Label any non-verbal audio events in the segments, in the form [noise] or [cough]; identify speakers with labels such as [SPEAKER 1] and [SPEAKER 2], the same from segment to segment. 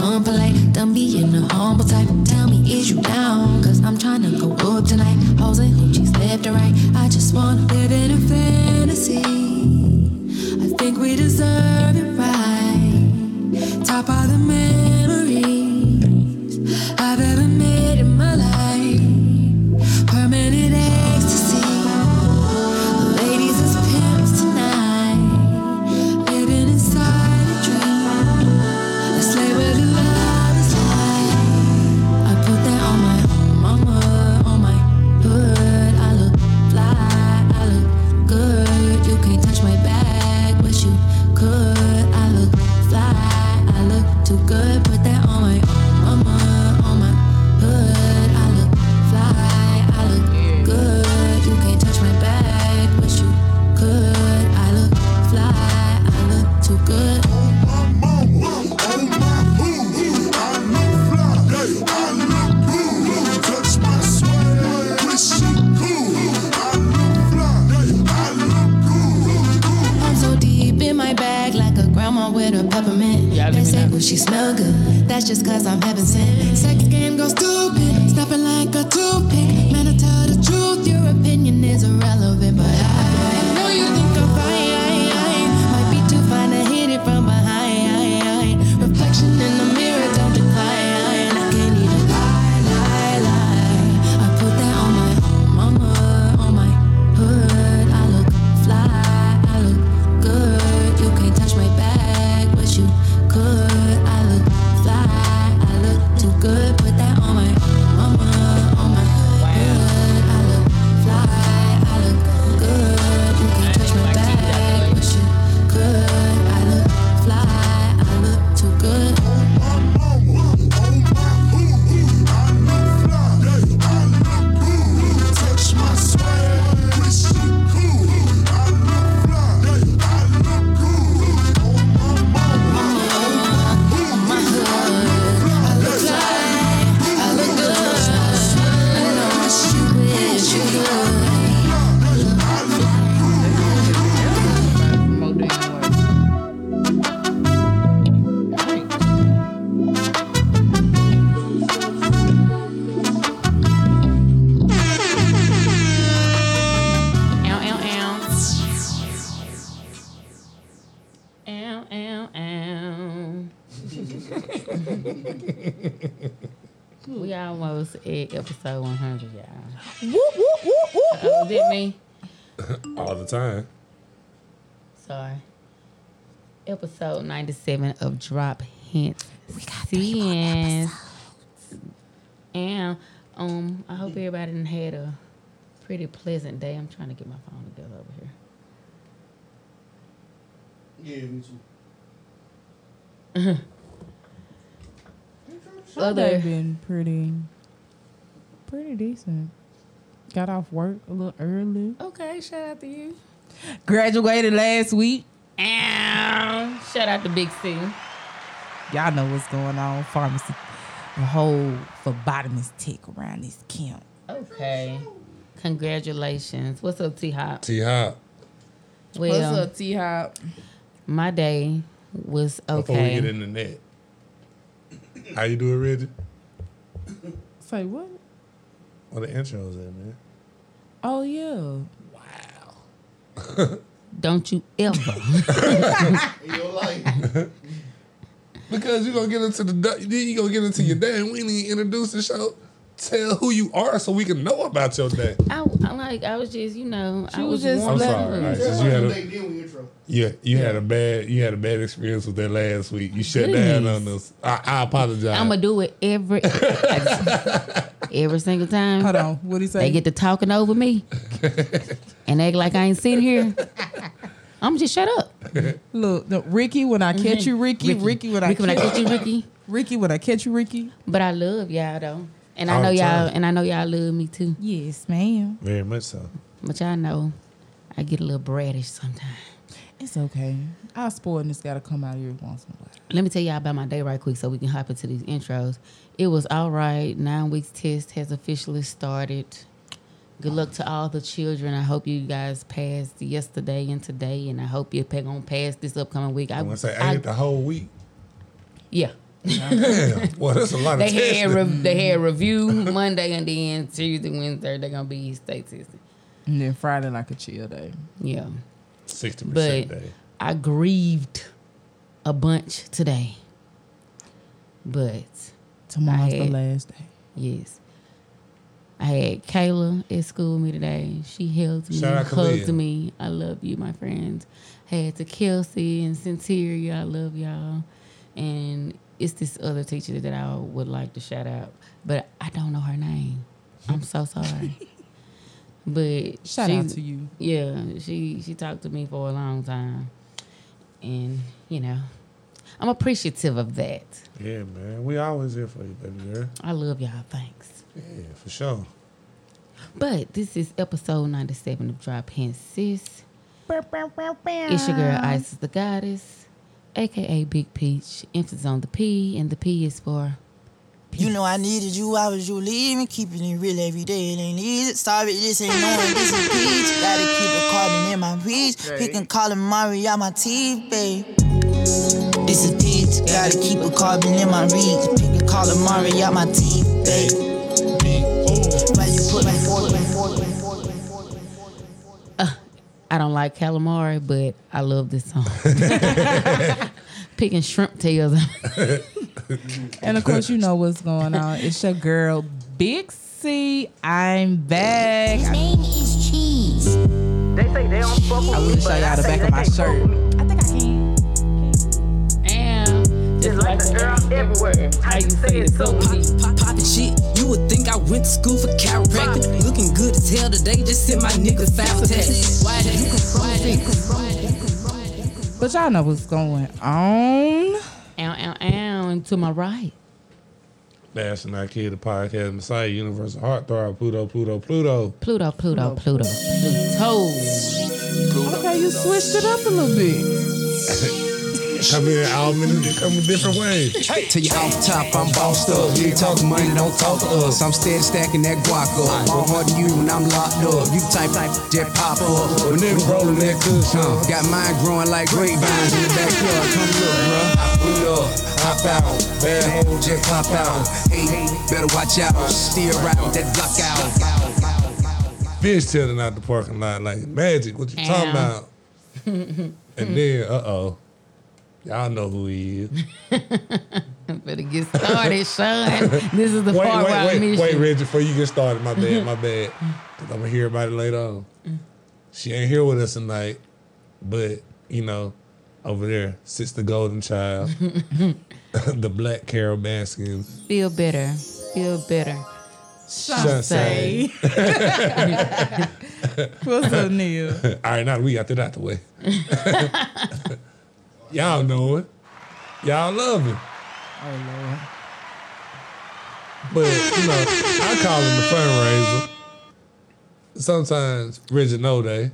[SPEAKER 1] unpolite. Done being a humble type. Tell me, is you down? Cause I'm trying to go up tonight. Hoes and hoochies left and right. I just wanna live in a fantasy. I think we deserve it right. Top all the memories I've ever made in my life. Permanent ecstasy. Ladies as pimps tonight, living inside a dream. Let's play with the love is like. I put that on my mama, on my hood. I look fly, I look good. You can't touch my back, but you could. I look fly, I look too good. Put that on my mama, on my hood. I look fly, I look good. You can't touch my back, but you could. I look fly, I look too good. I'm so deep in my bag like a grandma with a peppermint.
[SPEAKER 2] Yeah, let
[SPEAKER 1] they
[SPEAKER 2] me
[SPEAKER 1] say,
[SPEAKER 2] know.
[SPEAKER 1] well, she smell good. That's just cause I'm heaven sent. Sex game goes stupid. Snapping like a toothpick. Man, I tell the truth. Your opinion is irrelevant, but I know you think I'm fine. Might be too fine to hit it from behind. Reflection in the mirror, don't decline. I can't even lie, lie, lie. I put that on my mama, on my hood. I look fly, I look good. You can't touch my back, but you could. I look fly, I look too good. Put that on my mama, on my hood. I look fly, I look good. You can't touch my back, but you could. I look fly, I look too good.
[SPEAKER 2] Mo doing work. Ow, ow, ow. Ow, ow, ow. we almost at episode 100, y'all. Uh-oh, did me?
[SPEAKER 3] All the time.
[SPEAKER 2] Sorry. Episode 97 of Drop Hints. We got three more And um, I hope everybody done had a pretty pleasant day. I'm trying to get my phone together over here.
[SPEAKER 4] Yeah, me too.
[SPEAKER 2] Other-
[SPEAKER 5] Sunday been pretty, pretty decent. Got off work a little early.
[SPEAKER 2] Okay, shout out to you.
[SPEAKER 5] Graduated last week.
[SPEAKER 2] And shout out to Big C.
[SPEAKER 5] Y'all know what's going on. Pharmacy, a whole phlebotomist tick around this camp.
[SPEAKER 2] Okay. Congratulations. What's up, T Hop?
[SPEAKER 3] T Hop.
[SPEAKER 2] Well,
[SPEAKER 5] T Hop?
[SPEAKER 2] my day was
[SPEAKER 3] Before we get
[SPEAKER 2] okay.
[SPEAKER 3] in the net. How you doing, Reggie?
[SPEAKER 5] Say what?
[SPEAKER 3] What the intro is that, man?
[SPEAKER 5] Oh yeah.
[SPEAKER 2] Don't you ever.
[SPEAKER 4] In
[SPEAKER 3] [laughs]
[SPEAKER 4] your life.
[SPEAKER 3] Because you're gonna get into the du- then you gonna get into your day and we need to introduce the show. Tell who you are so we can know about your day.
[SPEAKER 2] I, I'm like, I was just, you know, I was
[SPEAKER 5] was just
[SPEAKER 3] I'm
[SPEAKER 2] warming
[SPEAKER 5] letting-
[SPEAKER 2] up.
[SPEAKER 3] sorry. Alright,
[SPEAKER 4] Tell
[SPEAKER 3] since
[SPEAKER 4] her
[SPEAKER 3] you had
[SPEAKER 4] to
[SPEAKER 3] a
[SPEAKER 4] make them intro.
[SPEAKER 3] yeah, you had a bad you had a bad experience with that last week. You shut down
[SPEAKER 2] Goodness.
[SPEAKER 3] on us. I, I apologize.
[SPEAKER 2] I'm gonna do it
[SPEAKER 3] [laughs]
[SPEAKER 2] every every single time
[SPEAKER 5] Hold on. What he say?
[SPEAKER 2] they get to talking over
[SPEAKER 3] [laughs]
[SPEAKER 2] me and act like I ain't sitting here. I'm just shut up.
[SPEAKER 5] Look, no, Ricky. When I catch you, Ricky. Ricky, when I
[SPEAKER 2] Ricky, when I
[SPEAKER 5] catch,
[SPEAKER 2] get you, Ricky.
[SPEAKER 5] Ricky when I catch you, Ricky.
[SPEAKER 2] But I love y'all though, and I
[SPEAKER 3] All
[SPEAKER 2] know
[SPEAKER 3] the
[SPEAKER 2] y'all,
[SPEAKER 3] time.
[SPEAKER 2] and I know y'all love me too.
[SPEAKER 5] Yes, ma'am.
[SPEAKER 3] Very much so.
[SPEAKER 2] But y'all know I get a little bratish sometimes.
[SPEAKER 5] It's okay. Our spoilness got to come out every once in a while.
[SPEAKER 2] Let me tell y'all about my day right quick so we can hop into these intros. It was all right. Nine weeks test has officially started. Good luck to all the children. I hope you guys passed yesterday and today, and I hope you're going to pass this upcoming week. I, [laughs]
[SPEAKER 3] I'm gonna say I
[SPEAKER 2] I- [laughs]
[SPEAKER 3] ate the whole week.
[SPEAKER 2] yeah,
[SPEAKER 3] Damn, boy, that's a lot
[SPEAKER 2] They
[SPEAKER 3] of
[SPEAKER 2] had
[SPEAKER 3] testing.
[SPEAKER 2] re- they had review [laughs] Monday and then Tuesday, Wednesday they're gonna be state testing.
[SPEAKER 5] And then Friday like a chill day.
[SPEAKER 2] Yeah,
[SPEAKER 3] Sixty
[SPEAKER 2] but
[SPEAKER 3] percent day.
[SPEAKER 2] I grieved a bunch today. But
[SPEAKER 5] Tomorrow's
[SPEAKER 2] I
[SPEAKER 5] the
[SPEAKER 2] had-
[SPEAKER 5] last day.
[SPEAKER 2] yes, I had Kayla at school with me today. She held me,
[SPEAKER 3] Shout out
[SPEAKER 2] hugged
[SPEAKER 3] Kalia.
[SPEAKER 2] me. I love you, my friends. Had to Kelsey and Centeria. I love y'all. And it's this other teacher that I would like to shout out, but I don't know her name. I'm
[SPEAKER 3] [laughs]
[SPEAKER 2] so sorry. But
[SPEAKER 5] Shout out
[SPEAKER 2] she's-
[SPEAKER 5] to you.
[SPEAKER 2] yeah, she she talked to me for a long time, and you know, I'm appreciative of that.
[SPEAKER 3] Yeah, man. We always here for you, baby girl.
[SPEAKER 2] I love y'all. Thanks.
[SPEAKER 3] Yeah, for sure.
[SPEAKER 2] But this is episode 97 of Drop Hints Sis. It's your girl Isis the Goddess, aka Big Peach. Emphasis on the P, and the P is for
[SPEAKER 6] You know I needed you, I was you leaving, keeping it real every day. It ain't easy. Sorry, this ain't no one, this is peach. Gotta keep a carbon in my reach. Picking calling Mari out my teeth, babe. This is peach. Gotta keep a carbon in my reach. Picking calling Mari out my teeth, babe. Why you put my fork, my fork, my fork, my fork, my fork, my fork.
[SPEAKER 2] I don't like calamari, but I love this song. Picking shrimp tails. [laughs]
[SPEAKER 5] And of course, you know what's going on. It's your girl, Big C. I'm back.
[SPEAKER 7] His name is Cheese.
[SPEAKER 8] They say they don't fuck with
[SPEAKER 5] I
[SPEAKER 8] me,
[SPEAKER 5] wouldn't show
[SPEAKER 8] but
[SPEAKER 5] y'all
[SPEAKER 8] I
[SPEAKER 5] the
[SPEAKER 8] say
[SPEAKER 5] back
[SPEAKER 8] they
[SPEAKER 5] of my
[SPEAKER 8] can't
[SPEAKER 5] shirt.
[SPEAKER 8] fuck with me.
[SPEAKER 7] I think I can.
[SPEAKER 2] and
[SPEAKER 8] It's like the girl everywhere. How you say it so weak?
[SPEAKER 9] Pop, poppin' shit. You would think I went to school for chiropractic. Looking good as hell today. Just sent my nigga foul text. Why that? You can fry that.
[SPEAKER 5] But y'all know what's going on.
[SPEAKER 2] Ow, ow, ow, and to my right.
[SPEAKER 3] Dashing Our Kid, the podcast, Messiah, Universal Heartthrob, Pluto, Pluto, Pluto.
[SPEAKER 2] Pluto, Pluto, Pluto, Pluto.
[SPEAKER 5] Okay, you switched it up a little bit.
[SPEAKER 3] Come in all minutes, come in different ways.
[SPEAKER 10] Tell you off top, I'm bossed up. You talk money, don't talk to us. I'm steady stacking that guac up. More hard than you when I'm locked up. You type like that pop up. When nigga rolling that cushion, Uh, got mine growing like grapevines in the backyard. Come look, bruh. I pull up, hop out. Bad hoe just pop out. Hey, better watch out. Steer around that block out.
[SPEAKER 3] Bitch telling out the parking lot like magic. What you talking
[SPEAKER 2] Ow.
[SPEAKER 3] about? and then, uh oh, y'all know who he is. Wait,
[SPEAKER 2] Better get started, Sean. This is the part where I
[SPEAKER 3] wait,
[SPEAKER 2] miss
[SPEAKER 3] wait, wait,
[SPEAKER 2] you.
[SPEAKER 3] Reggie, before you get started, my bad, my bad. Cause I'm gonna hear about it later on. She ain't here with us tonight, but you know, over there sits the golden child, [laughs] the black Carol Baskins.
[SPEAKER 2] Feel better. Feel better.
[SPEAKER 3] Shansae.
[SPEAKER 5] What's
[SPEAKER 3] [laughs]
[SPEAKER 5] up, Neil?
[SPEAKER 3] All right, now that we got that out the way. Y'all know it. Y'all love it.
[SPEAKER 5] Oh,
[SPEAKER 3] But, you know, I call him the fundraiser. Sometimes Reggie Day.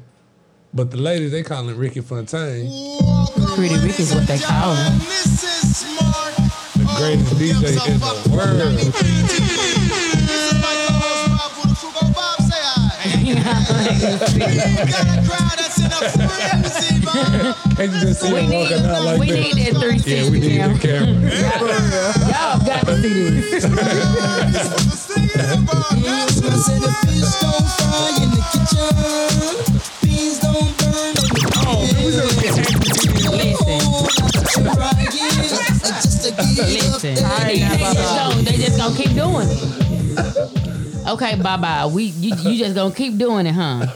[SPEAKER 3] But the lady, they call him Ricky Fontaine,
[SPEAKER 2] Pretty Rick is what they call him.
[SPEAKER 3] the greatest DJ in the world. [laughs] Can't you just see
[SPEAKER 2] We
[SPEAKER 3] him
[SPEAKER 2] need,
[SPEAKER 3] walking out like
[SPEAKER 2] we
[SPEAKER 3] that?
[SPEAKER 2] need that
[SPEAKER 3] yeah, we
[SPEAKER 2] 360
[SPEAKER 3] need
[SPEAKER 2] camera.
[SPEAKER 3] the camera.
[SPEAKER 2] Y'all got to see this.
[SPEAKER 3] [laughs]
[SPEAKER 2] Listen, listen. They, they just don't, they just gonna keep doing it. Okay, bye bye. We you, you just gonna keep doing it, huh?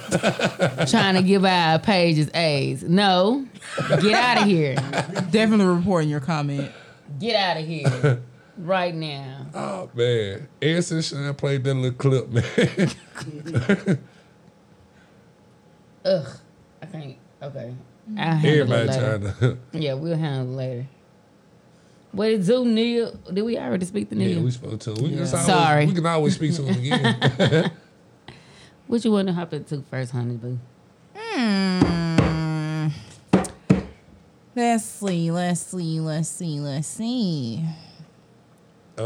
[SPEAKER 2] Trying to give our pages A's. No, get out of here.
[SPEAKER 5] Lord. Definitely reporting your comment.
[SPEAKER 2] Get out of here right now.
[SPEAKER 3] Oh, man. Ever since I played that little clip,
[SPEAKER 2] [laughs]
[SPEAKER 3] man.
[SPEAKER 2] Ugh, I can't. Okay, I'll handle
[SPEAKER 3] Everybody
[SPEAKER 2] it later.
[SPEAKER 3] trying to.
[SPEAKER 2] Yeah, we'll handle it later. What is Zoom Neil? Did we already speak to Neil?
[SPEAKER 3] Yeah, we spoke to him. We, it's always,
[SPEAKER 2] Sorry.
[SPEAKER 3] We can always speak to him
[SPEAKER 2] [laughs]
[SPEAKER 3] again.
[SPEAKER 2] what you want to hop into first, honey boo?
[SPEAKER 5] Hmm. Let's see, let's see, let's see, let's see.
[SPEAKER 3] uh,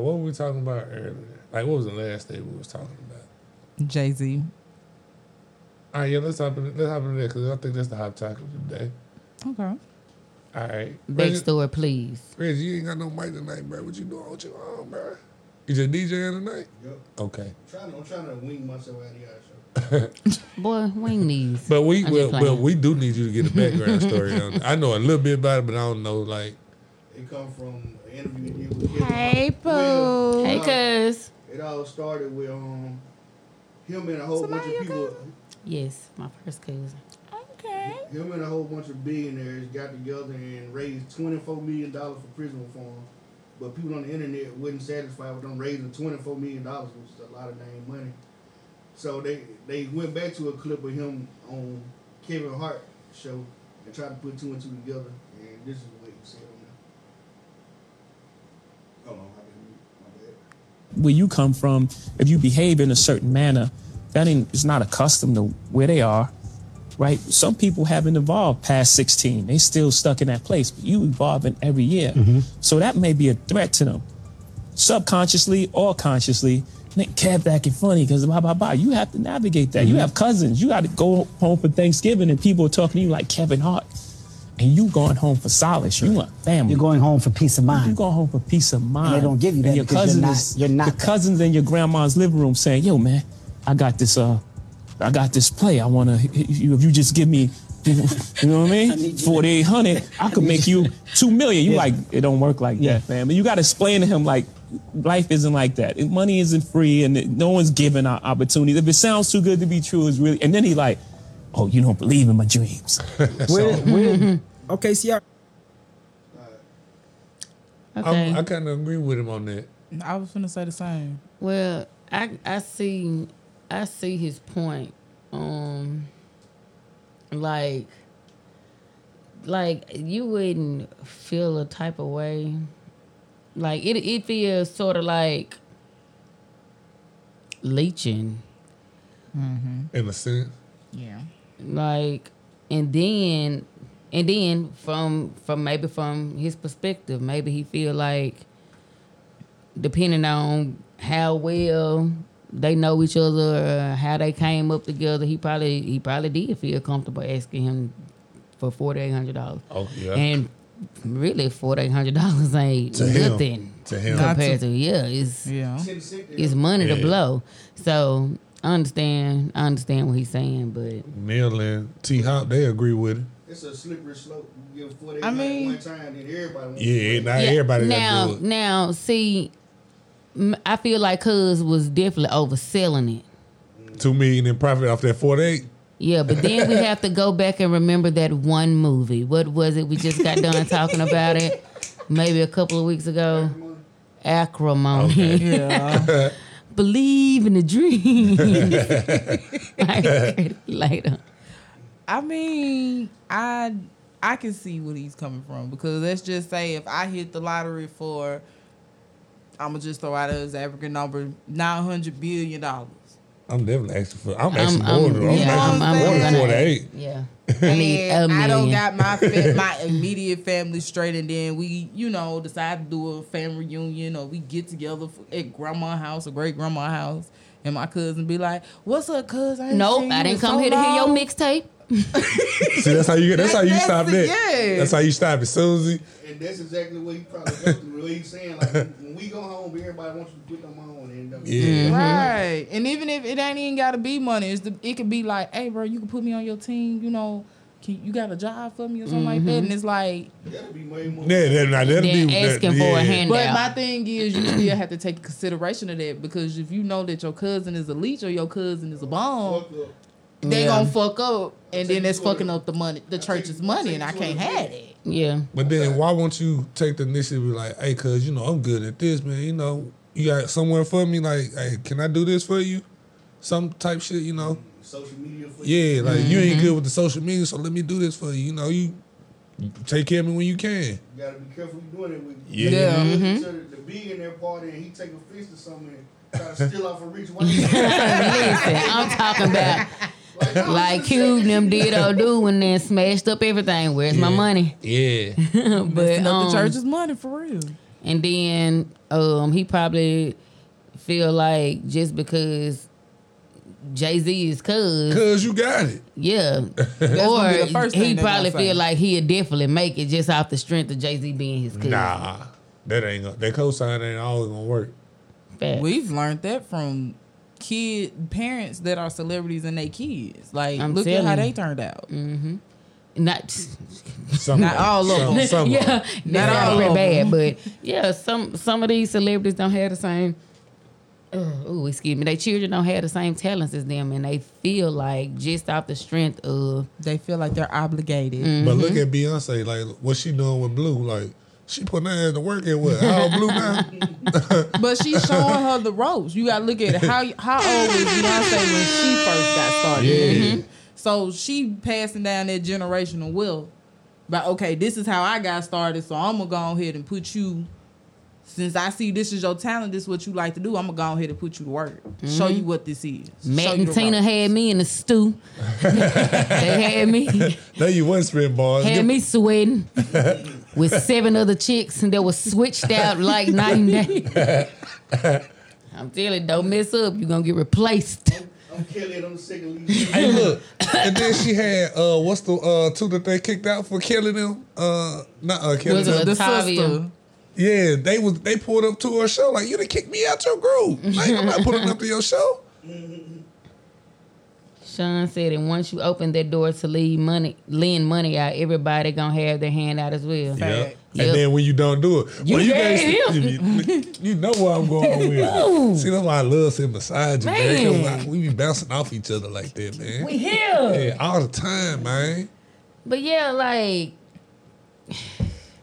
[SPEAKER 3] what were we talking about earlier? Like, what was the last thing we was talking about?
[SPEAKER 5] Jay Z.
[SPEAKER 3] All right, yeah, let's hop in, let's hop in there because I think that's the hot topic of the day.
[SPEAKER 5] Okay.
[SPEAKER 3] All right.
[SPEAKER 2] Backstory, please.
[SPEAKER 3] Reggie, you ain't got no mic tonight, bro. What you doing with your arm, bro? You just DJing tonight?
[SPEAKER 4] Yep.
[SPEAKER 3] Okay.
[SPEAKER 4] Trying to, I'm trying to wing myself out of y'all show.
[SPEAKER 2] Boy, wing knees.
[SPEAKER 3] But we
[SPEAKER 2] I'm
[SPEAKER 3] well,
[SPEAKER 2] just
[SPEAKER 3] well,
[SPEAKER 2] playing.
[SPEAKER 3] we do need you to get a background story. on I know a little bit about it, but I don't know like
[SPEAKER 4] It come from an interview that you was giving.
[SPEAKER 5] Hey, Pooh.
[SPEAKER 4] Well,
[SPEAKER 2] Hey,
[SPEAKER 4] uh,
[SPEAKER 2] cuz.
[SPEAKER 4] It all started with um, him and a whole bunch of people.
[SPEAKER 2] Yes, my first cousin.
[SPEAKER 5] Okay.
[SPEAKER 4] Him and a whole bunch of billionaires got together and raised $24 million for prison reform. But people on the internet wasn't satisfied with them raising $24 million, which is a lot of damn money. So they, they went back to a clip of him on Kevin Hart show and tried to put two and two together. And this is what he said on there. Hold on, I didn't, my bad.
[SPEAKER 11] where you come from, if you behave in a certain manner, that ain't, is not accustomed to where they are, right? Some people haven't evolved past 16. They still stuck in that place, but you evolving every year.
[SPEAKER 12] Mm-hmm.
[SPEAKER 11] So that may be a threat to them, subconsciously or consciously. Nick Kev acting funny because blah blah blah. You have to navigate that. You
[SPEAKER 12] Mm-hmm.
[SPEAKER 11] have cousins. You got to go home for Thanksgiving and people are talking to you like Kevin Hart, and you going home for solace. You want family.
[SPEAKER 12] You're going home for peace of mind.
[SPEAKER 11] You go home for peace of mind.
[SPEAKER 12] they don't give you
[SPEAKER 11] And
[SPEAKER 12] that
[SPEAKER 11] your
[SPEAKER 12] because
[SPEAKER 11] cousin
[SPEAKER 12] you're not-
[SPEAKER 11] is-
[SPEAKER 12] you're not
[SPEAKER 11] your cousins in your grandma's living room saying, "Yo, man, I got this. Uh, I got this play. I want to. If you just give me, [laughs] you know what I mean? Forty
[SPEAKER 12] [laughs]
[SPEAKER 11] eight hundred, I could make you two million. You like it? Don't work like that, man. But you got to explain to him like." Life isn't like that. And Money isn't free, and it- no one's giving out opportunities. If it sounds too good to be true, it's really. And then he like, "Oh, you don't believe in my dreams."
[SPEAKER 13] Where- where-
[SPEAKER 11] okay, see, I
[SPEAKER 3] I'm- I kind of agree with him on that.
[SPEAKER 5] I was gonna say the same.
[SPEAKER 2] Well, I I see I see his point. Um like like you wouldn't feel a type of way. Like it it feels sort of like leeching.
[SPEAKER 5] Mm-hmm.
[SPEAKER 3] In a sense,
[SPEAKER 5] Yeah.
[SPEAKER 2] like and then and then from from maybe from his perspective maybe he feel like depending on how well they know each other uh, how they came up together he probably he probably did feel comfortable asking him for forty eight hundred dollars
[SPEAKER 3] Oh, yeah.
[SPEAKER 2] and really forty eight hundred dollars ain't
[SPEAKER 3] To him.
[SPEAKER 2] nothing
[SPEAKER 3] To him. Not
[SPEAKER 2] compared
[SPEAKER 3] to-
[SPEAKER 2] to, yeah it's
[SPEAKER 5] yeah
[SPEAKER 2] it's money to
[SPEAKER 3] Yeah.
[SPEAKER 2] blow so I understand I understand what he's saying but
[SPEAKER 3] Mill and T Hop they agree with it.
[SPEAKER 4] It's a slippery slope. You give 40
[SPEAKER 5] I mean-
[SPEAKER 4] one time, then everybody wants
[SPEAKER 3] Yeah, not everybody
[SPEAKER 2] now,
[SPEAKER 3] that do it.
[SPEAKER 2] Now, see, m- I feel like Cuz was definitely overselling it.
[SPEAKER 3] Two million in profit off that forty eight.
[SPEAKER 2] Yeah, but then we have to go back and remember that one movie. What was it? We just got done talking about it maybe a couple of weeks ago. Acrimony.
[SPEAKER 5] Okay. Yeah.
[SPEAKER 2] [laughs] Believe in the
[SPEAKER 3] [laughs]
[SPEAKER 2] dream. Like, uh, Later.
[SPEAKER 5] I mean, I I can see where he's coming from because let's just say if I hit the lottery for, I'm gonna just throw out his African number nine hundred billion dollars.
[SPEAKER 3] I'm definitely asking for. I'm
[SPEAKER 5] I'm-
[SPEAKER 3] asking
[SPEAKER 5] I'm-
[SPEAKER 3] more than. I'm
[SPEAKER 5] yeah,
[SPEAKER 3] asking
[SPEAKER 5] I'm- I'm
[SPEAKER 3] more than
[SPEAKER 5] gonna-
[SPEAKER 3] forty eight.
[SPEAKER 2] Yeah.
[SPEAKER 5] [laughs] I mean,
[SPEAKER 2] a
[SPEAKER 5] I don't
[SPEAKER 2] million.
[SPEAKER 5] got
[SPEAKER 2] [laughs]
[SPEAKER 5] my fa- my immediate family straight, and then we, you know, decide to do a family reunion or we get together f at grandma's house or great grandma's house, and my cousin be like, "What's up, cuz? ain't
[SPEAKER 2] Nope,
[SPEAKER 5] seen
[SPEAKER 2] I
[SPEAKER 5] you
[SPEAKER 2] didn't
[SPEAKER 5] in
[SPEAKER 2] come
[SPEAKER 5] so
[SPEAKER 2] here to hear your
[SPEAKER 5] long."
[SPEAKER 2] mixtape.
[SPEAKER 3] See, that's how you. That's how you
[SPEAKER 4] That's-
[SPEAKER 3] stop that.
[SPEAKER 4] that's- yeah.
[SPEAKER 3] That's how you stop it, Susie.
[SPEAKER 4] And that's exactly what he probably goes through. What he's saying, like, when we go home, everybody wants you to put them on. And uh, them.
[SPEAKER 5] Mm-hmm.
[SPEAKER 3] Yeah.
[SPEAKER 5] Right. And even if it ain't even gotta be money, it's the, it could be like, hey, bro, you can put me on your team. You know, can, you got a job for me or something like that.
[SPEAKER 3] Mhm.
[SPEAKER 5] And it's like,
[SPEAKER 3] Yeah, that, now that'll
[SPEAKER 2] Then
[SPEAKER 3] be
[SPEAKER 2] asking
[SPEAKER 3] that,
[SPEAKER 2] for
[SPEAKER 3] yeah.
[SPEAKER 2] a
[SPEAKER 5] but my thing is, you still have to take consideration of that because if you know that your cousin is a leech or your cousin is a bomb, they
[SPEAKER 2] Yeah.
[SPEAKER 5] gonna fuck up, and then that's fucking up the money, the church's money, and I can't have it.
[SPEAKER 2] Yeah.
[SPEAKER 3] But then why won't you take the initiative? and Be like, hey, cuz you know I'm good at this, man. You know, you got somewhere for me. Like, hey, can I do this for you? Some type shit, you know.
[SPEAKER 4] Social media. For
[SPEAKER 3] Yeah, like you ain't good with the social media, so let me do this for you. You know, you you take care of me when you can.
[SPEAKER 4] You gotta be careful you doing it with.
[SPEAKER 3] Yeah. Yeah.
[SPEAKER 5] mm-hmm.
[SPEAKER 3] Mhm.
[SPEAKER 4] So the, the billionaire party, and he take a fist or something, and try to steal off a rich white.
[SPEAKER 5] [laughs]
[SPEAKER 2] Listen, I'm talking about like Cube and them did or do and then smashed up everything. Where's my money?
[SPEAKER 3] Yeah.
[SPEAKER 2] but
[SPEAKER 5] Messing up
[SPEAKER 2] um,
[SPEAKER 5] the church's money for real.
[SPEAKER 2] and then um, he probably feel like just because Jay Z is cuz.
[SPEAKER 3] Cuz you got it. [laughs]
[SPEAKER 2] Yeah.
[SPEAKER 3] gonna be the
[SPEAKER 2] or
[SPEAKER 3] first thing
[SPEAKER 2] he
[SPEAKER 3] they gonna
[SPEAKER 2] probably
[SPEAKER 3] say.
[SPEAKER 2] feel like he'd definitely make it just off the strength of Jay Z being his cuz.
[SPEAKER 3] Nah, that ain't gonna, that cosign ain't always gonna work.
[SPEAKER 5] We've learned that from kid parents that are celebrities and they kids. Like,
[SPEAKER 2] I'm
[SPEAKER 5] look at how
[SPEAKER 2] telling
[SPEAKER 5] they
[SPEAKER 2] you.
[SPEAKER 5] turned out.
[SPEAKER 2] Mm-hmm.
[SPEAKER 5] [laughs]
[SPEAKER 2] Not
[SPEAKER 3] Some
[SPEAKER 5] Not all of them.
[SPEAKER 2] Some, [laughs] yeah,
[SPEAKER 5] Not all
[SPEAKER 2] not
[SPEAKER 5] of
[SPEAKER 2] all bad,
[SPEAKER 5] them.
[SPEAKER 2] but yeah, some some of these celebrities don't have the same. oh, excuse me. Their children don't have the same talents as them, and they feel like just off the strength of
[SPEAKER 5] they feel like they're obligated.
[SPEAKER 2] Mm.
[SPEAKER 3] But look at
[SPEAKER 2] Mm-hmm.
[SPEAKER 3] Beyonce, like what she doing with Blue, like she putting her ass to work at what? How old
[SPEAKER 2] [laughs]
[SPEAKER 3] Blue now?
[SPEAKER 5] But she's showing her the ropes. You gotta look at it. how how old was Beyonce when she first got started. Mm-hmm.
[SPEAKER 3] Yeah.
[SPEAKER 2] Mm-hmm.
[SPEAKER 5] So she passing down that generational wealth. But okay, this is how I got started. So I'm gonna go ahead and put you. Since I see this is your talent, this is what you like to do. I'm gonna go ahead and put you to work. Show
[SPEAKER 2] Mhm.
[SPEAKER 5] you what this is. Show
[SPEAKER 2] Matt
[SPEAKER 5] you
[SPEAKER 2] and
[SPEAKER 5] the
[SPEAKER 2] Tina
[SPEAKER 5] ropes.
[SPEAKER 2] had me in the
[SPEAKER 3] [laughs]
[SPEAKER 2] stew. they had me
[SPEAKER 3] no, you wasn't spin bars.
[SPEAKER 2] had
[SPEAKER 3] Get-
[SPEAKER 2] me
[SPEAKER 3] [laughs]
[SPEAKER 2] sweating with seven other chicks, and they were switched out like night and
[SPEAKER 3] [laughs]
[SPEAKER 2] day. I'm telling you, don't mess up. You're gonna get replaced.
[SPEAKER 4] I'm killing. I'm sick of leaving.
[SPEAKER 3] hey,
[SPEAKER 2] [laughs]
[SPEAKER 3] look. And then she had uh, what's the uh, two that they kicked out for killing them? Uh, not uh, killing
[SPEAKER 2] Was it
[SPEAKER 3] them.
[SPEAKER 2] Latavia? The sister.
[SPEAKER 3] Yeah, they was they pulled up to her show like you done kicked me out your group. Like I'm not pulling up to your show.
[SPEAKER 2] Sean said, and once you open that door to leave money, lend money out, everybody gonna have their hand out as well.
[SPEAKER 3] Yep.
[SPEAKER 2] Yep.
[SPEAKER 3] And then when you don't do it,
[SPEAKER 2] You
[SPEAKER 3] well, you,
[SPEAKER 2] gave
[SPEAKER 3] guys- you, [laughs] you know where I'm going with.
[SPEAKER 2] Ooh.
[SPEAKER 3] it. See, that's why I love sitting beside you, man. 'cause
[SPEAKER 2] Man.
[SPEAKER 3] like, we be bouncing off each other like that, man.
[SPEAKER 2] We here.
[SPEAKER 3] Yeah, all the time, man.
[SPEAKER 2] But yeah, like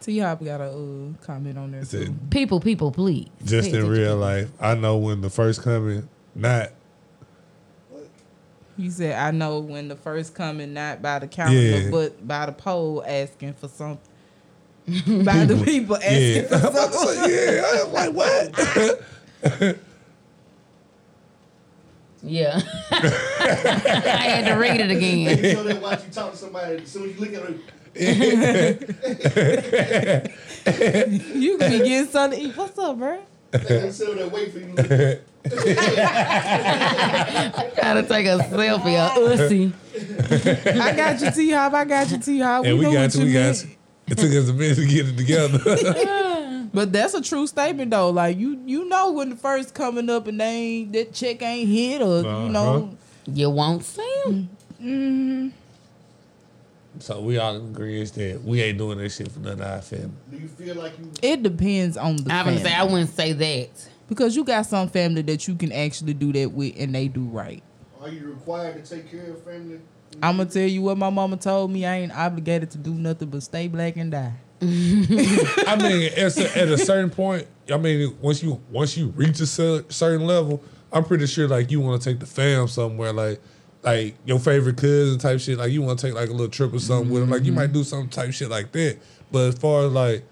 [SPEAKER 5] T Hop got a uh, comment on there.
[SPEAKER 3] It's a-
[SPEAKER 5] too.
[SPEAKER 2] people, people, please.
[SPEAKER 3] Just
[SPEAKER 2] Pay
[SPEAKER 3] in
[SPEAKER 2] attention.
[SPEAKER 3] real life, I know when the first coming, not
[SPEAKER 5] He said, "I know when the first coming, not by the calendar,
[SPEAKER 3] Yeah.
[SPEAKER 5] but by the poll asking for something, [laughs] by the people asking
[SPEAKER 3] Yeah. I'm
[SPEAKER 5] for
[SPEAKER 3] about to
[SPEAKER 5] something."
[SPEAKER 3] say, yeah. I'm like, what?
[SPEAKER 2] Yeah. [laughs] I had to read it again.
[SPEAKER 4] You know that watch you talk to somebody. As soon as you look at her,
[SPEAKER 5] you could be getting something to eat. What's up, bro?
[SPEAKER 4] they sit there wait for you.
[SPEAKER 2] Gotta take a selfie, a ussy.
[SPEAKER 5] I got you, T Hop. I got you, T Hop.
[SPEAKER 3] and we
[SPEAKER 5] know
[SPEAKER 3] got
[SPEAKER 5] what
[SPEAKER 3] to, we got
[SPEAKER 5] meant.
[SPEAKER 3] to. It took us a minute to get it [laughs] together.
[SPEAKER 5] But that's a true statement, though. Like you, you know when the first coming up and they ain't, that check ain't hit, or
[SPEAKER 3] Uh-huh.
[SPEAKER 5] you know,
[SPEAKER 2] You won't see him.
[SPEAKER 5] mm,
[SPEAKER 3] so we all agree is that we ain't doing that shit for none of our family.
[SPEAKER 4] Do you feel like you?
[SPEAKER 5] it depends on the.
[SPEAKER 2] I wouldn't say
[SPEAKER 5] family.
[SPEAKER 2] I wouldn't say that.
[SPEAKER 5] because you got some family that you can actually do that with, and they do right.
[SPEAKER 4] Are you required to take care of family?
[SPEAKER 5] I'm gonna tell you what my mama told me. I ain't obligated to do nothing but stay black and die.
[SPEAKER 3] I mean, at a, at a certain point, I mean, once you once you reach a cer- certain level, I'm pretty sure like you want to take the fam somewhere, like like your favorite cousin type shit. Like you want to take like a little trip or something with them. Like you
[SPEAKER 5] Mm-hmm.
[SPEAKER 3] might do some type shit like that. But as far as like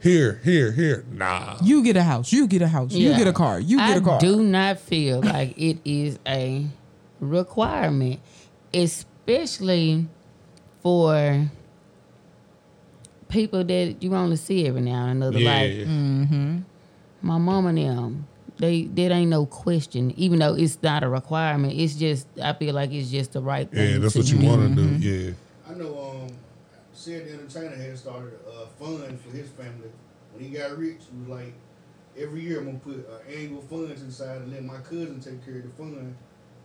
[SPEAKER 3] here, here, here, nah.
[SPEAKER 5] You get a house. You get a house. You
[SPEAKER 2] Yeah.
[SPEAKER 5] get a car. You get
[SPEAKER 2] I
[SPEAKER 5] a car.
[SPEAKER 2] do not feel like it is a requirement, especially for people that you only see every now and another. Like
[SPEAKER 5] mm,
[SPEAKER 2] my mom and them, they that ain't no question. Even though it's not a requirement, it's just I feel like it's just the right thing.
[SPEAKER 3] yeah, that's
[SPEAKER 2] to
[SPEAKER 3] what you
[SPEAKER 5] mm-hmm.
[SPEAKER 2] do.
[SPEAKER 3] want to do. Yeah,
[SPEAKER 4] I know um Sid the Entertainer had started a fund for his family. When he got rich, he was like, every year I'm gonna put uh, annual funds inside and let my cousin take care of the fund,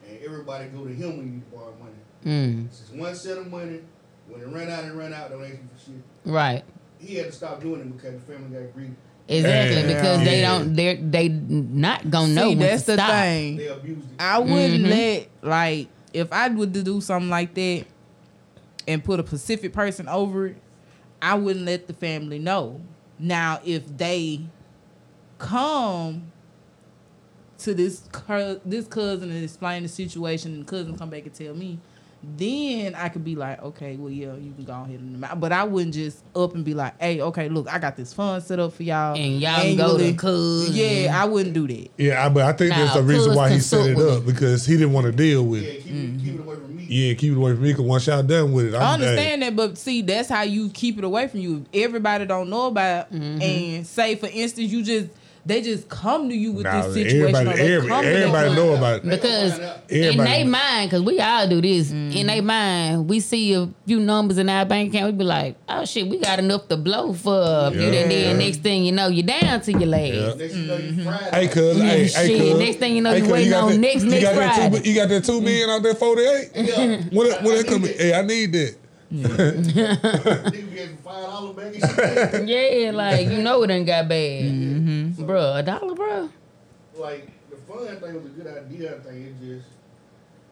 [SPEAKER 4] and everybody go to him when you borrow money.
[SPEAKER 2] Mm,
[SPEAKER 4] It's just one set of money. When it run out and run out, don't ask you for shit.
[SPEAKER 2] right.
[SPEAKER 4] He had to stop doing it because the family got greedy.
[SPEAKER 2] Exactly,
[SPEAKER 3] Yeah.
[SPEAKER 2] because they
[SPEAKER 3] Yeah.
[SPEAKER 2] don't they they not gonna know
[SPEAKER 5] See,
[SPEAKER 2] when
[SPEAKER 5] that's
[SPEAKER 2] to
[SPEAKER 5] the
[SPEAKER 2] stop.
[SPEAKER 5] thing.
[SPEAKER 4] They abused it.
[SPEAKER 5] I wouldn't
[SPEAKER 2] Mhm.
[SPEAKER 5] let like if I would to do something like that and put a Pacific person over it, I wouldn't let the family know. Now if they come to this cou- this cousin and explain the situation and the cousin come back and tell me, then I could be like, okay, well yeah, you can go ahead and but I wouldn't just up and be like, hey, okay, look, I got this fund set up for y'all.
[SPEAKER 2] And y'all can go to
[SPEAKER 5] annually."
[SPEAKER 2] cuz.
[SPEAKER 5] Yeah, I wouldn't do that.
[SPEAKER 3] yeah. I, but I think that's
[SPEAKER 2] Nah,
[SPEAKER 3] the reason
[SPEAKER 2] cuz
[SPEAKER 3] why he set
[SPEAKER 2] consult
[SPEAKER 3] it
[SPEAKER 2] with
[SPEAKER 3] up because he didn't want to deal with
[SPEAKER 4] Yeah,
[SPEAKER 3] it.
[SPEAKER 4] keep, it, keep it away from me.
[SPEAKER 3] Yeah, keep it away from me. Cause once y'all done with it, I'm
[SPEAKER 5] I understand that, but see, that's how you keep it away from you. If everybody don't know about it, and say, for instance, you just They just come to you with
[SPEAKER 3] Nah,
[SPEAKER 5] this situation.
[SPEAKER 3] everybody-
[SPEAKER 5] or they
[SPEAKER 3] every-
[SPEAKER 5] come to
[SPEAKER 3] everybody
[SPEAKER 5] them.
[SPEAKER 3] know about it.
[SPEAKER 2] Because in
[SPEAKER 3] Everybody
[SPEAKER 2] their
[SPEAKER 3] know.
[SPEAKER 2] mind, because we all do this, in their
[SPEAKER 5] Mm-hmm.
[SPEAKER 2] mind, we see a few numbers in our bank account, we be like, oh shit, we got enough to blow for a few.
[SPEAKER 3] Yeah.
[SPEAKER 2] And then
[SPEAKER 3] Yeah.
[SPEAKER 2] next thing you know, you're down to your legs.
[SPEAKER 4] Next you know you fried.
[SPEAKER 3] Hey, cuz. Hey, hey,
[SPEAKER 2] Shit,
[SPEAKER 3] cuz.
[SPEAKER 2] next thing you know, you
[SPEAKER 3] cuz,
[SPEAKER 2] waiting
[SPEAKER 3] got
[SPEAKER 2] on
[SPEAKER 3] that-
[SPEAKER 2] next-
[SPEAKER 3] you
[SPEAKER 2] next
[SPEAKER 3] got that two-
[SPEAKER 2] Friday.
[SPEAKER 3] You got that two million out there, 48?
[SPEAKER 4] Yeah.
[SPEAKER 3] What, what that come? Hey, I need that.
[SPEAKER 4] Nigga getting five dollars back.
[SPEAKER 3] [laughs]
[SPEAKER 4] and shit.
[SPEAKER 2] Yeah, like you know it done got bad,
[SPEAKER 5] Mm-hmm.
[SPEAKER 2] Bruh, A dollar, bruh. [laughs]
[SPEAKER 4] Like the fun thing was a good idea. I think it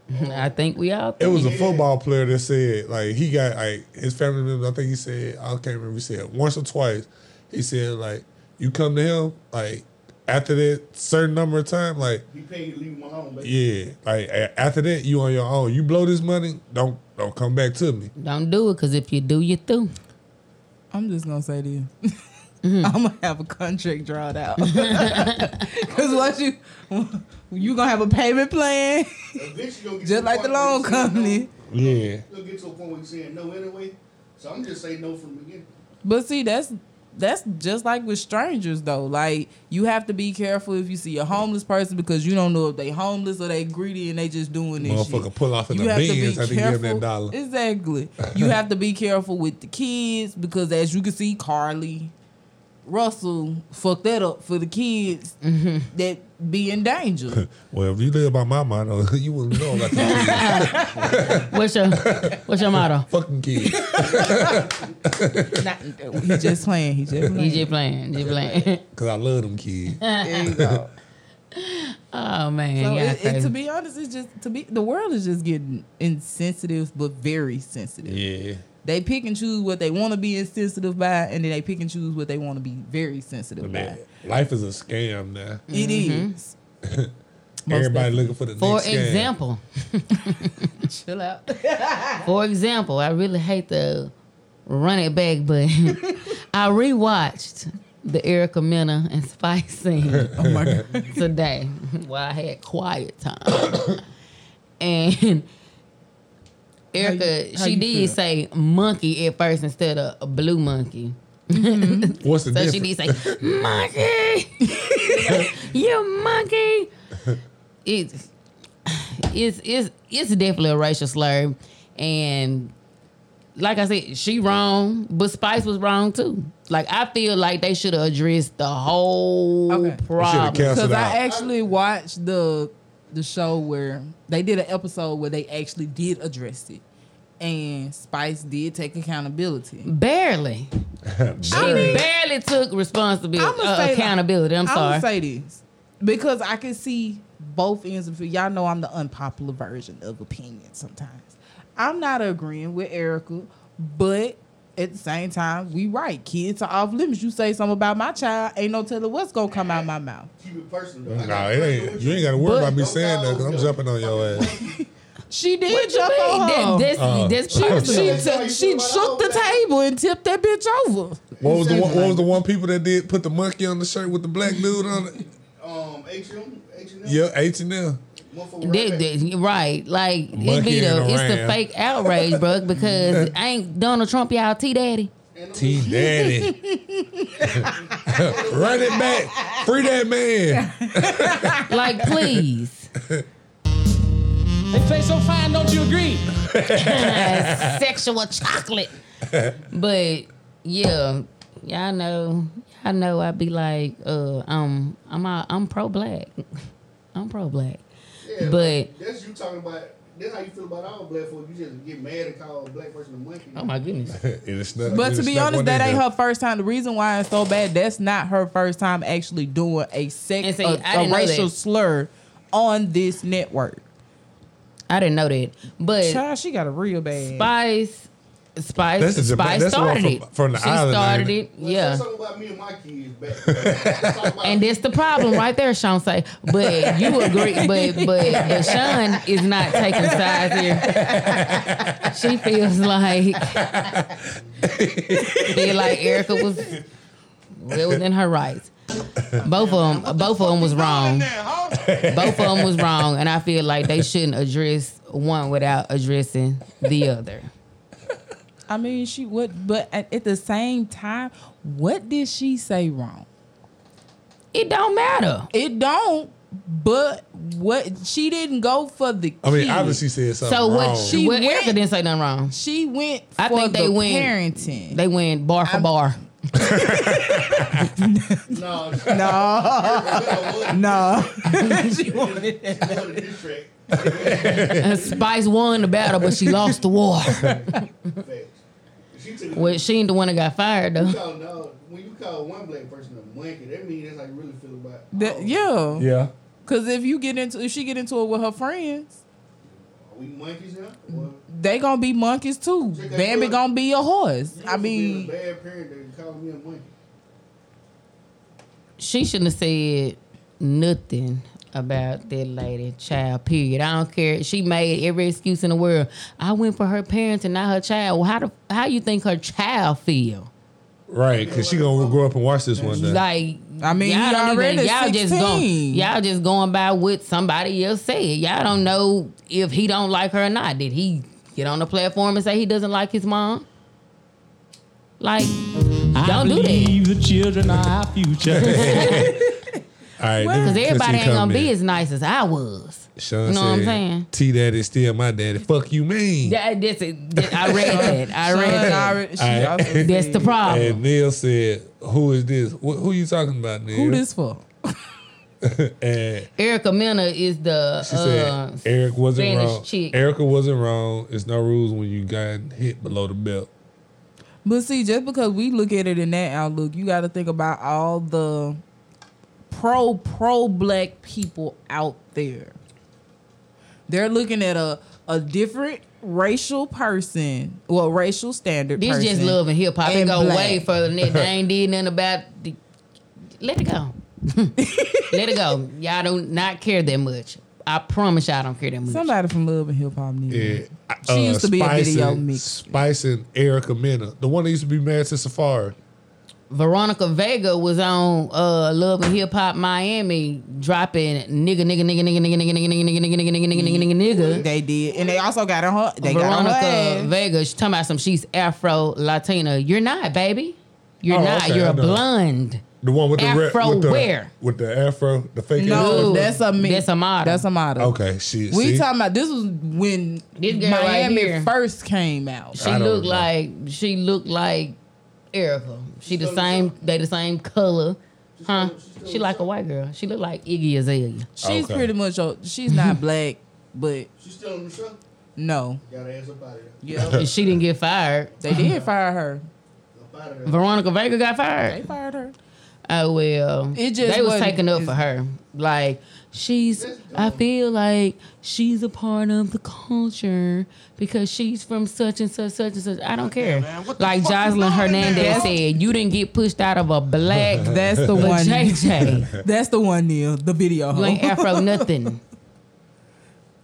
[SPEAKER 4] just
[SPEAKER 2] I think we all.
[SPEAKER 3] It
[SPEAKER 2] Think.
[SPEAKER 3] was a football player that said, like, he got, like, his family members, I think he said, I can't remember, he said once or twice, he said, like, you come to him, like, after that certain number of time, like,
[SPEAKER 4] he paid you to leave him alone. But
[SPEAKER 3] yeah, like, a- after that, you on your own. You blow this money, don't don't come back to me.
[SPEAKER 2] Don't do it, cause if you do, you through.
[SPEAKER 5] I'm just gonna say to you, [laughs] I'm gonna have a contract drawn out. [laughs] Cause once you, you gonna have a payment plan, [laughs]
[SPEAKER 4] eventually you'll get to
[SPEAKER 5] just like the
[SPEAKER 4] point where
[SPEAKER 5] loan
[SPEAKER 4] you saying
[SPEAKER 5] company.
[SPEAKER 3] Yeah.
[SPEAKER 4] No, you'll get to a point where you're saying no anyway. So I'm just saying no from the beginning.
[SPEAKER 5] But see, that's that's just like with strangers though. Like you have to be careful if you see a homeless person because you don't know if they homeless or they greedy and they just doing this.
[SPEAKER 3] Motherfucker
[SPEAKER 5] shit.
[SPEAKER 3] pull off in
[SPEAKER 5] you
[SPEAKER 3] the
[SPEAKER 5] have
[SPEAKER 3] beans
[SPEAKER 5] to
[SPEAKER 3] after
[SPEAKER 5] be
[SPEAKER 3] you give 'em
[SPEAKER 5] careful.
[SPEAKER 3] that dollar.
[SPEAKER 5] Exactly.
[SPEAKER 3] [laughs]
[SPEAKER 5] You have to be careful with the kids because as you can see, Carly Russell fucked that up for the kids that be
[SPEAKER 3] [laughs]
[SPEAKER 5] in danger.
[SPEAKER 3] Well, if you live by my motto, [laughs] you wouldn't know about these kids.
[SPEAKER 2] What's your What's your
[SPEAKER 5] [laughs]
[SPEAKER 2] motto?
[SPEAKER 3] fucking kids.
[SPEAKER 5] Not, he just playing. He just
[SPEAKER 2] You
[SPEAKER 5] [laughs] playing.
[SPEAKER 2] just playing, just playing. [laughs]
[SPEAKER 3] Because I love them kids.
[SPEAKER 5] There you go.
[SPEAKER 2] oh man,
[SPEAKER 5] So
[SPEAKER 2] y'all
[SPEAKER 5] it, it,
[SPEAKER 2] crazy.
[SPEAKER 5] to be honest, it's just to be the world is just getting insensitive, but very sensitive.
[SPEAKER 3] Yeah.
[SPEAKER 5] They pick and choose what they want to be insensitive by, and then they pick and choose what they want to be very sensitive
[SPEAKER 3] Man,
[SPEAKER 5] by.
[SPEAKER 3] life is a scam now.
[SPEAKER 5] It is.
[SPEAKER 3] Everybody looking for the
[SPEAKER 2] For
[SPEAKER 3] next scam.
[SPEAKER 2] example,
[SPEAKER 5] Chill out.
[SPEAKER 2] for example, I really hate to run it back, but [laughs] I rewatched the Erica Mena and Spice scene
[SPEAKER 5] [laughs] Oh my god.
[SPEAKER 2] today while I had quiet time, and. Erica,
[SPEAKER 5] how
[SPEAKER 2] she
[SPEAKER 5] you
[SPEAKER 2] did
[SPEAKER 5] feel?
[SPEAKER 2] say monkey at first instead of a blue monkey.
[SPEAKER 3] What's
[SPEAKER 2] So
[SPEAKER 3] the difference?
[SPEAKER 2] she be like, monkey, [laughs] you monkey. It's it's it's it's definitely a racial slur, and like I said, she wrong, but Spice was wrong too. Like I feel like they should have addressed the whole
[SPEAKER 5] Okay. They shoulda
[SPEAKER 2] problem.
[SPEAKER 3] canceled-
[SPEAKER 5] Because
[SPEAKER 3] it
[SPEAKER 5] I
[SPEAKER 3] out.
[SPEAKER 5] actually watched the the show where they did an episode where they actually did address it, and Spice did take accountability.
[SPEAKER 2] Barely, she barely took responsibility,
[SPEAKER 5] I'ma
[SPEAKER 2] uh,
[SPEAKER 5] say that-
[SPEAKER 2] accountability. I'm sorry.
[SPEAKER 5] gonna say this because I can see both ends of it. Y'all know I'm the unpopular version of opinion sometimes. I'm not agreeing with Erica, but at the same time, we right. Kids are off limits. You say something about my child, ain't no telling what's gonna come out my mouth.
[SPEAKER 4] Keep it personal. though.
[SPEAKER 3] [laughs]
[SPEAKER 4] I
[SPEAKER 3] Nah,
[SPEAKER 4] got
[SPEAKER 3] it
[SPEAKER 4] personal
[SPEAKER 3] ain't.
[SPEAKER 4] with
[SPEAKER 3] You ain't got to worry
[SPEAKER 5] But-
[SPEAKER 3] about me saying that because I'm jumping on your ass.
[SPEAKER 5] She did
[SPEAKER 2] What you
[SPEAKER 5] jump
[SPEAKER 2] mean?
[SPEAKER 5] on her.
[SPEAKER 2] That- that's, that's
[SPEAKER 5] she
[SPEAKER 2] personal.
[SPEAKER 5] t- she shook the table and tipped that bitch over.
[SPEAKER 3] What was the one, what was the one people that did put the monkey on the shirt with the black dude on it?
[SPEAKER 4] Um, H&M, H&M.
[SPEAKER 3] Yeah, H and M.
[SPEAKER 4] Motherfucker
[SPEAKER 2] They,
[SPEAKER 4] right back.
[SPEAKER 2] they- right, like it
[SPEAKER 3] Monkey
[SPEAKER 2] be the,
[SPEAKER 3] and a
[SPEAKER 2] it's the
[SPEAKER 3] ram.
[SPEAKER 2] fake outrage,
[SPEAKER 3] [laughs]
[SPEAKER 2] bro, because ain't Donald Trump y'all T daddy.
[SPEAKER 4] And them-
[SPEAKER 3] T Daddy. [laughs] Run it back. Free that man.
[SPEAKER 2] Like, please,
[SPEAKER 3] [laughs]
[SPEAKER 9] They play so fine, don't you agree?
[SPEAKER 2] sexual chocolate. [laughs] But yeah, y'all know, y'all know. I be like, uh, um, I'm all, I'm pro black, [laughs] I'm pro black.
[SPEAKER 4] Yeah,
[SPEAKER 2] But
[SPEAKER 4] That's you talking about. That's how you feel about all black folks. You just get mad and call a black person a monkey.
[SPEAKER 2] oh my goodness,
[SPEAKER 3] It is not-
[SPEAKER 5] But
[SPEAKER 3] it
[SPEAKER 5] to
[SPEAKER 3] is
[SPEAKER 5] be
[SPEAKER 3] not
[SPEAKER 5] honest,
[SPEAKER 3] one
[SPEAKER 5] that
[SPEAKER 3] they
[SPEAKER 5] ain't
[SPEAKER 3] do.
[SPEAKER 5] her first time. The reason why it's so bad, that's not her first time actually doing a sex,
[SPEAKER 2] And see,
[SPEAKER 5] a,
[SPEAKER 2] I
[SPEAKER 5] a
[SPEAKER 2] didn't know
[SPEAKER 5] racial
[SPEAKER 2] that.
[SPEAKER 5] slur on this network.
[SPEAKER 2] I didn't know that. But
[SPEAKER 5] Child, she got a real bad.
[SPEAKER 2] Spice, Spice,
[SPEAKER 3] That's the Jama-
[SPEAKER 2] Spice
[SPEAKER 3] that's the one
[SPEAKER 2] started
[SPEAKER 3] from-
[SPEAKER 2] it.
[SPEAKER 3] from the
[SPEAKER 2] she
[SPEAKER 3] island,
[SPEAKER 2] started
[SPEAKER 3] ain't
[SPEAKER 2] it.
[SPEAKER 4] Well,
[SPEAKER 2] Yeah.
[SPEAKER 4] Say something about me and my kids back. [laughs] Talk about-
[SPEAKER 2] And that's the problem right there, Sean say. But you agree, but but if Sean is not taking sides here, she feels like feel like Erica was well within her rights. Both of them, both of them was wrong. Both of them was wrong, and I feel like they shouldn't address one without addressing the other.
[SPEAKER 5] I mean, she would, but at, at the same time, what did she say wrong?
[SPEAKER 2] It don't matter.
[SPEAKER 5] It don't. But what she didn't go for the.
[SPEAKER 3] I mean,
[SPEAKER 5] kid.
[SPEAKER 3] obviously she said something
[SPEAKER 2] So what
[SPEAKER 3] wrong.
[SPEAKER 2] she what Erica didn't say nothing wrong.
[SPEAKER 5] She went. For
[SPEAKER 2] I think they
[SPEAKER 5] the
[SPEAKER 2] win.
[SPEAKER 5] parenting.
[SPEAKER 2] They win bar for bar.
[SPEAKER 4] No, [laughs]
[SPEAKER 5] No, no. [laughs] she wanted
[SPEAKER 2] And Spice won the battle, but she lost the war.
[SPEAKER 5] [laughs]
[SPEAKER 4] She took
[SPEAKER 2] well, she ain't the one that got fired
[SPEAKER 5] [laughs]
[SPEAKER 4] You
[SPEAKER 2] though.
[SPEAKER 4] call, no, when you call one black person a monkey, that means that's how you really feel about. oh,
[SPEAKER 5] That, yeah.
[SPEAKER 3] Yeah.
[SPEAKER 5] Cause if you get into if she get into it with her friends,
[SPEAKER 4] Are we monkeys now?
[SPEAKER 5] Mm-hmm.
[SPEAKER 4] Or
[SPEAKER 5] they gonna be monkeys too.
[SPEAKER 4] Check that
[SPEAKER 5] Bambi
[SPEAKER 4] book.
[SPEAKER 5] gonna be a horse.
[SPEAKER 4] you
[SPEAKER 5] I
[SPEAKER 4] must be a
[SPEAKER 5] mean,
[SPEAKER 4] bad parent that called me a monkey.
[SPEAKER 2] She shouldn't have said nothing about that lady child. Period. I don't care. She made every excuse in the world. I went for her parents and not her child. Well, how do how you think her child feel?
[SPEAKER 3] Right, because she gonna grow up and watch this one day.
[SPEAKER 2] Like
[SPEAKER 5] I mean,
[SPEAKER 2] y'all
[SPEAKER 5] he
[SPEAKER 2] don't
[SPEAKER 5] already
[SPEAKER 2] even, y'all just going
[SPEAKER 5] 16.
[SPEAKER 2] y'all just going by what somebody else said. Y'all don't know if he don't like her or not. Did he get on the platform and say he doesn't like his mom? Like, don't do that.
[SPEAKER 11] Leave the children are our
[SPEAKER 2] [laughs]
[SPEAKER 11] future.
[SPEAKER 3] All right,
[SPEAKER 2] Because everybody ain't gonna be as nice as I was. you
[SPEAKER 3] Sean
[SPEAKER 2] know
[SPEAKER 3] said,
[SPEAKER 2] what I'm saying?
[SPEAKER 3] T daddy still my daddy. Fuck you mean?
[SPEAKER 2] Yeah, that's it. That- I read that. I read
[SPEAKER 5] Sean
[SPEAKER 2] that.
[SPEAKER 5] already- she
[SPEAKER 3] Alright.
[SPEAKER 2] [laughs]
[SPEAKER 5] also
[SPEAKER 2] That's the
[SPEAKER 5] said,
[SPEAKER 2] problem.
[SPEAKER 3] And Neil said, "Who is this? Wh- who you talking about, Neil?"
[SPEAKER 5] Who this for?
[SPEAKER 3] And
[SPEAKER 2] Erica Mena is the
[SPEAKER 3] she
[SPEAKER 2] uh,
[SPEAKER 3] said, "Eric wasn't
[SPEAKER 2] Spanish
[SPEAKER 3] wrong.
[SPEAKER 2] chick.
[SPEAKER 3] Erica wasn't wrong. It's no rules when you got hit below the belt."
[SPEAKER 5] But see, just because we look at it in that outlook, you got to think about all the pro pro black people out there. They're looking at a a different racial person, well, racial standard.
[SPEAKER 2] this
[SPEAKER 5] person.
[SPEAKER 2] just love and hip hop. It
[SPEAKER 5] and
[SPEAKER 2] go
[SPEAKER 5] black.
[SPEAKER 2] way further than that. They ain't did nothing about the, let it go. let it go. Y'all don't not care that much. I promise y'all don't care that much.
[SPEAKER 5] Somebody from love and hip hop needs.
[SPEAKER 3] Yeah,
[SPEAKER 5] it. She used to be a
[SPEAKER 3] uh,
[SPEAKER 5] video
[SPEAKER 3] Spicing-
[SPEAKER 5] mixer.
[SPEAKER 3] Spicing Erica Mena, the one that used to be married to Safari.
[SPEAKER 2] Veronica Vega was on uh Love and Hip Hop Miami dropping nigga nigga nigga nigga nigga nigga nigga nigga nigga nigga nigga nigga nigga nigga nigga.
[SPEAKER 5] They did, and they also got on her. They got on her.
[SPEAKER 2] Veronica
[SPEAKER 5] ass.
[SPEAKER 2] Vega, she's talking about some. She's Afro Latina. You're not, baby. You're
[SPEAKER 3] Oh,
[SPEAKER 2] not.
[SPEAKER 3] okay,
[SPEAKER 2] you're
[SPEAKER 3] I
[SPEAKER 2] a
[SPEAKER 3] know.
[SPEAKER 2] blonde.
[SPEAKER 3] The one with the re-
[SPEAKER 2] Afro
[SPEAKER 3] with the,
[SPEAKER 2] where?
[SPEAKER 3] with the afro, the fake.
[SPEAKER 5] No,
[SPEAKER 2] Ooh,
[SPEAKER 5] that's a mi-
[SPEAKER 2] that's a model.
[SPEAKER 5] That's a model.
[SPEAKER 3] afro? Okay, shit.
[SPEAKER 5] We
[SPEAKER 3] see?
[SPEAKER 5] talking about this was when
[SPEAKER 2] This girl right
[SPEAKER 5] Miami
[SPEAKER 2] here.
[SPEAKER 5] first came out.
[SPEAKER 2] She
[SPEAKER 3] I don't
[SPEAKER 2] looked
[SPEAKER 3] know.
[SPEAKER 2] like she looked like Erica. She the
[SPEAKER 4] So-
[SPEAKER 2] same. They the same color, huh?
[SPEAKER 4] so-
[SPEAKER 2] She like a white girl. She look like Iggy Azalea.
[SPEAKER 5] She's
[SPEAKER 3] Okay.
[SPEAKER 5] pretty much a, she's
[SPEAKER 2] [laughs]
[SPEAKER 5] not black, but
[SPEAKER 4] She still on the show?
[SPEAKER 5] no.
[SPEAKER 4] Got her ass up out of there.
[SPEAKER 5] Yeah.
[SPEAKER 2] And she didn't get fired.
[SPEAKER 5] they did fire her.
[SPEAKER 4] Up out of there.
[SPEAKER 2] Veronica Vega got
[SPEAKER 5] They
[SPEAKER 2] fired.
[SPEAKER 5] fired her.
[SPEAKER 2] Oh well,
[SPEAKER 5] It just
[SPEAKER 2] they was
[SPEAKER 5] wasn't-
[SPEAKER 2] taking up for her. Like she's, I feel like she's a part of the culture because she's from such and such, such and such. I don't care. like Jocelyn Hernandez said, you didn't get pushed out of a black
[SPEAKER 5] [laughs] That's
[SPEAKER 2] [laughs]
[SPEAKER 5] the
[SPEAKER 2] but
[SPEAKER 5] one.
[SPEAKER 2] JJ.
[SPEAKER 5] [laughs] That's the one, Neil. The video.
[SPEAKER 2] You
[SPEAKER 5] hoe. [laughs]
[SPEAKER 2] ain't Afro nothing.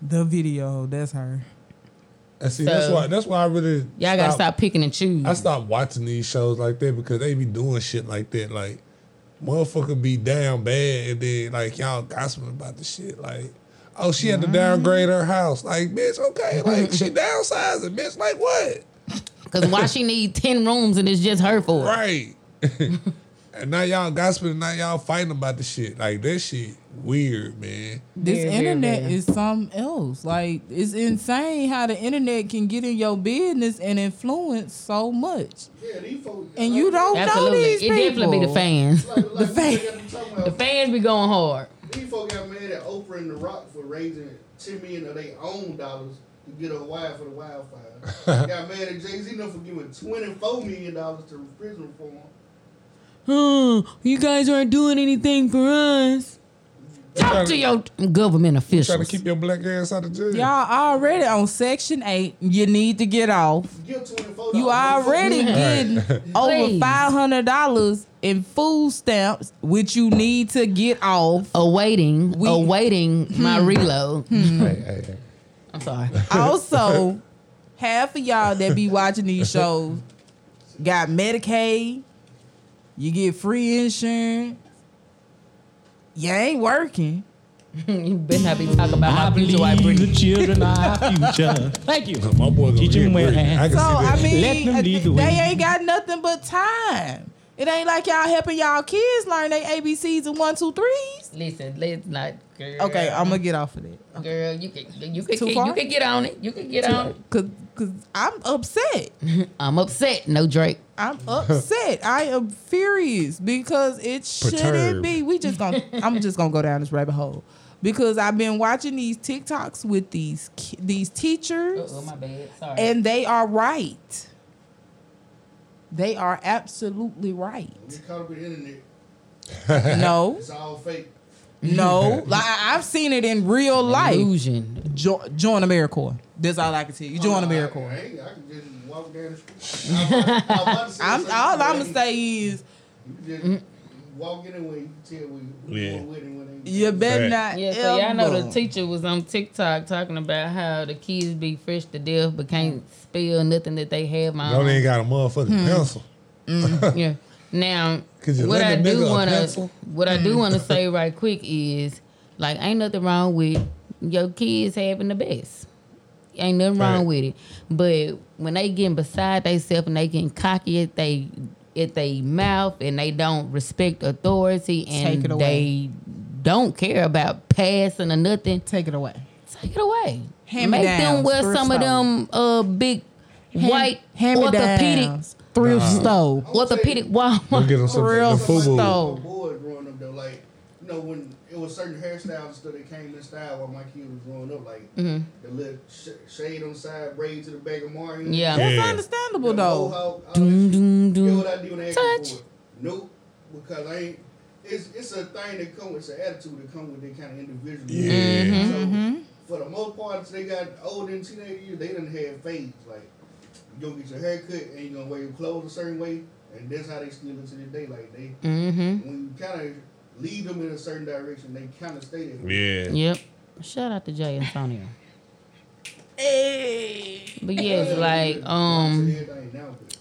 [SPEAKER 5] the video. hoe, That's her.
[SPEAKER 3] And see, that's
[SPEAKER 2] So-
[SPEAKER 3] why that's why I really
[SPEAKER 2] Y'all gotta stop picking and choose.
[SPEAKER 3] I stopped watching these shows like that because they be doing shit like that. Like, motherfucker be down bad and then like y'all gossiping about the shit. Like, oh, she had to downgrade her house. Like, bitch, okay,
[SPEAKER 2] [laughs]
[SPEAKER 3] like she downsizing, bitch. Like what?
[SPEAKER 2] Cause why she need ten rooms and it's just her for it?
[SPEAKER 3] Right.
[SPEAKER 2] [laughs]
[SPEAKER 3] and now y'all gossiping, and now y'all fighting about the shit. Like that shit weird, man.
[SPEAKER 5] This
[SPEAKER 2] Very, very,
[SPEAKER 5] internet
[SPEAKER 2] very.
[SPEAKER 5] is something else. Like it's insane how the internet can get in your business and influence so much.
[SPEAKER 4] Yeah, these folks.
[SPEAKER 5] [laughs] And you don't
[SPEAKER 2] Absolutely.
[SPEAKER 5] know
[SPEAKER 2] It
[SPEAKER 5] these people.
[SPEAKER 2] definitely be the fans.
[SPEAKER 5] [laughs]
[SPEAKER 4] Like, like
[SPEAKER 5] fan-
[SPEAKER 2] The
[SPEAKER 4] the
[SPEAKER 2] fans be going hard.
[SPEAKER 4] These folks got mad at Oprah and The Rock for raising 10 million of their own dollars to get a wire for the wildfire.
[SPEAKER 5] [laughs]
[SPEAKER 4] got mad at Jay Z enough for giving 24 million dollars to prison reform.
[SPEAKER 2] Oh, you guys aren't doing anything for us. Talk to your government
[SPEAKER 3] Trying to
[SPEAKER 2] officials.
[SPEAKER 3] keep your black ass out of jail.
[SPEAKER 5] Y'all already on section eight. You need to get off.
[SPEAKER 4] Give 24
[SPEAKER 5] You already getting over
[SPEAKER 2] Please.
[SPEAKER 5] five hundred dollars in food stamps, which you need to get off.
[SPEAKER 2] Awaiting,
[SPEAKER 5] We- Hmm.
[SPEAKER 2] awaiting my reload.
[SPEAKER 3] Hey, hey, hey.
[SPEAKER 2] [laughs] I'm sorry. [laughs]
[SPEAKER 5] Also, half of y'all that be watching these shows got Medicaid. You get free insurance. You ain't working.
[SPEAKER 2] you better not be talking about my
[SPEAKER 11] I believe
[SPEAKER 2] future white
[SPEAKER 11] the
[SPEAKER 2] Britney.
[SPEAKER 11] children are our future. Thank you.
[SPEAKER 3] My boy gonna
[SPEAKER 11] Teach
[SPEAKER 3] get
[SPEAKER 11] him where
[SPEAKER 3] Britney.
[SPEAKER 11] to
[SPEAKER 3] I can
[SPEAKER 11] act.
[SPEAKER 5] So I
[SPEAKER 3] see that.
[SPEAKER 5] mean,
[SPEAKER 11] Let them
[SPEAKER 5] uh,
[SPEAKER 11] lead
[SPEAKER 5] they
[SPEAKER 11] the way.
[SPEAKER 5] ain't got nothing but time. It ain't like y'all helping y'all kids learn their ABCs and one, two, threes.
[SPEAKER 2] Listen, let's not. Girl.
[SPEAKER 5] Okay, I'm gonna get off of it.
[SPEAKER 2] Girl, you can you can
[SPEAKER 5] Too
[SPEAKER 2] get,
[SPEAKER 5] far?
[SPEAKER 2] you can get on it. You can get
[SPEAKER 5] Too-
[SPEAKER 2] on it.
[SPEAKER 5] Cause, cause I'm upset.
[SPEAKER 2] I'm upset. No Drake. [laughs]
[SPEAKER 5] I'm upset. I am furious because it shouldn't
[SPEAKER 2] Perturbed.
[SPEAKER 5] be. We just gonna. I'm just gonna go down this rabbit hole because I've been watching these TikToks with these ki- these teachers,
[SPEAKER 2] Oh my bad. Sorry.
[SPEAKER 5] and they are right. They are absolutely right.
[SPEAKER 2] [laughs]
[SPEAKER 4] Get caught up in the internet.
[SPEAKER 5] No,
[SPEAKER 4] It's all fake.
[SPEAKER 5] no. Like I- I've seen it in real life.
[SPEAKER 2] Illusion.
[SPEAKER 5] Jo- join AmeriCorps. That's all I can tell you. Join AmeriCorps.
[SPEAKER 4] Oh, I, ain't- I can just walk down the street. I, I, I want to say
[SPEAKER 5] I'm,
[SPEAKER 4] something
[SPEAKER 5] all I'm
[SPEAKER 4] today.
[SPEAKER 5] gonna say is
[SPEAKER 4] You just walk in and you can tell when
[SPEAKER 3] Yeah.
[SPEAKER 4] yeah. with and when
[SPEAKER 5] you better
[SPEAKER 3] Right.
[SPEAKER 5] not.
[SPEAKER 2] Yeah, so y'all know the
[SPEAKER 5] ever-
[SPEAKER 2] teacher was on TikTok talking about how the kids be fresh to death but can't spell nothing that they have my
[SPEAKER 3] Don't
[SPEAKER 2] own.
[SPEAKER 3] even got a motherfucking
[SPEAKER 2] Hmm.
[SPEAKER 3] pencil.
[SPEAKER 2] yeah. Now,
[SPEAKER 3] Could you
[SPEAKER 2] what I
[SPEAKER 3] lend a
[SPEAKER 2] do
[SPEAKER 3] nigga a
[SPEAKER 2] want to
[SPEAKER 3] pencil? Mm.
[SPEAKER 2] what I do want to
[SPEAKER 3] [laughs]
[SPEAKER 2] say right quick is like ain't nothing wrong with your kids having the best. Ain't nothing wrong
[SPEAKER 3] Right.
[SPEAKER 2] with it. But when they getting beside themselves and they getting cocky at they at they mouth and they don't respect authority and
[SPEAKER 5] Take it
[SPEAKER 2] they
[SPEAKER 5] away.
[SPEAKER 2] don't care about passing or nothing,
[SPEAKER 5] Take it away.
[SPEAKER 2] take it away.
[SPEAKER 5] Hand me
[SPEAKER 2] Make them
[SPEAKER 5] downs,
[SPEAKER 2] wear
[SPEAKER 5] thrift
[SPEAKER 2] some of
[SPEAKER 5] store.
[SPEAKER 2] them uh big
[SPEAKER 5] Hand-
[SPEAKER 2] white
[SPEAKER 5] hand me
[SPEAKER 2] orthopedic
[SPEAKER 5] downs, thrift
[SPEAKER 3] Nah.
[SPEAKER 5] store.
[SPEAKER 2] orthopedic
[SPEAKER 3] Go
[SPEAKER 2] Walmart.
[SPEAKER 3] get him some
[SPEAKER 5] Real
[SPEAKER 3] the FUBU.
[SPEAKER 5] stuff.
[SPEAKER 4] Oh. Boys growing up though, like you know when it was certain hairstyles and stuff that came in style while my kid was growing up, like the little sh- shade on the side, braid to the back of Mario.
[SPEAKER 2] Yeah.
[SPEAKER 5] That's
[SPEAKER 3] Yeah.
[SPEAKER 5] understandable though.
[SPEAKER 4] Doom, doom,
[SPEAKER 2] doom.
[SPEAKER 4] You know what I do when they ask me
[SPEAKER 2] Touch.
[SPEAKER 4] for it? Nope, because I ain't. It's, it's a thing that come with it's an attitude that come with that kind of individual.
[SPEAKER 3] Yeah.
[SPEAKER 2] Mm-hmm,
[SPEAKER 3] Mhm,
[SPEAKER 4] So for the most part, they got older and teenage years. They didn't have fades. Like you gonna get your hair cut and you gonna wear your clothes a certain way, and that's how they still look to this day. Like they
[SPEAKER 2] Mm-hmm.
[SPEAKER 4] when you kind of lead them in a certain direction, they kind of stay there.
[SPEAKER 3] Yeah.
[SPEAKER 2] Yep. Shout out to Jay Antonio.
[SPEAKER 5] Hey.
[SPEAKER 2] But yeah, it's like
[SPEAKER 4] Watch
[SPEAKER 2] um
[SPEAKER 4] everything now, but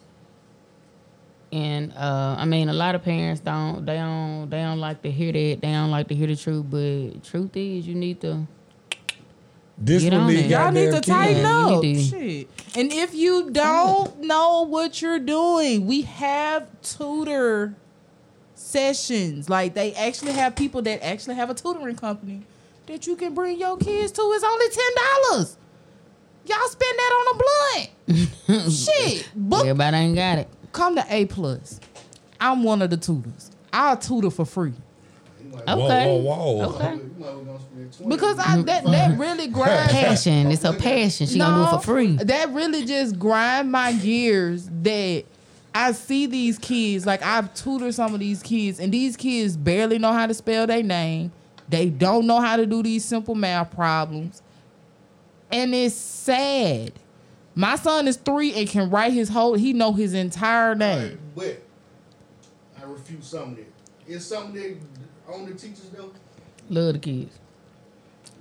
[SPEAKER 2] and uh I mean a lot of parents don't they don't they don't like to hear that. They don't like to hear the truth, but truth is you need to
[SPEAKER 3] This
[SPEAKER 2] Get
[SPEAKER 3] one
[SPEAKER 2] on
[SPEAKER 3] need
[SPEAKER 2] it.
[SPEAKER 5] Y'all need to
[SPEAKER 3] goddamn
[SPEAKER 5] tighten
[SPEAKER 3] kids.
[SPEAKER 5] up.
[SPEAKER 2] You do.
[SPEAKER 5] Shit. And if you don't know what you're doing, we have tutor sessions. Like they actually have people that actually have a tutoring company that you can bring your kids to. It's only ten dollars. Y'all spend that on a
[SPEAKER 2] [laughs]
[SPEAKER 5] blunt. Shit. Book
[SPEAKER 2] everybody ain't got it.
[SPEAKER 5] come to A plus. I'm one of the tutors. I'll tutor for free.
[SPEAKER 2] Okay.
[SPEAKER 3] Whoa, whoa, whoa.
[SPEAKER 2] Okay.
[SPEAKER 4] you might as well gonna spend twenty.
[SPEAKER 5] Because I
[SPEAKER 2] [laughs]
[SPEAKER 5] that that really grinds
[SPEAKER 2] Passion. It's her passion. She gonna do it for free.
[SPEAKER 5] That really just grind my gears that I see these kids, like I've tutored some of these kids, and these kids barely know how to spell their name. They don't know how to do these simple math problems. And it's sad. My son is three and can write his whole he know his entire name.
[SPEAKER 4] But I refute some of it. It's something that on the teachers though.
[SPEAKER 2] Love the kids.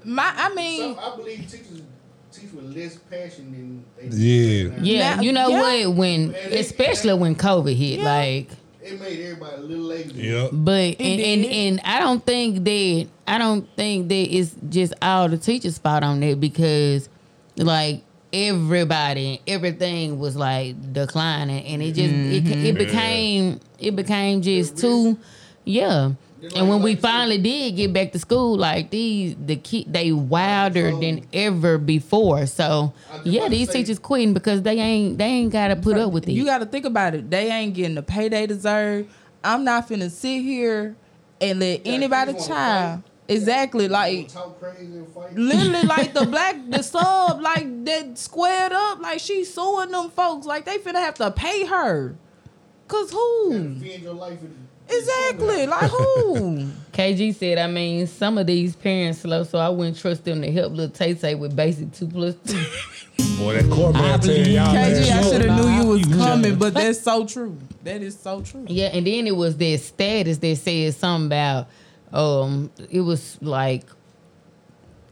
[SPEAKER 5] My I mean
[SPEAKER 4] Some, I believe teachers teach with less passion than they do
[SPEAKER 3] Yeah.
[SPEAKER 4] now.
[SPEAKER 2] Yeah,
[SPEAKER 5] Now-
[SPEAKER 2] you know
[SPEAKER 5] yeah.
[SPEAKER 2] what? When
[SPEAKER 4] Man, they-
[SPEAKER 2] especially when COVID hit,
[SPEAKER 5] Yeah.
[SPEAKER 2] like
[SPEAKER 4] It made everybody a little lazy.
[SPEAKER 3] Yep.
[SPEAKER 2] But and,
[SPEAKER 5] did.
[SPEAKER 2] and and I don't think that I don't think that it's just all the teacher's fault on that because like everybody and everything was like declining and it just it ca- it,
[SPEAKER 3] Yeah.
[SPEAKER 2] became it became just too yeah. And when we finally did get back to school, like these the kid they wilder than ever before. So
[SPEAKER 4] I just
[SPEAKER 2] yeah,
[SPEAKER 4] wanna
[SPEAKER 2] these
[SPEAKER 4] say-
[SPEAKER 2] teachers quitting because they ain't they ain't gotta put up with it.
[SPEAKER 5] You got to think about it. They ain't getting the pay they deserve. I'm not finna sit here and let
[SPEAKER 4] Yeah,
[SPEAKER 5] anybody
[SPEAKER 4] you wanna
[SPEAKER 5] child.
[SPEAKER 4] fight.
[SPEAKER 5] Exactly,
[SPEAKER 4] You
[SPEAKER 5] like
[SPEAKER 4] talk crazy and fight.
[SPEAKER 5] literally, like the black the sub, like that squared up, like she suing them folks, like they finna have to pay her. Cause who?
[SPEAKER 4] defend your life. and-
[SPEAKER 5] Exactly, like [laughs] who?
[SPEAKER 2] KG said, I mean, some of these parents slow, so I wouldn't trust them to help little Tay Tay with basic two plus two.
[SPEAKER 3] Boy, that Corvette tell y'all
[SPEAKER 5] KG, I
[SPEAKER 3] that
[SPEAKER 5] should
[SPEAKER 3] shit.
[SPEAKER 5] have knew you was
[SPEAKER 11] You
[SPEAKER 5] coming, but that's so true. That is so true.
[SPEAKER 2] yeah, and then it was that status that said something about, um, it was like,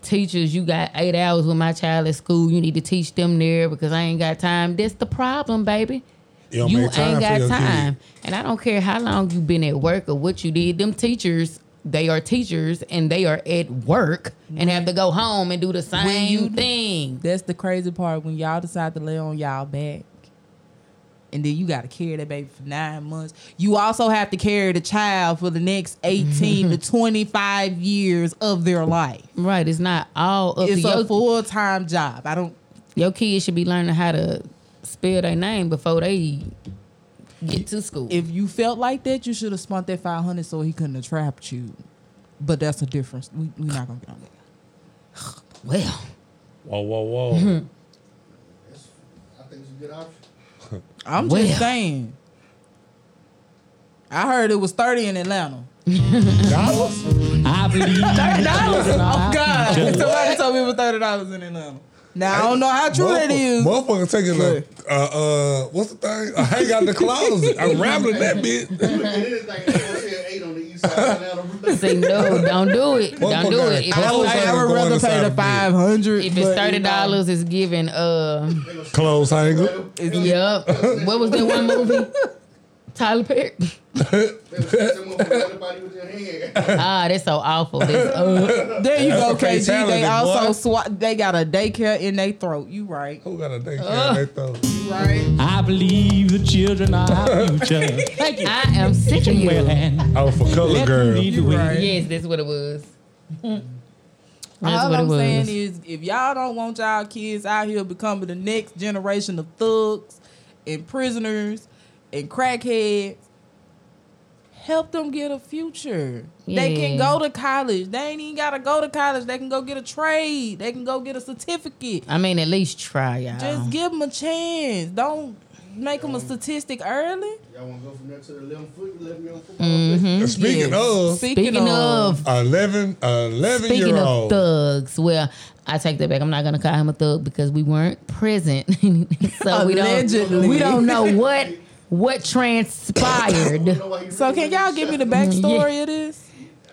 [SPEAKER 2] teachers, you got eight hours with my child at school, you need to teach them there because I ain't got time. That's the problem, baby.
[SPEAKER 3] You don't
[SPEAKER 2] you
[SPEAKER 3] make time
[SPEAKER 2] ain't
[SPEAKER 3] for
[SPEAKER 2] got
[SPEAKER 3] your
[SPEAKER 2] time. And I don't care how long you've been at work or what you did. Them teachers, they are teachers and they are at work and have to go home and do the same
[SPEAKER 5] you-
[SPEAKER 2] thing.
[SPEAKER 5] That's the crazy part when y'all decide to lay on y'all back and then you got to carry that baby for nine months. You also have to carry the child for the next eighteen [laughs] to twenty five years of their life.
[SPEAKER 2] Right. It's not all up
[SPEAKER 5] it's
[SPEAKER 2] to
[SPEAKER 5] a
[SPEAKER 2] your-
[SPEAKER 5] full time job. I don't.
[SPEAKER 2] Your kids should be learning how to spell their name before they get to school.
[SPEAKER 5] If you felt like that, you should have spent that five hundred so he couldn't have trapped you. But that's a difference. We we not gonna get on that.
[SPEAKER 2] Well,
[SPEAKER 3] Whoa, whoa, whoa.
[SPEAKER 4] I think it's a good option. [laughs]
[SPEAKER 5] I'm
[SPEAKER 2] Well.
[SPEAKER 5] just saying. I heard it was thirty in [laughs] Atlanta.
[SPEAKER 3] Dollars?
[SPEAKER 2] I believe
[SPEAKER 5] Thirty dollars? Oh God!
[SPEAKER 11] Just-
[SPEAKER 5] Somebody told me it was thirty dollars in Atlanta. Now I don't know how true that is.
[SPEAKER 3] Motherfucker taking a, uh, uh, what's the thing? I hang out the closet. I'm rambling that bitch.
[SPEAKER 4] You look at anything, they gonna say eight on the east side.
[SPEAKER 5] [laughs]
[SPEAKER 4] Atlanta.
[SPEAKER 2] say no, don't do it. Don't do
[SPEAKER 3] Motherfucker
[SPEAKER 2] it. If
[SPEAKER 3] got
[SPEAKER 2] it's,
[SPEAKER 3] clothes
[SPEAKER 5] I,
[SPEAKER 3] hanging
[SPEAKER 5] I would
[SPEAKER 3] going
[SPEAKER 5] rather
[SPEAKER 3] inside
[SPEAKER 5] pay
[SPEAKER 3] the
[SPEAKER 5] the
[SPEAKER 3] bed.
[SPEAKER 5] five hundred.
[SPEAKER 2] if it's thirty dollars, it's given. Uh,
[SPEAKER 3] Clothes hanger.
[SPEAKER 2] yep. What was that one movie? Tyler
[SPEAKER 11] [laughs]
[SPEAKER 2] Perry.
[SPEAKER 4] They gonna say someone from everybody with their hand. [laughs]
[SPEAKER 2] Ah, that's so awful. That's, uh,
[SPEAKER 5] There you
[SPEAKER 3] That's
[SPEAKER 5] go,
[SPEAKER 3] a great
[SPEAKER 5] KG.
[SPEAKER 3] talent,
[SPEAKER 5] They
[SPEAKER 3] boy.
[SPEAKER 5] also swat. They got a daycare in their throat. You right?
[SPEAKER 3] Who got a daycare uh. right though?
[SPEAKER 5] You right?
[SPEAKER 11] I believe the children are our future. Thank you.
[SPEAKER 2] I am sick of
[SPEAKER 11] Well,
[SPEAKER 2] you.
[SPEAKER 11] and
[SPEAKER 3] Oh, for color
[SPEAKER 11] let them
[SPEAKER 3] girl.
[SPEAKER 11] lead the
[SPEAKER 5] You
[SPEAKER 11] way.
[SPEAKER 5] right.
[SPEAKER 2] Yes, that's what it was. That's
[SPEAKER 5] All
[SPEAKER 2] what it
[SPEAKER 5] I'm
[SPEAKER 2] was.
[SPEAKER 5] saying is, if y'all don't want y'all kids out here becoming the next generation of thugs and prisoners and crackheads, help them get a future. They can
[SPEAKER 2] Yeah.
[SPEAKER 5] go to college. They ain't even gotta go to college. They can go get a trade. They can go get a certificate.
[SPEAKER 2] I mean, at least try, y'all.
[SPEAKER 5] Just give them a chance. Don't make them a statistic early.
[SPEAKER 4] Y'all wanna go from there to the eleven foot, eleven year old football?
[SPEAKER 5] Mm-hmm.
[SPEAKER 2] Mhm.
[SPEAKER 3] Speaking
[SPEAKER 5] Yes.
[SPEAKER 3] of
[SPEAKER 5] Speaking,
[SPEAKER 2] Speaking of
[SPEAKER 3] 11, 11
[SPEAKER 2] Speaking
[SPEAKER 3] year
[SPEAKER 2] of
[SPEAKER 3] old.
[SPEAKER 2] thugs, well, I take that back. I'm not gonna call him a thug because we weren't present, [laughs] so we don't
[SPEAKER 5] Allegedly.
[SPEAKER 2] we don't know what what transpired. [laughs]
[SPEAKER 5] So can y'all give me the backstory of this?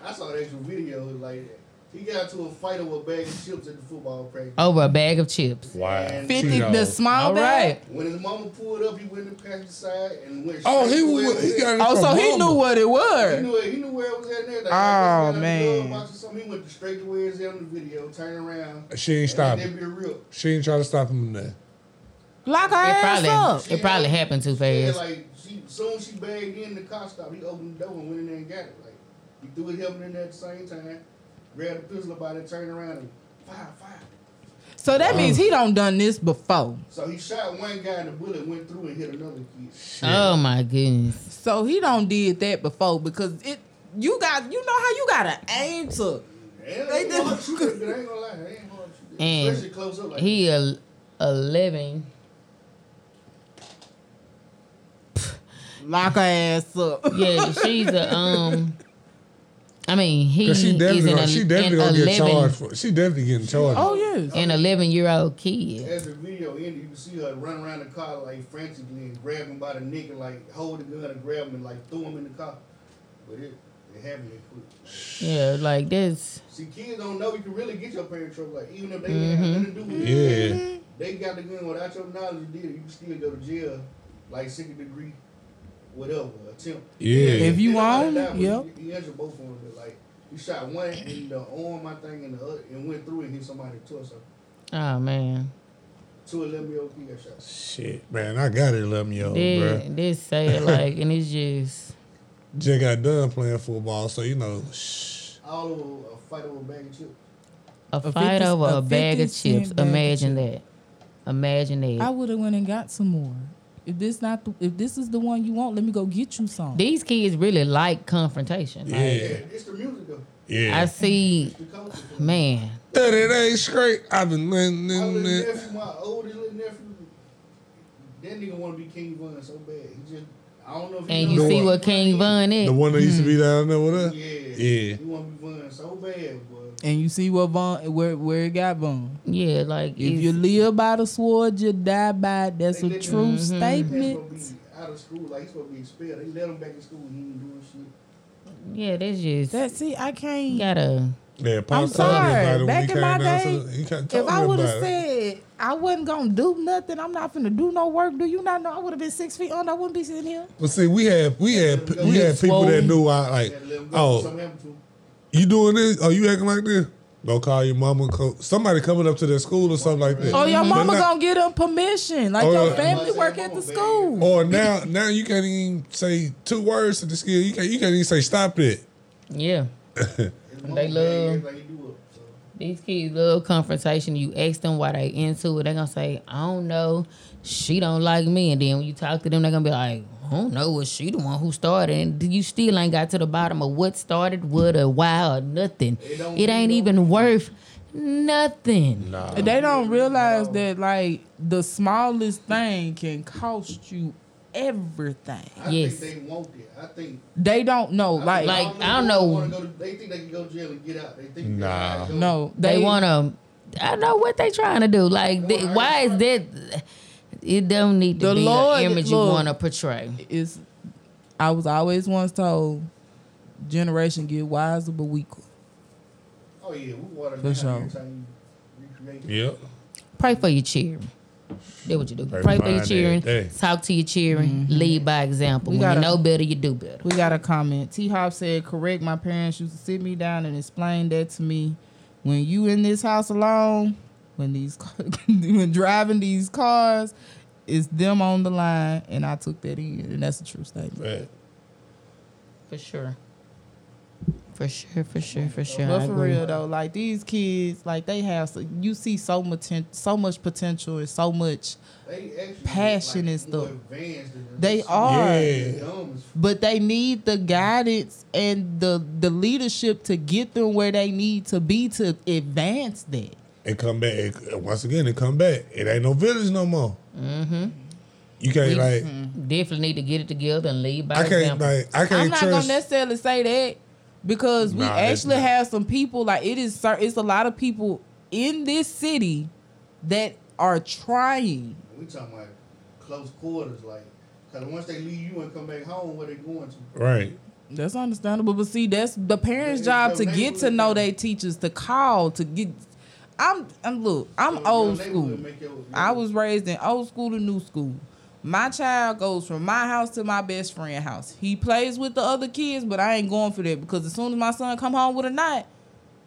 [SPEAKER 4] I saw that video like that. He got to a fight over a bag of chips at the football practice.
[SPEAKER 2] Over a bag of chips.
[SPEAKER 3] wow.
[SPEAKER 5] Fifty
[SPEAKER 3] Cheeto.
[SPEAKER 5] the small
[SPEAKER 2] All
[SPEAKER 5] bag.
[SPEAKER 2] right.
[SPEAKER 4] When his mama pulled up, he went to the passenger side and went.
[SPEAKER 3] Oh, he
[SPEAKER 4] straight to
[SPEAKER 3] was,
[SPEAKER 4] where it
[SPEAKER 3] he got it
[SPEAKER 5] Oh,
[SPEAKER 3] from
[SPEAKER 5] so he
[SPEAKER 3] mama.
[SPEAKER 5] knew what it
[SPEAKER 4] He
[SPEAKER 5] was.
[SPEAKER 4] knew it. He knew where it was at. and everything.
[SPEAKER 5] Oh,
[SPEAKER 4] Like,
[SPEAKER 5] man.
[SPEAKER 4] Watching something, he went straight to where it's at on the video. Turn around.
[SPEAKER 3] She ain't
[SPEAKER 4] And
[SPEAKER 3] stopping.
[SPEAKER 4] then be real.
[SPEAKER 3] She ain't trying to stop him there.
[SPEAKER 5] Lock
[SPEAKER 2] It
[SPEAKER 5] her ass up.
[SPEAKER 2] probably it probably happened too
[SPEAKER 4] Yeah,
[SPEAKER 2] fast.
[SPEAKER 4] like she, soon she bagged in the car stop. He opened the door and went in there and got it. Like he threw his helmet in there at the same time. Grabbed the pistol about it, turned around and fire, fire.
[SPEAKER 5] So that means he don't done this before.
[SPEAKER 4] So he shot one guy and the bullet went through and hit another kid.
[SPEAKER 2] Oh my goodness.
[SPEAKER 5] So he don't did that before because it you got you know how you gotta aim to.
[SPEAKER 4] Damn,
[SPEAKER 5] They
[SPEAKER 4] they
[SPEAKER 5] did-
[SPEAKER 4] did. Hard to shoot that, bitch. I ain't gonna lie, they ain't hard to shoot that.
[SPEAKER 2] And
[SPEAKER 4] Especially close up like
[SPEAKER 2] He a eleven.
[SPEAKER 5] Lock her ass up.
[SPEAKER 2] [laughs] Yeah, she's a um. I mean, he
[SPEAKER 3] Cause she
[SPEAKER 2] is
[SPEAKER 3] definitely,
[SPEAKER 2] an,
[SPEAKER 3] gonna, she definitely
[SPEAKER 2] an
[SPEAKER 3] gonna get charged
[SPEAKER 2] eleven
[SPEAKER 3] for. She definitely getting charged.
[SPEAKER 5] Oh yes.
[SPEAKER 2] an eleven year old
[SPEAKER 4] that.
[SPEAKER 2] kid.
[SPEAKER 4] As the video ended, you can see her run around the car like frantically and grab him by the neck and like hold the gun and grab him and like throw him in the car. But it, it happened that quick.
[SPEAKER 2] Yeah, like this.
[SPEAKER 4] See, kids don't know you can really get your parent in trouble. Like even if they didn't have nothing to do with it,
[SPEAKER 3] Mm-hmm. Yeah,
[SPEAKER 4] they got the gun without your knowledge. You did it, you can still go to jail, like second degree, whatever attempt.
[SPEAKER 3] yeah.
[SPEAKER 5] If you
[SPEAKER 4] Nobody
[SPEAKER 5] on,
[SPEAKER 4] died, but
[SPEAKER 5] yep.
[SPEAKER 4] You, you injured both of them. but, Like you shot one in the arm, I think, and the other, and went through and hit somebody in the torso.
[SPEAKER 2] Oh man,
[SPEAKER 4] Two eleven year old kid got shot.
[SPEAKER 3] Shit, man, I got it, eleven year old,
[SPEAKER 2] this
[SPEAKER 3] bro.
[SPEAKER 2] this sad like, and it's just
[SPEAKER 3] Just got done playing football, so you know, shh.
[SPEAKER 4] All over a fight over a bag of chips.
[SPEAKER 2] a,
[SPEAKER 5] [laughs] A
[SPEAKER 2] fight
[SPEAKER 5] 50
[SPEAKER 2] over
[SPEAKER 5] a
[SPEAKER 2] a, bag of
[SPEAKER 5] 50 cent
[SPEAKER 2] chips.
[SPEAKER 5] bag of
[SPEAKER 2] Imagine that. Imagine that.
[SPEAKER 5] I would have went and got some more. If this not the, if this is the one you want, let me go get you some.
[SPEAKER 2] These kids really like confrontation. Like,
[SPEAKER 3] yeah,
[SPEAKER 4] It's the music though.
[SPEAKER 2] I
[SPEAKER 3] yeah.
[SPEAKER 2] see,
[SPEAKER 4] The culture.
[SPEAKER 2] man.
[SPEAKER 3] That it ain't straight. I've been letting
[SPEAKER 4] My
[SPEAKER 3] them.
[SPEAKER 4] little
[SPEAKER 3] that-
[SPEAKER 4] nephew, my oldest little nephew, that nigga want to be King Von so bad. He just, I don't know if he
[SPEAKER 2] And you
[SPEAKER 4] know
[SPEAKER 2] see
[SPEAKER 4] it.
[SPEAKER 2] what King Von is.
[SPEAKER 3] The one that used to be down there with us.
[SPEAKER 4] Yeah,
[SPEAKER 3] Yeah.
[SPEAKER 4] He want to be Von so bad, boy.
[SPEAKER 5] And you see what Von where where it got Von.
[SPEAKER 2] Yeah, like
[SPEAKER 5] If
[SPEAKER 2] it's-
[SPEAKER 5] you live by the sword, you die by. it. That's
[SPEAKER 4] They
[SPEAKER 5] a
[SPEAKER 2] Mm-hmm.
[SPEAKER 4] let you-
[SPEAKER 5] true
[SPEAKER 4] Mhm. He's
[SPEAKER 5] statement.
[SPEAKER 4] supposed to be out of school, like he's supposed to be expelled. They let him back in school. He ain't doing shit.
[SPEAKER 2] yeah, that's just
[SPEAKER 5] That's it. I can't.
[SPEAKER 2] you gotta.
[SPEAKER 3] Yeah, Pop told
[SPEAKER 5] I'm
[SPEAKER 3] me about
[SPEAKER 5] sorry.
[SPEAKER 3] it when
[SPEAKER 5] Back
[SPEAKER 3] he
[SPEAKER 5] in
[SPEAKER 3] came
[SPEAKER 5] my
[SPEAKER 3] down,
[SPEAKER 5] day,
[SPEAKER 3] so he kinda told
[SPEAKER 5] If
[SPEAKER 3] me
[SPEAKER 5] I would
[SPEAKER 3] about it.
[SPEAKER 5] have said I wasn't gonna do nothing, I'm not finna do no work. Do you not know I would have been six feet under? I wouldn't be sitting here.
[SPEAKER 3] But see, we had we had we had people that knew I like.
[SPEAKER 4] They let him go.
[SPEAKER 3] Oh,
[SPEAKER 4] Something happened to him.
[SPEAKER 3] you doing this? Are you acting like this? Go call your mama. Co- somebody coming up to their school or something like that.
[SPEAKER 5] Oh, your
[SPEAKER 3] Mm-hmm. They're
[SPEAKER 5] mama
[SPEAKER 3] not-
[SPEAKER 5] gonna get them permission. Like
[SPEAKER 3] Oh,
[SPEAKER 5] your
[SPEAKER 3] yeah.
[SPEAKER 5] family work at the school.
[SPEAKER 3] Or now, now you can't even say two words to the skill. You can't. You can't even say stop it. [laughs]
[SPEAKER 2] Yeah. They love these kids love confrontation. You ask them why they into it, they gonna say, I don't know, she don't like me. And then when you talk to them, they gonna be like, I don't know, was she the one who started? And you still ain't got to the bottom of what started, what or why or nothing. It, ain't even worth nothing.
[SPEAKER 3] Nah.
[SPEAKER 5] They don't realize that like the smallest thing can cost you everything.
[SPEAKER 4] I think they want it. I think
[SPEAKER 5] They don't know.
[SPEAKER 4] I
[SPEAKER 5] Like,
[SPEAKER 4] think they wanna go to- They think they can go to jail and get out. They think
[SPEAKER 3] Nah.
[SPEAKER 5] No,
[SPEAKER 2] They,
[SPEAKER 5] they-
[SPEAKER 2] wanna I know what they trying to do. Like th- why is that it don't need to
[SPEAKER 5] The
[SPEAKER 2] be
[SPEAKER 5] Lord-
[SPEAKER 2] an image
[SPEAKER 5] look.
[SPEAKER 2] you wanna portray.
[SPEAKER 5] is I was always once told generation get wiser but weaker.
[SPEAKER 4] Oh yeah, we water
[SPEAKER 5] For
[SPEAKER 4] down
[SPEAKER 5] sure.
[SPEAKER 4] every time you recreate. it.
[SPEAKER 3] Yep.
[SPEAKER 2] Pray for your children. That what you do. Pray,
[SPEAKER 3] Pray
[SPEAKER 2] for
[SPEAKER 3] for
[SPEAKER 2] your
[SPEAKER 3] mine
[SPEAKER 2] children.
[SPEAKER 3] every day.
[SPEAKER 2] Talk to your children. Lead by example.
[SPEAKER 5] Mm-hmm. We
[SPEAKER 2] when
[SPEAKER 5] gotta-
[SPEAKER 2] you know better, you do better.
[SPEAKER 5] We got a comment. T Hop said, correct, my parents used to sit me down and explain that to me. When you in this house alone, when these car- [laughs] when driving these cars, it's them on the line and I took that in and that's a true statement.
[SPEAKER 3] Right.
[SPEAKER 2] For sure. For sure, for sure, for sure. I
[SPEAKER 5] But for
[SPEAKER 2] agree.
[SPEAKER 5] real though, like these kids, like they have so, you see so much so much potential and so much
[SPEAKER 4] They actually
[SPEAKER 5] passion and
[SPEAKER 4] more
[SPEAKER 5] stuff.
[SPEAKER 4] advanced than us.
[SPEAKER 5] They are.
[SPEAKER 3] Yeah.
[SPEAKER 4] Dumb as
[SPEAKER 5] But they need the guidance and the the leadership to get them where they need to be to advance that.
[SPEAKER 3] And come back. and- once again, and come back. It ain't no village no more. Mm-hmm. You can't like.
[SPEAKER 5] Mm-hmm.
[SPEAKER 2] Definitely need to get it together and lead by
[SPEAKER 3] I can't
[SPEAKER 2] example.
[SPEAKER 3] like. I
[SPEAKER 5] I'm
[SPEAKER 3] can't
[SPEAKER 5] not gonna
[SPEAKER 3] trust.
[SPEAKER 5] necessarily say that because we
[SPEAKER 3] Nah, that's
[SPEAKER 5] actually
[SPEAKER 3] not-
[SPEAKER 5] have some people like it is cer- it's a lot of people in this city that are trying.
[SPEAKER 4] We talking about close quarters, like, cause once they leave you and come back home, where they going to?
[SPEAKER 3] right.
[SPEAKER 5] That's understandable, but see, that's the parents'
[SPEAKER 4] Yeah,
[SPEAKER 5] job
[SPEAKER 4] it's
[SPEAKER 5] to
[SPEAKER 4] your
[SPEAKER 5] get to
[SPEAKER 4] neighborhood.
[SPEAKER 5] know their teachers, to call, to get. I'm, I'm look, I'm
[SPEAKER 4] Your
[SPEAKER 5] old
[SPEAKER 4] neighborhood
[SPEAKER 5] school.
[SPEAKER 4] make your-
[SPEAKER 5] I was raised in old school to new school. My child goes from my house to my best friend's house. He plays with the other kids, but I ain't going for that because as soon as my son come home with a knot,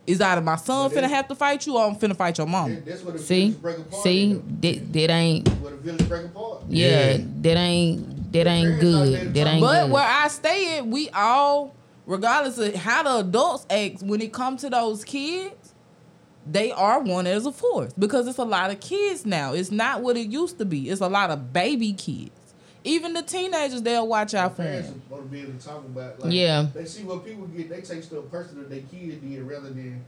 [SPEAKER 5] it's either my son
[SPEAKER 4] But
[SPEAKER 5] finna
[SPEAKER 4] that-
[SPEAKER 5] have to fight you or I'm finna fight your mama.
[SPEAKER 4] That- That's what the
[SPEAKER 2] See?
[SPEAKER 4] village break apart.
[SPEAKER 2] See?
[SPEAKER 4] though.
[SPEAKER 2] That, that ain't
[SPEAKER 4] Where the village break apart.
[SPEAKER 2] yeah,
[SPEAKER 3] Yeah.
[SPEAKER 2] that ain't that ain't
[SPEAKER 4] parents out
[SPEAKER 2] good.
[SPEAKER 4] there
[SPEAKER 2] That ain't
[SPEAKER 5] But
[SPEAKER 2] good.
[SPEAKER 5] where I stay at, we all, regardless of how the adults act, when it comes to those kids, they are one as a force because it's a lot of kids now. It's not what it used to be. It's a lot of baby kids. Even the teenagers, they'll watch out for
[SPEAKER 4] Parents
[SPEAKER 5] them.
[SPEAKER 4] are to be able to talk about. Like,
[SPEAKER 2] Yeah.
[SPEAKER 4] They see what people get. They take stuff personal their kid did rather than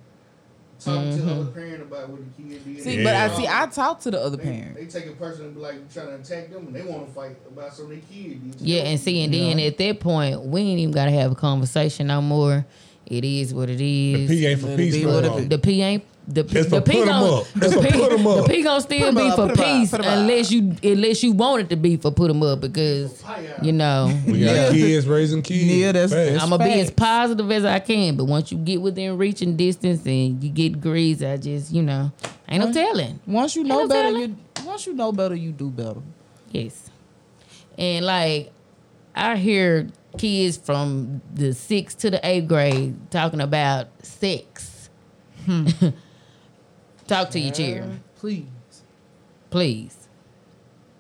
[SPEAKER 4] talking to the other parent about what the kid did.
[SPEAKER 5] Mm-hmm. See,
[SPEAKER 3] Yeah.
[SPEAKER 5] but I see. I talk to the other
[SPEAKER 4] They,
[SPEAKER 5] parent.
[SPEAKER 4] they take it personal and be like, you trying to attack them, and they want to fight about something they kid did.
[SPEAKER 2] Yeah, and see, and then at that point, we ain't even gotta have a conversation no more. It is what it
[SPEAKER 3] The
[SPEAKER 2] is.
[SPEAKER 3] P ain't for
[SPEAKER 5] It'll
[SPEAKER 3] peace
[SPEAKER 5] be
[SPEAKER 3] no
[SPEAKER 5] what it
[SPEAKER 3] more.
[SPEAKER 5] be.
[SPEAKER 2] The P ain't the P,
[SPEAKER 3] It's
[SPEAKER 2] the
[SPEAKER 3] for
[SPEAKER 2] P
[SPEAKER 3] put 'em
[SPEAKER 2] gon-
[SPEAKER 3] up. It's for
[SPEAKER 2] P-
[SPEAKER 3] put 'em up.
[SPEAKER 2] The P gonna still
[SPEAKER 5] 'em
[SPEAKER 2] be
[SPEAKER 5] up,
[SPEAKER 2] for
[SPEAKER 5] put 'em up,
[SPEAKER 2] peace
[SPEAKER 5] put 'em up.
[SPEAKER 2] unless you unless you want it to be for put 'em up because you know
[SPEAKER 3] We got kids raising kids.
[SPEAKER 5] Yeah, that's-
[SPEAKER 3] Facts.
[SPEAKER 2] I'm gonna be as
[SPEAKER 5] facts.
[SPEAKER 2] positive as I can. But once you get within reach and distance and you get greased, I just you know ain't no telling.
[SPEAKER 5] Once you know
[SPEAKER 2] Ain't no
[SPEAKER 5] better, you
[SPEAKER 2] telling.
[SPEAKER 5] once you know better, you do better.
[SPEAKER 2] Yes. And like I hear kids from the sixth to the eighth grade talking about sex.
[SPEAKER 5] Hmm.
[SPEAKER 2] [laughs] Talk to your children,
[SPEAKER 5] Please.
[SPEAKER 2] please.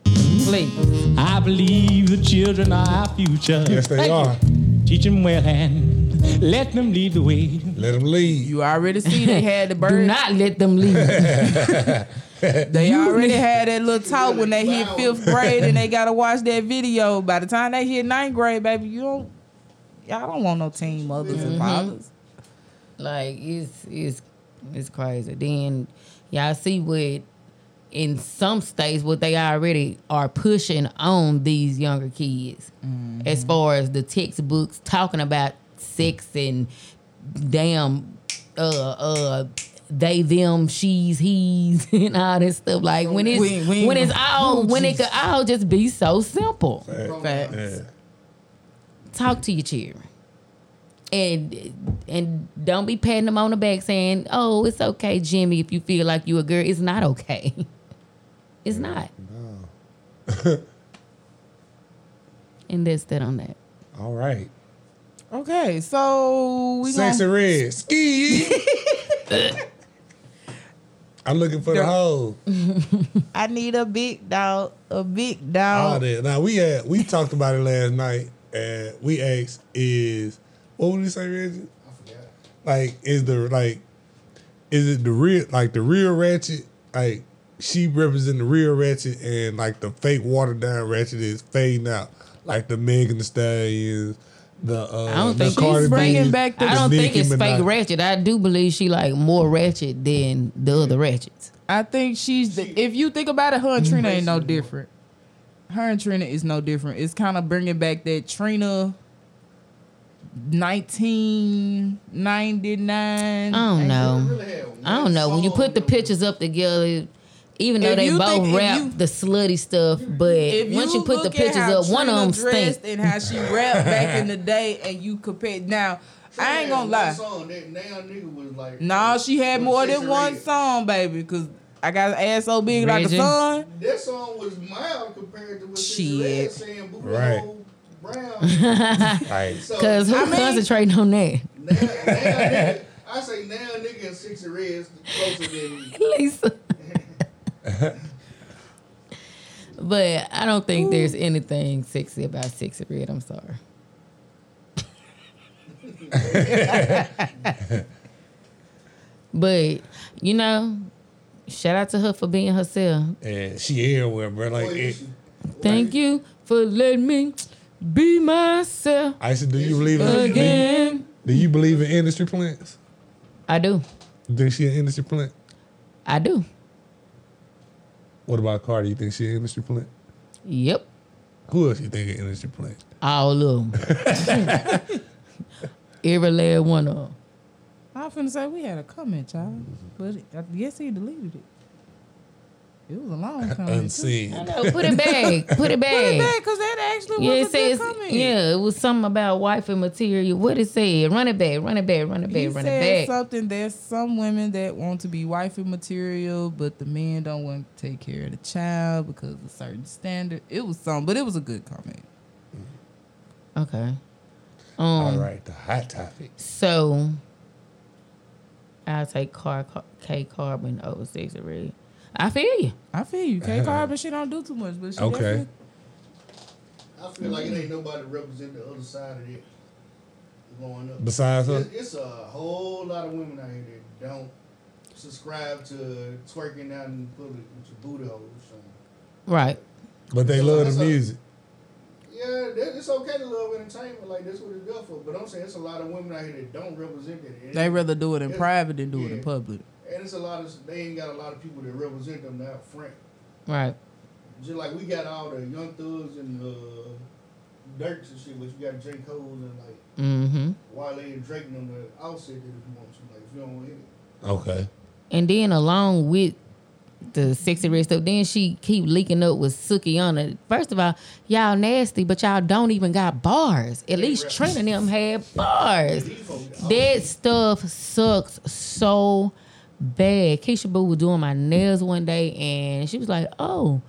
[SPEAKER 2] Please.
[SPEAKER 9] I believe the children are our future.
[SPEAKER 3] Yes, they are.
[SPEAKER 9] Teach them well and let them lead the way.
[SPEAKER 3] Let them lead.
[SPEAKER 5] You already see they had the
[SPEAKER 2] [laughs]
[SPEAKER 5] bird.
[SPEAKER 2] Do not let them leave.
[SPEAKER 5] [laughs] They already had that little talk when they hit fifth grade and they gotta watch that video. By the time they hit ninth grade, baby, you don't y'all don't want no teen mothers and fathers.
[SPEAKER 2] like it's it's it's crazy. Then y'all see what in some states what they already are pushing on these younger kids as far as the textbooks talking about sex and damn uh uh they them she's he's [laughs] and all this stuff like when it's
[SPEAKER 5] We- we-
[SPEAKER 2] when it's all
[SPEAKER 5] Oh,
[SPEAKER 2] when it could
[SPEAKER 5] Jesus.
[SPEAKER 2] all just be so simple
[SPEAKER 5] Facts.
[SPEAKER 3] Yeah.
[SPEAKER 2] talk to your children and and don't be patting them on the back saying oh it's okay jimmy if you feel like you a girl it's not okay [laughs] it's not and that's that on that
[SPEAKER 3] All right.
[SPEAKER 5] Okay, so we
[SPEAKER 3] Sex
[SPEAKER 5] [laughs]
[SPEAKER 3] and
[SPEAKER 5] gonna,
[SPEAKER 3] red. Ski. I'm looking for the hole.
[SPEAKER 5] I need a big dog, a big
[SPEAKER 3] All
[SPEAKER 5] dog.
[SPEAKER 3] that. Now we had we talked about it last night, and we asked is what would we say, Reggie? Like is the like is it the real like the real ratchet like she represent the real ratchet and like the fake watered down ratchet is fading out like the Megan Thee Stallions, the uh,
[SPEAKER 2] I don't
[SPEAKER 3] the
[SPEAKER 2] think
[SPEAKER 3] Cardi
[SPEAKER 2] she's bringing
[SPEAKER 3] B's,
[SPEAKER 2] back. The, I don't think
[SPEAKER 3] Nicki
[SPEAKER 2] it's fake
[SPEAKER 3] Minaj.
[SPEAKER 2] ratchet. I do believe she like more ratchet than the other ratchets.
[SPEAKER 5] I think she's. The, if you think about it, her and Trina ain't no different. Her and Trina is no different. It's kind of bringing back that Trina. 1999.
[SPEAKER 2] I don't know. I don't know. When you put the pictures up together, even though
[SPEAKER 5] If
[SPEAKER 2] they
[SPEAKER 5] you
[SPEAKER 2] both
[SPEAKER 5] think- if
[SPEAKER 2] rap
[SPEAKER 5] you-
[SPEAKER 2] the slutty stuff, but
[SPEAKER 5] If
[SPEAKER 2] once you put the
[SPEAKER 5] look at
[SPEAKER 2] pictures
[SPEAKER 5] how
[SPEAKER 2] up, one
[SPEAKER 5] Trina
[SPEAKER 2] of them
[SPEAKER 5] dressed
[SPEAKER 2] stink.
[SPEAKER 5] And how she
[SPEAKER 2] [laughs]
[SPEAKER 5] rapped back in the day, and you compare. Now, I ain't gonna lie.
[SPEAKER 4] Song, that damn nigga was like,
[SPEAKER 5] No, she had more
[SPEAKER 4] Sexy
[SPEAKER 5] than one
[SPEAKER 4] Red.
[SPEAKER 5] song, baby. Cause I got an ass so big like
[SPEAKER 4] Reggie.
[SPEAKER 5] a sun.
[SPEAKER 4] That song was mild compared to what she
[SPEAKER 5] Shit.
[SPEAKER 4] was saying. Boo
[SPEAKER 5] Right.
[SPEAKER 4] Ho Brown.
[SPEAKER 5] [laughs]
[SPEAKER 2] Right.
[SPEAKER 4] So,
[SPEAKER 2] Cause who
[SPEAKER 4] I mean,
[SPEAKER 2] concentrating on that? [laughs]
[SPEAKER 4] now
[SPEAKER 5] [laughs]
[SPEAKER 4] nigga- I say now nigga and six reds closer than
[SPEAKER 5] [laughs]
[SPEAKER 2] Lisa. But I don't think there's anything sexy about sexy red. I'm sorry.
[SPEAKER 5] [laughs]
[SPEAKER 2] [laughs] but you know, shout out to her for being herself.
[SPEAKER 3] And she everywhere, bro. Like it,
[SPEAKER 2] Thank you for letting me be myself
[SPEAKER 3] I said, do you believe in do
[SPEAKER 2] again.
[SPEAKER 3] you, do you believe in industry plants?
[SPEAKER 2] I do.
[SPEAKER 3] You think she an industry plant?
[SPEAKER 2] I do.
[SPEAKER 3] What about Cardi? You think she an industry plant?
[SPEAKER 2] Yep.
[SPEAKER 3] Who else you think an industry plant?
[SPEAKER 2] All of them. Every last one of them.
[SPEAKER 5] I was finna say we had a comment, y'all, but I guess he deleted it. It was
[SPEAKER 3] [laughs]
[SPEAKER 5] a long comment. too.
[SPEAKER 3] Unseen. I
[SPEAKER 2] know, put it back, put it
[SPEAKER 5] Put it
[SPEAKER 2] back.
[SPEAKER 5] back, cause that actually
[SPEAKER 2] Yeah,
[SPEAKER 5] was
[SPEAKER 2] it
[SPEAKER 5] a
[SPEAKER 2] says,
[SPEAKER 5] good comment.
[SPEAKER 2] yeah, it was something about wife and material. What it said? Run it back, run it back, run it
[SPEAKER 5] He
[SPEAKER 2] back, run
[SPEAKER 5] said
[SPEAKER 2] it back.
[SPEAKER 5] something. There's some women that want to be wifey material, but the men don't want to take care of the child because of certain standard. It was some, but it was a good comment.
[SPEAKER 2] Okay. Um,
[SPEAKER 3] All right, the hot topic.
[SPEAKER 2] So I'll take car, car K Carbon over six red. I feel you.
[SPEAKER 5] I feel
[SPEAKER 3] [laughs]
[SPEAKER 5] you. K Carbon, she don't do too much, but she
[SPEAKER 2] Okay.
[SPEAKER 5] definitely-
[SPEAKER 4] I feel like it ain't nobody represent the other side of it going up.
[SPEAKER 3] Besides her?
[SPEAKER 4] It's- it's a whole lot of women out here that don't subscribe to twerking out in public with your booty hole or something.
[SPEAKER 2] Right.
[SPEAKER 3] But they love the music.
[SPEAKER 4] Yeah, that, it's okay to love entertainment, like that's what it's there for. But I'm saying it's a lot of women out here that don't represent that. And
[SPEAKER 5] they rather do it in
[SPEAKER 4] it's-
[SPEAKER 5] private than do it in
[SPEAKER 4] yeah.
[SPEAKER 5] public.
[SPEAKER 4] And it's a lot of they ain't got a lot of people that represent them now, Frank.
[SPEAKER 2] Right.
[SPEAKER 4] Just like we got all the young thugs and uh, dirts and shit, but you got J. Cole and like
[SPEAKER 2] Mm-hmm.
[SPEAKER 4] Wale and Drake and them to outset that if you want to, like if you don't want to hit it.
[SPEAKER 3] Okay.
[SPEAKER 2] And then along with the sexy red stuff, then she keep leaking up with Sukiana. First of all, y'all nasty, but y'all don't even got bars. At least Trina and them had bars. That stuff sucks so bad. Keisha Boo was doing my nails one day and she was like, Oh,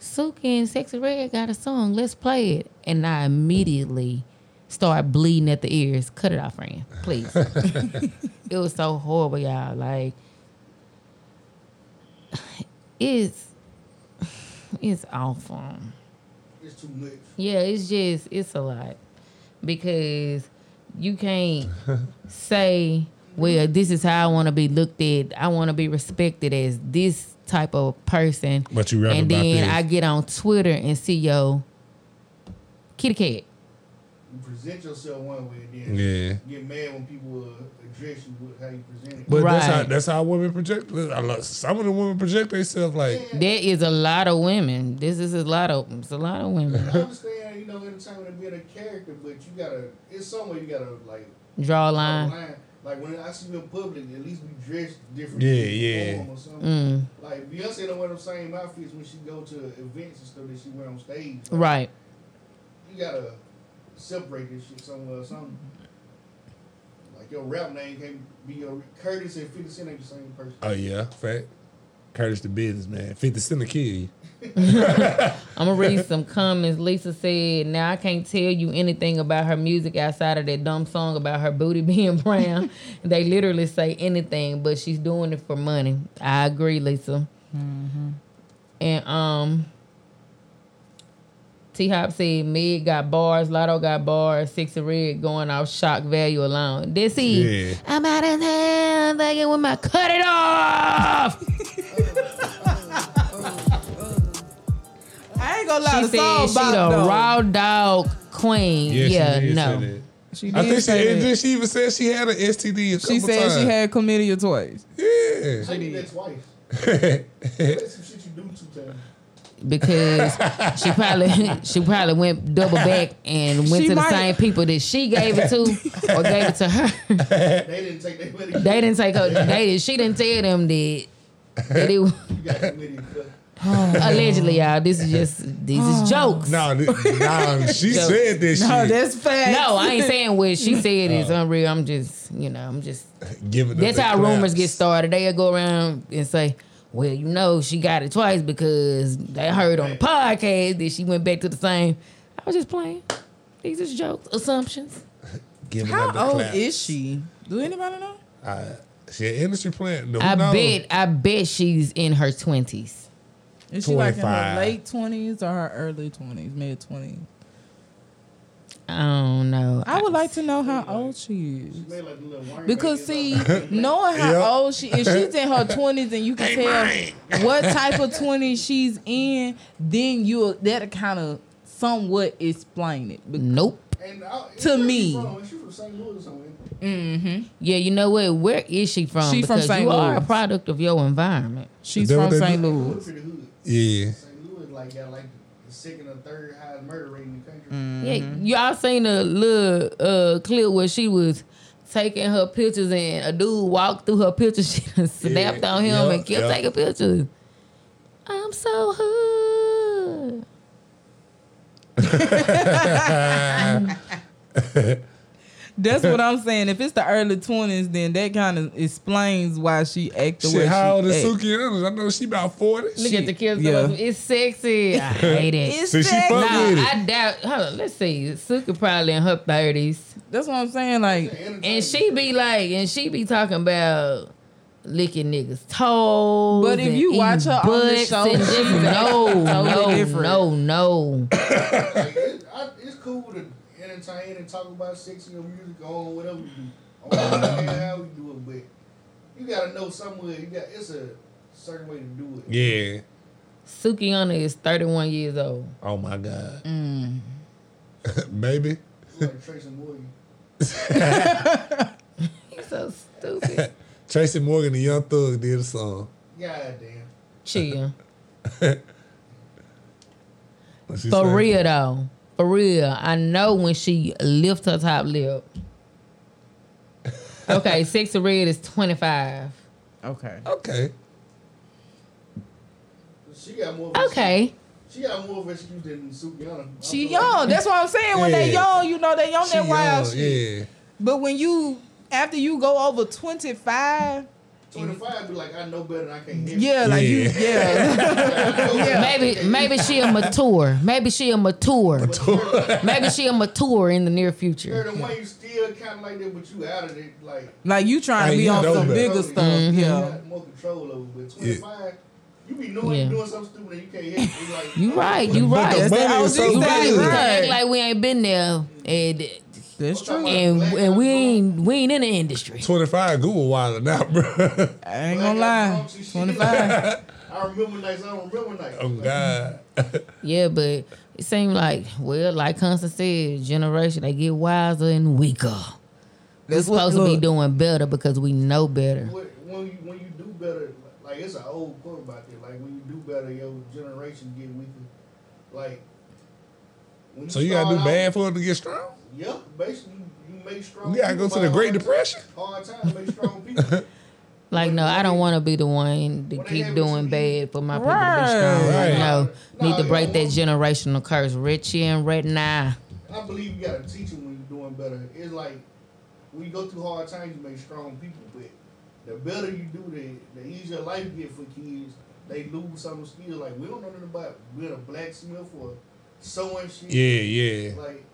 [SPEAKER 2] Suki and Sexy Red got a song. Let's play it. And I immediately start bleeding at the ears. Cut it off, friend. Please. [laughs] it was so horrible, y'all. Like [sighs] it's [sighs] it's awful.
[SPEAKER 4] It's too much.
[SPEAKER 2] Yeah, it's just it's a lot because you
[SPEAKER 3] [laughs]
[SPEAKER 2] can't say, well, this is how I want to be looked at. I want to be respected as this type of person.
[SPEAKER 3] But you rapping
[SPEAKER 2] and
[SPEAKER 3] about
[SPEAKER 2] then
[SPEAKER 3] this.
[SPEAKER 2] I get on Twitter and see yo kitty cat.
[SPEAKER 4] You present yourself one way and then
[SPEAKER 3] Yeah.
[SPEAKER 4] get mad when people uh, address you with how you present it.
[SPEAKER 3] But that's how that's how women project. I love, some of the women project themselves like
[SPEAKER 2] There is a lot of women. This is a lot of it's a lot of
[SPEAKER 4] I
[SPEAKER 2] women.
[SPEAKER 4] understand, you know, entertainment and being a character, but you gotta, it's somewhere you gotta like
[SPEAKER 2] Draw a line.
[SPEAKER 4] Like when I see you in public, at least we dress different.
[SPEAKER 2] Yeah,
[SPEAKER 4] in
[SPEAKER 2] yeah.
[SPEAKER 4] form Or something.
[SPEAKER 2] Mm.
[SPEAKER 4] Like Beyonce don't wear them same outfits when she go to events and stuff that she wear on stage. Like,
[SPEAKER 2] Right.
[SPEAKER 4] You gotta separate this shit somewhere or something.
[SPEAKER 2] Oh,
[SPEAKER 4] Like your rap name can't be your Curtis and Fifty Cent ain't the same person.
[SPEAKER 3] Oh yeah, fact. Curtis the businessman. 50 Cent to kill you.
[SPEAKER 2] I'm gonna read some comments. Lisa said, "Now I can't tell you anything about her music outside of that dumb song about her booty [laughs] being brown. they literally say anything, but she's doing it for money." I agree, Lisa. And um, T Hop said, "Meg got bars, Lotto got bars, Six of Red going off shock value alone. This is
[SPEAKER 1] Yeah.
[SPEAKER 2] I'm out of town, thinking with my cut it off."
[SPEAKER 5] I ain't gonna lie.
[SPEAKER 2] she
[SPEAKER 5] the
[SPEAKER 2] said
[SPEAKER 5] song
[SPEAKER 2] she
[SPEAKER 5] bop,
[SPEAKER 2] the
[SPEAKER 5] though.
[SPEAKER 2] raw dog queen.
[SPEAKER 3] Yeah, she
[SPEAKER 2] yeah,
[SPEAKER 3] did
[SPEAKER 2] no.
[SPEAKER 3] say that.
[SPEAKER 5] She
[SPEAKER 3] I
[SPEAKER 5] did
[SPEAKER 3] think she,
[SPEAKER 5] say
[SPEAKER 3] and
[SPEAKER 5] that.
[SPEAKER 3] then she even said she had an STD a couple
[SPEAKER 5] She said
[SPEAKER 3] times.
[SPEAKER 5] she had chlamydia twice.
[SPEAKER 3] Yeah.
[SPEAKER 4] Take it that
[SPEAKER 2] [laughs]
[SPEAKER 4] twice. That's some shit you do two times.
[SPEAKER 2] because she probably [laughs] she probably went double back and went
[SPEAKER 5] She
[SPEAKER 2] to the
[SPEAKER 5] might-
[SPEAKER 2] same people that she gave it to or gave it to her. [laughs]
[SPEAKER 4] They didn't take their medication.
[SPEAKER 2] They didn't take her. They didn't, she didn't tell them that. that it, was-
[SPEAKER 4] You got chlamydia. cut.
[SPEAKER 2] allegedly, y'all, this is just these
[SPEAKER 5] Oh.
[SPEAKER 2] is jokes.
[SPEAKER 3] No, th- nah,
[SPEAKER 2] [laughs]
[SPEAKER 3] she
[SPEAKER 2] Yo.
[SPEAKER 3] said this
[SPEAKER 5] No,
[SPEAKER 3] shit.
[SPEAKER 5] that's fact.
[SPEAKER 2] No, I ain't saying what she said is unreal. I'm just, you know, I'm just.
[SPEAKER 3] Give it up
[SPEAKER 2] That's
[SPEAKER 3] the
[SPEAKER 2] how rumors
[SPEAKER 3] claps.
[SPEAKER 2] get started. They'll go around and say, "Well, you know, she got it twice because they heard on the podcast that she went back to the same." I was just playing. These is jokes, assumptions.
[SPEAKER 3] Give it up the
[SPEAKER 5] How old
[SPEAKER 3] claps.
[SPEAKER 5] is she? Do anybody know?
[SPEAKER 3] Uh, she an industry plant. No,
[SPEAKER 2] I
[SPEAKER 3] no.
[SPEAKER 2] bet I bet she's in her twenties.
[SPEAKER 5] Is she like in her
[SPEAKER 3] 25.
[SPEAKER 5] late twenties or her early twenties, mid twenties?
[SPEAKER 2] I don't know.
[SPEAKER 5] I would like to know how old she is.
[SPEAKER 4] Made like a little wine bag.
[SPEAKER 5] Because
[SPEAKER 3] [laughs]
[SPEAKER 5] see, knowing how
[SPEAKER 3] Yep.
[SPEAKER 5] old she is, she's in her twenties, and you can tell what type of twenties she's in. Then you that kind of somewhat explain it. Be-
[SPEAKER 2] Nope.
[SPEAKER 4] And I-
[SPEAKER 5] to
[SPEAKER 4] where she
[SPEAKER 5] me.
[SPEAKER 4] from? She from St. Louis or somewhere.
[SPEAKER 2] Yeah, you know what? Where is she from?
[SPEAKER 5] She from
[SPEAKER 2] Because
[SPEAKER 5] St.
[SPEAKER 2] You are a
[SPEAKER 5] Louis.
[SPEAKER 2] product of your environment.
[SPEAKER 5] She's
[SPEAKER 3] Is that
[SPEAKER 5] from
[SPEAKER 3] what they
[SPEAKER 5] St.
[SPEAKER 3] do?
[SPEAKER 5] Louis.
[SPEAKER 4] Pretty hood.
[SPEAKER 3] Yeah.
[SPEAKER 4] St. Louis like got like the second or third highest murder rate in the country.
[SPEAKER 2] Mm.
[SPEAKER 5] Mm-hmm.
[SPEAKER 2] Yeah, y'all seen a little uh, clip where she was taking her pictures and a dude walked through her picture. [laughs] She done snapped on him
[SPEAKER 3] yeah,
[SPEAKER 2] and kept
[SPEAKER 3] yeah.
[SPEAKER 2] taking pictures. I'm so hood.
[SPEAKER 5] That's what I'm saying. If it's the early twenties, then that kind of explains why she act the way
[SPEAKER 3] Shit, how old
[SPEAKER 5] she
[SPEAKER 3] is
[SPEAKER 5] act.
[SPEAKER 3] Suki Anderson? I know she about 40.
[SPEAKER 2] Look
[SPEAKER 5] Shit,
[SPEAKER 2] at the kids.
[SPEAKER 5] yeah.
[SPEAKER 2] It's sexy. [laughs] I hate it.
[SPEAKER 5] It's
[SPEAKER 3] See, she
[SPEAKER 5] sexy.
[SPEAKER 3] fuck
[SPEAKER 2] Nah,
[SPEAKER 3] with it.
[SPEAKER 2] I doubt. Hold on, let's see. Suka probably in her thirties,
[SPEAKER 5] That's what I'm saying. Like,
[SPEAKER 2] and she be like, and she be talking about licking niggas' toes.
[SPEAKER 5] But if
[SPEAKER 2] and
[SPEAKER 5] you watch
[SPEAKER 2] eating
[SPEAKER 5] her on the
[SPEAKER 2] butts
[SPEAKER 5] show, [laughs]
[SPEAKER 2] and
[SPEAKER 5] she
[SPEAKER 2] different-
[SPEAKER 5] act
[SPEAKER 2] no,
[SPEAKER 5] totally different.
[SPEAKER 2] no, no, no.
[SPEAKER 4] Like, it, I, it's cool to entertain and talk about sex and your music on whatever you do, on whatever [coughs] the hell how we do it. But you gotta know somewhere. You got it's a certain way to do it.
[SPEAKER 3] Yeah.
[SPEAKER 2] Sukiana is 31 years old.
[SPEAKER 3] Oh my God. [laughs] Baby.
[SPEAKER 4] Like Tracy Morgan.
[SPEAKER 2] He's so stupid.
[SPEAKER 3] Tracy Morgan, the young thug, did a song.
[SPEAKER 4] God damn.
[SPEAKER 2] Chill.
[SPEAKER 3] What she
[SPEAKER 2] For
[SPEAKER 3] say?
[SPEAKER 2] real though. For real. I know when she lift her top lip. Okay, six of red is 25.
[SPEAKER 5] okay,
[SPEAKER 3] Okay.
[SPEAKER 4] She got more. Of a-
[SPEAKER 2] Okay.
[SPEAKER 4] She got more of an excuse than Sukiana. I'm sorry.
[SPEAKER 5] she young. That's what I'm saying. When they
[SPEAKER 3] Yeah.
[SPEAKER 5] young, you know they young
[SPEAKER 3] She
[SPEAKER 5] that wild
[SPEAKER 3] young,
[SPEAKER 5] shit.
[SPEAKER 3] Yeah.
[SPEAKER 5] But when you after you go over twenty five,
[SPEAKER 4] 25 be like, I know better than I can't hear.
[SPEAKER 5] yeah, like you, yeah, [laughs]
[SPEAKER 2] Maybe maybe she'll mature. Maybe she'll mature. maybe she'll mature in the near
[SPEAKER 4] Better
[SPEAKER 2] future.
[SPEAKER 4] than one, you still kind of like that, but you out of it. Like,
[SPEAKER 5] like you trying
[SPEAKER 3] Hey,
[SPEAKER 5] to be
[SPEAKER 3] you
[SPEAKER 5] on
[SPEAKER 3] know
[SPEAKER 5] some
[SPEAKER 3] better.
[SPEAKER 5] bigger
[SPEAKER 4] control it.
[SPEAKER 5] stuff.
[SPEAKER 2] Mm-hmm.
[SPEAKER 4] You
[SPEAKER 5] Yeah,
[SPEAKER 4] got more control over it. But
[SPEAKER 3] Yeah.
[SPEAKER 4] 25, you be knowing
[SPEAKER 2] Yeah.
[SPEAKER 4] you're doing something stupid and you can't hear it. You like,
[SPEAKER 2] You right, you
[SPEAKER 3] But the
[SPEAKER 2] right.
[SPEAKER 5] that
[SPEAKER 3] money
[SPEAKER 5] OG
[SPEAKER 3] is so
[SPEAKER 2] You
[SPEAKER 5] thing,
[SPEAKER 2] right. We
[SPEAKER 3] good.
[SPEAKER 5] right?
[SPEAKER 2] act like we ain't been there and
[SPEAKER 5] that's true.
[SPEAKER 2] and, and we ain't we ain't in the industry.
[SPEAKER 3] 25 Google wilding [laughs] out, bro.
[SPEAKER 5] I ain't gonna lie. Twenty five.
[SPEAKER 4] [laughs] I remember nights. I don't remember nights.
[SPEAKER 3] oh,
[SPEAKER 4] Like,
[SPEAKER 3] God. [laughs]
[SPEAKER 2] Yeah, but it seemed like, well, like Constance said, generation they get wiser and weaker. We're
[SPEAKER 5] That's what-
[SPEAKER 2] supposed to be
[SPEAKER 5] look.
[SPEAKER 2] doing better because we know better.
[SPEAKER 4] When when you, when you do better, like it's an old quote about that. Like when you do better, your generation get weaker. Like when
[SPEAKER 3] So you gotta
[SPEAKER 4] start
[SPEAKER 3] do
[SPEAKER 4] out-
[SPEAKER 3] bad for them to get strong?
[SPEAKER 4] Yeah, basically you, you make strong.
[SPEAKER 3] You gotta go
[SPEAKER 4] people
[SPEAKER 3] to
[SPEAKER 4] by
[SPEAKER 3] the Great
[SPEAKER 4] hard times.
[SPEAKER 3] Depression?
[SPEAKER 4] Hard time make strong
[SPEAKER 3] [laughs]
[SPEAKER 4] people.
[SPEAKER 2] Like, no, I don't want to be the one to
[SPEAKER 4] What
[SPEAKER 2] keep
[SPEAKER 4] happened
[SPEAKER 2] doing
[SPEAKER 4] to
[SPEAKER 2] bad for my people to be
[SPEAKER 5] Right.
[SPEAKER 2] strong.
[SPEAKER 3] Right.
[SPEAKER 2] No,
[SPEAKER 4] No,
[SPEAKER 2] need to
[SPEAKER 4] you
[SPEAKER 2] break
[SPEAKER 4] don't
[SPEAKER 2] that
[SPEAKER 4] want-
[SPEAKER 2] generational curse. Rich and red now.
[SPEAKER 4] I believe you gotta teach them when you're doing better. It's like when you go through hard times, you make strong people. But The better you do that, the easier life get for kids. They lose some skill. Like we don't know nothing about being a blacksmith or sewing shit.
[SPEAKER 3] Yeah, yeah.
[SPEAKER 4] Like,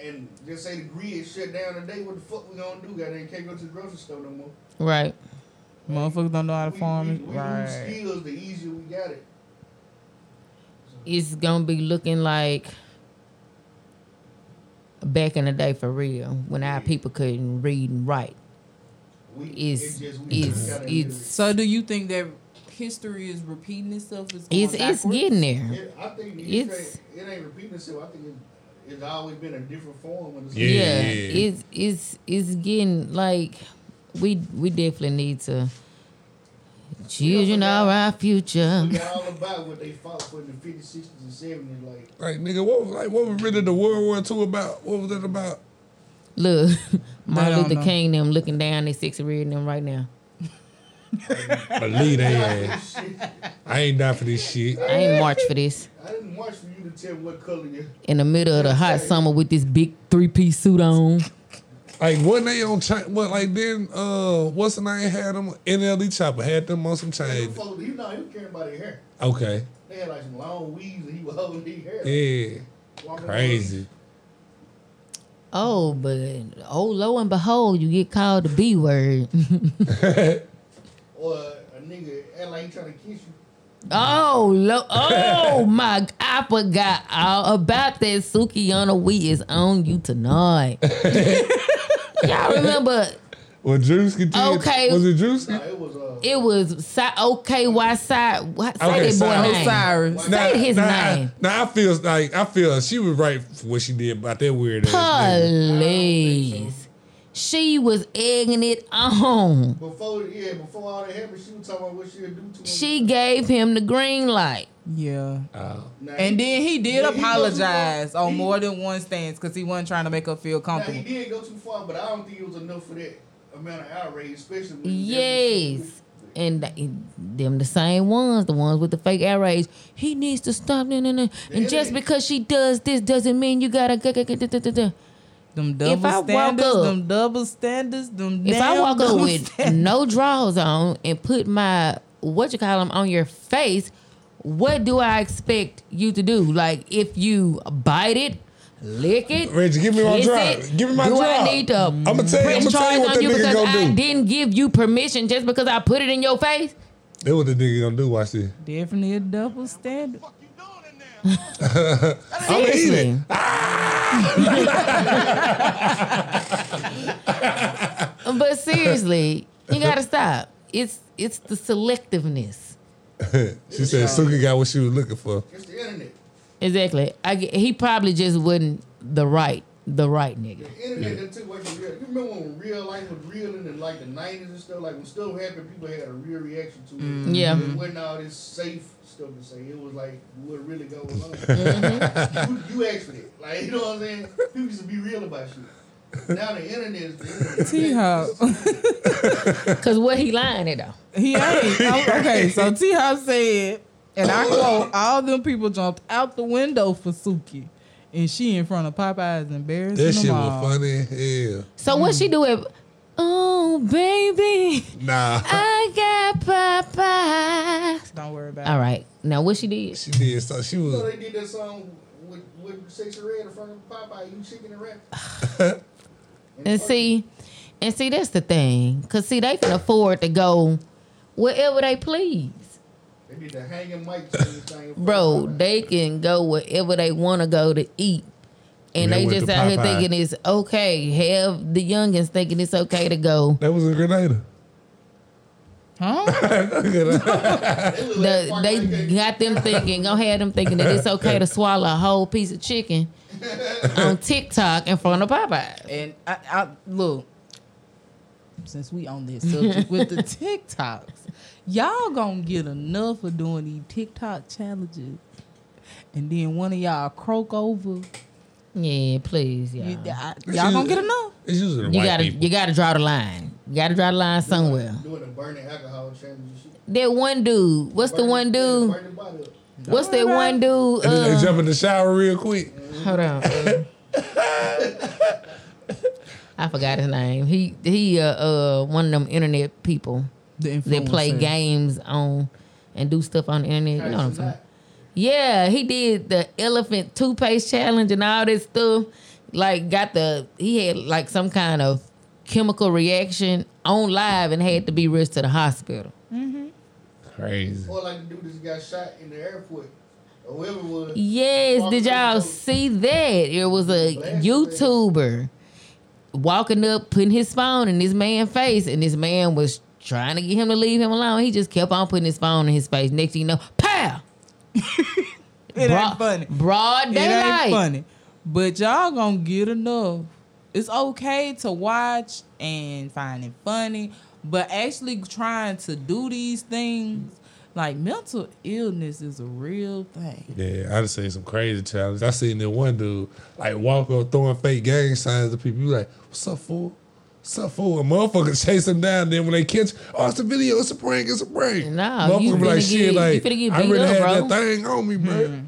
[SPEAKER 4] and just say the grid shut down today. What the fuck we gonna do? Goddamn, can't go to the grocery store no more.
[SPEAKER 5] Right. Motherfuckers don't know how to farm it.
[SPEAKER 2] Mm-hmm.
[SPEAKER 4] We lose
[SPEAKER 5] Right.
[SPEAKER 4] skills the easier we got it.
[SPEAKER 2] It's gonna be looking like back in the day for real when our people couldn't read and write. It's it's it's
[SPEAKER 5] So do you think that history is repeating itself?
[SPEAKER 2] It's- it's getting there.
[SPEAKER 4] It, I think
[SPEAKER 2] It's-
[SPEAKER 4] it's, it ain't repeating itself. I think it, it's always been a different form. Of the
[SPEAKER 2] yeah, it's it's it's getting like we we definitely need to children are our future.
[SPEAKER 4] Forget all about what they fought for in the 50s, 60s, and 70s. Like,
[SPEAKER 3] Like nigga, what was like what was really the World War II about? What was it about?
[SPEAKER 2] Look, [laughs]
[SPEAKER 3] They
[SPEAKER 2] Martin
[SPEAKER 3] don't
[SPEAKER 2] Luther
[SPEAKER 3] know.
[SPEAKER 2] King them looking down they six reading them right now.
[SPEAKER 5] [laughs]
[SPEAKER 3] Believe they
[SPEAKER 2] [laughs]
[SPEAKER 3] ass. I ain't down for this shit.
[SPEAKER 2] I ain't march for this.
[SPEAKER 4] I didn't watch for you to tell me what color you.
[SPEAKER 2] In the middle of the hot summer with this big three piece suit on.
[SPEAKER 3] Like wasn't they on cha- what like then uh what's the name had them NLD chopper had them on some chain.
[SPEAKER 4] Folks, you know, he was caring about their hair.
[SPEAKER 3] Okay.
[SPEAKER 4] They had like some long weaves, and he was holding their hair.
[SPEAKER 3] Yeah.
[SPEAKER 4] Walking around.
[SPEAKER 3] Crazy.
[SPEAKER 2] Oh, but oh lo and behold, you get called the B word. [laughs]
[SPEAKER 4] Or a nigga act like he trying to kiss you.
[SPEAKER 2] oh lo
[SPEAKER 3] [laughs]
[SPEAKER 2] oh my I forgot all about that. Sukiana We is on you
[SPEAKER 3] [laughs]
[SPEAKER 2] tonight. Y'all remember
[SPEAKER 3] Well Drewski did-
[SPEAKER 2] Okay.
[SPEAKER 3] was it Drewski?
[SPEAKER 4] uh,
[SPEAKER 2] it was Sy- okay why side what say that boy
[SPEAKER 3] Cyrus.
[SPEAKER 2] name. Say his
[SPEAKER 3] oh, nah,
[SPEAKER 2] name.
[SPEAKER 3] Now I feel like I feel she was right for what she did about that weird ass. nigga.
[SPEAKER 2] Please. She was egging it on.
[SPEAKER 4] Before, yeah, before all that happened, she was talking about what she'd do to him.
[SPEAKER 2] She gave him the green light.
[SPEAKER 5] Yeah.
[SPEAKER 4] Now,
[SPEAKER 5] And then he did
[SPEAKER 4] Yeah, he go
[SPEAKER 5] apologize
[SPEAKER 4] too far.
[SPEAKER 5] on
[SPEAKER 4] He-
[SPEAKER 5] more than one stance because he wasn't trying to make her feel
[SPEAKER 4] Now, he
[SPEAKER 5] comfortable.
[SPEAKER 4] did go too far, but I don't think it was enough for that amount of outrage, especially when
[SPEAKER 2] Yes. And th- them the same ones, the ones with the fake outrage. He needs to stop. Nah, nah, nah. And just because she does this doesn't mean you gotta. Go, go, go, da, da, da, da.
[SPEAKER 5] Them
[SPEAKER 2] If I
[SPEAKER 5] double
[SPEAKER 2] walk
[SPEAKER 5] standards,
[SPEAKER 2] up-
[SPEAKER 5] them double standards, them
[SPEAKER 2] If I
[SPEAKER 5] damn
[SPEAKER 2] walk up
[SPEAKER 5] double
[SPEAKER 2] with
[SPEAKER 5] standards.
[SPEAKER 2] no drawers on and put my what you call them on your face, what do I expect you to do? Like if you bite it, lick it,
[SPEAKER 3] Reggie, give me my
[SPEAKER 2] kiss
[SPEAKER 3] drop.
[SPEAKER 2] it,
[SPEAKER 3] Give me my
[SPEAKER 2] do
[SPEAKER 3] drop.
[SPEAKER 2] I need to
[SPEAKER 3] I'ma tell you-
[SPEAKER 2] press
[SPEAKER 3] I'ma tell you
[SPEAKER 2] charges
[SPEAKER 3] what
[SPEAKER 2] on
[SPEAKER 3] that
[SPEAKER 2] you
[SPEAKER 3] nigga
[SPEAKER 2] because
[SPEAKER 3] gonna
[SPEAKER 2] I
[SPEAKER 3] do.
[SPEAKER 2] didn't give you permission just because I put it in your face?
[SPEAKER 3] That what the nigga gonna do, watch this.
[SPEAKER 5] Definitely a double standard.
[SPEAKER 3] I'ma eat it.
[SPEAKER 2] But seriously, you gotta stop. It's it's the selectiveness.
[SPEAKER 3] she said Suki got what she was looking for.
[SPEAKER 2] Exactly. I get, he probably just wasn't the right the right nigga.
[SPEAKER 4] The internet that took away from real. You remember when real life was real in the, like the nineties and stuff. Like when stuff happened, people had a real reaction to it.
[SPEAKER 2] Mhm. Yeah.
[SPEAKER 4] it wasn't all this safe stuff to say. It was like what really going on. you, you asked for that, like you know what I'm saying. People used to be real about shit. Now the internet is the internet.
[SPEAKER 5] T Hop.
[SPEAKER 2] Cause what he lying at though.
[SPEAKER 5] [laughs]
[SPEAKER 3] [laughs]
[SPEAKER 5] He ain't. I'm- okay, so T Hop said, and I quote, all them people jumped out the window for Suki. And she in front of Popeyes embarrassing
[SPEAKER 3] That
[SPEAKER 5] them
[SPEAKER 3] shit
[SPEAKER 5] all.
[SPEAKER 3] was funny as hell.
[SPEAKER 2] So what she do if Oh baby, [laughs]
[SPEAKER 3] Nah.
[SPEAKER 2] I got Popeyes.
[SPEAKER 5] Don't worry about
[SPEAKER 2] All right. Now what she did?
[SPEAKER 3] She did so she
[SPEAKER 4] You know
[SPEAKER 3] was
[SPEAKER 4] they did that song with with Sexy Red in front of Popeye. You chicken and rap.
[SPEAKER 2] And see, and see that's the thing. Cause see they can afford to go wherever they please.
[SPEAKER 4] They did the hanging mic thing. thing.
[SPEAKER 2] Bro, they can go wherever they want to go to eat. And
[SPEAKER 3] Yeah,
[SPEAKER 2] they
[SPEAKER 3] with
[SPEAKER 2] just
[SPEAKER 3] the
[SPEAKER 2] out here
[SPEAKER 3] Popeye.
[SPEAKER 2] thinking it's okay. Have the youngins thinking it's okay to go.
[SPEAKER 3] that was in [laughs] Grenada.
[SPEAKER 5] Huh?
[SPEAKER 3] [laughs]
[SPEAKER 2] The, they got them thinking, go have them thinking that it's okay to swallow a whole piece of chicken on TikTok in front of Popeyes.
[SPEAKER 5] And I, I look, since we on this subject with the TikToks, y'all gonna get enough of doing these TikTok challenges. And then one of y'all croak over.
[SPEAKER 2] Yeah, please, y'all.
[SPEAKER 5] You, I- y'all gonna get enough.
[SPEAKER 3] It's usually the
[SPEAKER 2] You
[SPEAKER 3] white
[SPEAKER 2] gotta
[SPEAKER 3] people.
[SPEAKER 2] you gotta draw the line. You gotta draw the line somewhere.
[SPEAKER 4] Doing the burning alcohol challenge.
[SPEAKER 2] That one dude, what's the one dude?
[SPEAKER 4] Burn the body up.
[SPEAKER 2] What's that one dude?
[SPEAKER 3] And then they
[SPEAKER 2] Uh,
[SPEAKER 3] jump in the shower real quick.
[SPEAKER 2] Hold on. uh, I forgot his name. He he uh, uh one of them internet people.
[SPEAKER 5] The
[SPEAKER 2] that play
[SPEAKER 5] influencers.
[SPEAKER 2] games on and do stuff on the internet. You know what I'm
[SPEAKER 5] Tyson
[SPEAKER 2] saying? Yeah, he did the elephant toothpaste challenge and all that stuff. Like, got the he had like some kind of chemical reaction on live and had to be rushed to the hospital.
[SPEAKER 3] Crazy.
[SPEAKER 4] Or like the dude that got shot in the airport. Or whoever it was.
[SPEAKER 2] Yes,
[SPEAKER 4] Walking
[SPEAKER 2] did y'all
[SPEAKER 4] over.
[SPEAKER 2] see that? It was a YouTuber walking up, putting his phone in this man's face, and this man was trying to get him to leave him alone. He just kept on putting his phone in his face. Next thing you know, pow!
[SPEAKER 5] [laughs] It
[SPEAKER 2] Bro-
[SPEAKER 5] ain't funny.
[SPEAKER 2] Broad
[SPEAKER 5] It
[SPEAKER 2] daylight.
[SPEAKER 5] ain't funny. But y'all gonna get enough. It's okay to watch and find it funny, but actually trying to do these things, like mental illness is a real thing.
[SPEAKER 3] Yeah, I just seen some crazy challenges. I seen that one dude like walk up throwing fake gang signs to people. You like, what's up, fool? What's up, fool? And motherfuckers chase him down. Then when they catch, oh, it's a video, it's a prank, it's a prank.
[SPEAKER 2] Nah,
[SPEAKER 3] Motherfucker
[SPEAKER 2] you
[SPEAKER 3] be like,
[SPEAKER 2] finna
[SPEAKER 3] shit,
[SPEAKER 2] get- you
[SPEAKER 3] like,
[SPEAKER 2] finna get
[SPEAKER 3] I
[SPEAKER 2] beat
[SPEAKER 3] really
[SPEAKER 2] up,
[SPEAKER 3] had
[SPEAKER 2] bro." Mm-hmm.
[SPEAKER 3] that thing on me, bro.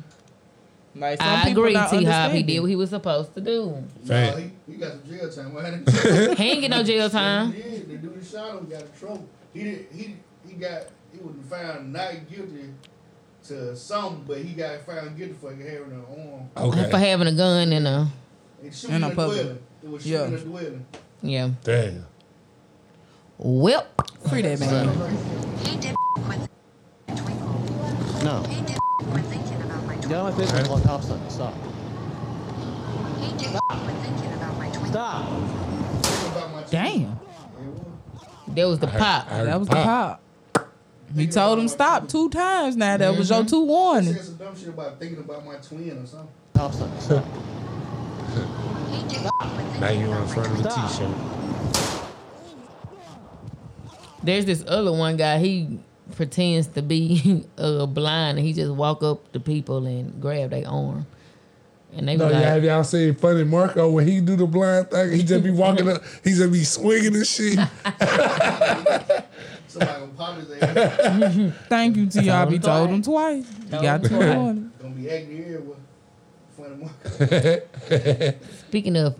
[SPEAKER 5] Like some
[SPEAKER 2] I
[SPEAKER 5] people
[SPEAKER 2] agree,
[SPEAKER 5] not
[SPEAKER 2] T Hop. He
[SPEAKER 5] understanding.
[SPEAKER 2] did what he was supposed to do.
[SPEAKER 4] No,
[SPEAKER 3] Fact.
[SPEAKER 4] he, he got some jail time. Why
[SPEAKER 5] [laughs]
[SPEAKER 4] didn't
[SPEAKER 2] He ain't get no
[SPEAKER 3] [laughs]
[SPEAKER 2] jail time.
[SPEAKER 4] He did. The dude that shot him got in trouble. He did. He he got. He was found not guilty to something, but he got found guilty for having an arm.
[SPEAKER 3] Okay.
[SPEAKER 2] For having a gun and a
[SPEAKER 4] And
[SPEAKER 5] In
[SPEAKER 4] shooting
[SPEAKER 5] a
[SPEAKER 4] a
[SPEAKER 5] public.
[SPEAKER 4] dwelling. It was shooting
[SPEAKER 5] Yeah.
[SPEAKER 4] a dwelling.
[SPEAKER 2] yeah.
[SPEAKER 3] Damn.
[SPEAKER 2] Well,
[SPEAKER 5] Free that man.
[SPEAKER 12] No. Get out of my face and call cops on me. Stop. Stop.
[SPEAKER 5] Damn,
[SPEAKER 2] that was the pop.
[SPEAKER 3] I heard
[SPEAKER 5] that was the pop. He told him stop two times. Now that was
[SPEAKER 2] Mm-hmm.
[SPEAKER 5] your two
[SPEAKER 4] He
[SPEAKER 5] warnings.
[SPEAKER 4] said some dumb shit about thinking about my twin or something.
[SPEAKER 12] Cops on me. Stop.
[SPEAKER 3] Now you on the front of the
[SPEAKER 12] Stop.
[SPEAKER 3] t-shirt.
[SPEAKER 2] There's this other one guy. He pretends to be [laughs] uh, blind and he just walk up to people and grab their arm. And they be
[SPEAKER 3] No, y'all,
[SPEAKER 2] like,
[SPEAKER 3] have y'all seen Funny Marco when he do the blind thing? He just be walking up, he just be swinging
[SPEAKER 2] [laughs]
[SPEAKER 3] and shit.
[SPEAKER 4] Somebody gonna pop his ass.
[SPEAKER 5] Thank you, T.
[SPEAKER 2] Told
[SPEAKER 5] Hop.
[SPEAKER 2] him
[SPEAKER 5] He told him twice. He
[SPEAKER 2] Told
[SPEAKER 5] got
[SPEAKER 2] him
[SPEAKER 5] two
[SPEAKER 2] twice.
[SPEAKER 5] warnings.
[SPEAKER 4] Gonna be acting everywhere. Funny one.
[SPEAKER 2] Speaking of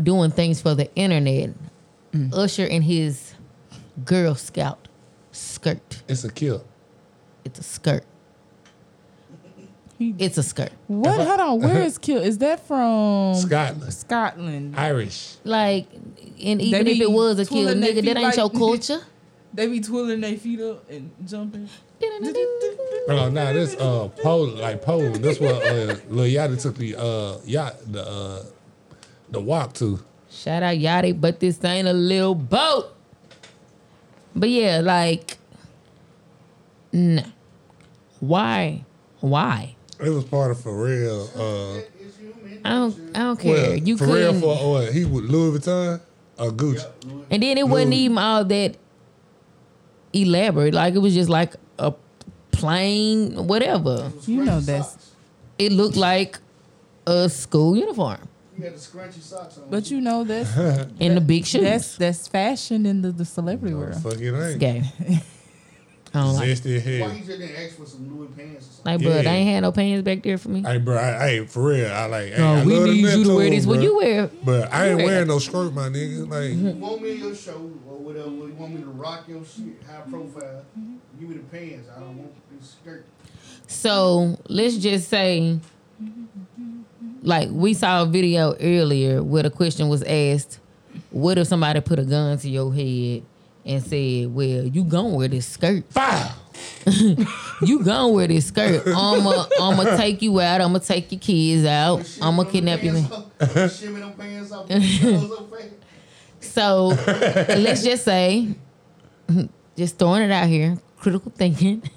[SPEAKER 2] doing things for the internet,
[SPEAKER 5] Mm.
[SPEAKER 2] Usher in his Girl Scout skirt.
[SPEAKER 3] It's a kill.
[SPEAKER 2] It's a skirt.
[SPEAKER 5] He-
[SPEAKER 2] It's a skirt.
[SPEAKER 5] What? Hold on. Where is Kill? Is that from
[SPEAKER 3] Scotland.
[SPEAKER 5] Scotland?
[SPEAKER 3] Irish.
[SPEAKER 2] Like, and even if
[SPEAKER 5] be
[SPEAKER 2] it was a kill,
[SPEAKER 5] twirling their
[SPEAKER 2] nigga, that
[SPEAKER 5] feet
[SPEAKER 2] ain't your
[SPEAKER 5] like- [laughs]
[SPEAKER 2] culture.
[SPEAKER 5] They be twirling their feet up and jumping.
[SPEAKER 3] Oh no, this uh Poland, like Poland. This what uh, Lil Yachty took the uh yacht the uh the walk to.
[SPEAKER 2] Shout out Yachty, but this ain't a little boat. But yeah, like, no. Why? Why?
[SPEAKER 3] It was part of for real. Uh,
[SPEAKER 4] It's human.
[SPEAKER 2] I don't. I don't care.
[SPEAKER 3] well,
[SPEAKER 2] you
[SPEAKER 3] for real
[SPEAKER 2] couldn't.
[SPEAKER 3] for uh, he was Louis Vuitton or Gucci.
[SPEAKER 2] and then it wasn't
[SPEAKER 3] Lou-
[SPEAKER 2] even all that elaborate. Like it was just like a plain whatever.
[SPEAKER 5] You know that's.
[SPEAKER 2] It looked like a school uniform
[SPEAKER 4] You got the scrunchy socks on.
[SPEAKER 5] But you
[SPEAKER 2] [laughs]
[SPEAKER 5] know that's
[SPEAKER 2] and the big shoes.
[SPEAKER 5] that's that's fashion in the, the celebrity world.
[SPEAKER 3] Fuck it ain't.
[SPEAKER 2] gay. I don't
[SPEAKER 3] [laughs]
[SPEAKER 2] like.
[SPEAKER 3] Zesty as
[SPEAKER 4] Why
[SPEAKER 3] hell.
[SPEAKER 4] you just didn't ask for some Louis pants or something?
[SPEAKER 2] Like, bro, they
[SPEAKER 3] Yeah.
[SPEAKER 2] ain't had no pants back there for me.
[SPEAKER 3] Hey, bro, I, hey, for real, I like. Hey,
[SPEAKER 2] No,
[SPEAKER 3] I
[SPEAKER 2] we
[SPEAKER 3] love the
[SPEAKER 2] need you to
[SPEAKER 3] mental,
[SPEAKER 2] wear this. What
[SPEAKER 3] bro.
[SPEAKER 2] you wear?
[SPEAKER 3] But I
[SPEAKER 2] wear
[SPEAKER 3] ain't
[SPEAKER 2] Mm-hmm.
[SPEAKER 3] wearing no skirt, my nigga. Like,
[SPEAKER 4] You want me in your show or whatever? You want me to rock your shit, high profile?
[SPEAKER 2] Mm-hmm.
[SPEAKER 4] Give me the pants. I don't want this skirt.
[SPEAKER 2] So let's just say, like we saw a video earlier where the question was asked, "What if somebody put a gun to your head and said, well, you gonna wear this skirt?
[SPEAKER 3] fire.
[SPEAKER 2] [laughs] You gonna wear this skirt? I'ma I'ma take you out. I'ma take your kids out. I'ma kidnap you."
[SPEAKER 4] you. Shimmy them pants off. put your toes up fast.
[SPEAKER 2] So let's just say, [laughs] just throwing it out here, critical thinking. [laughs]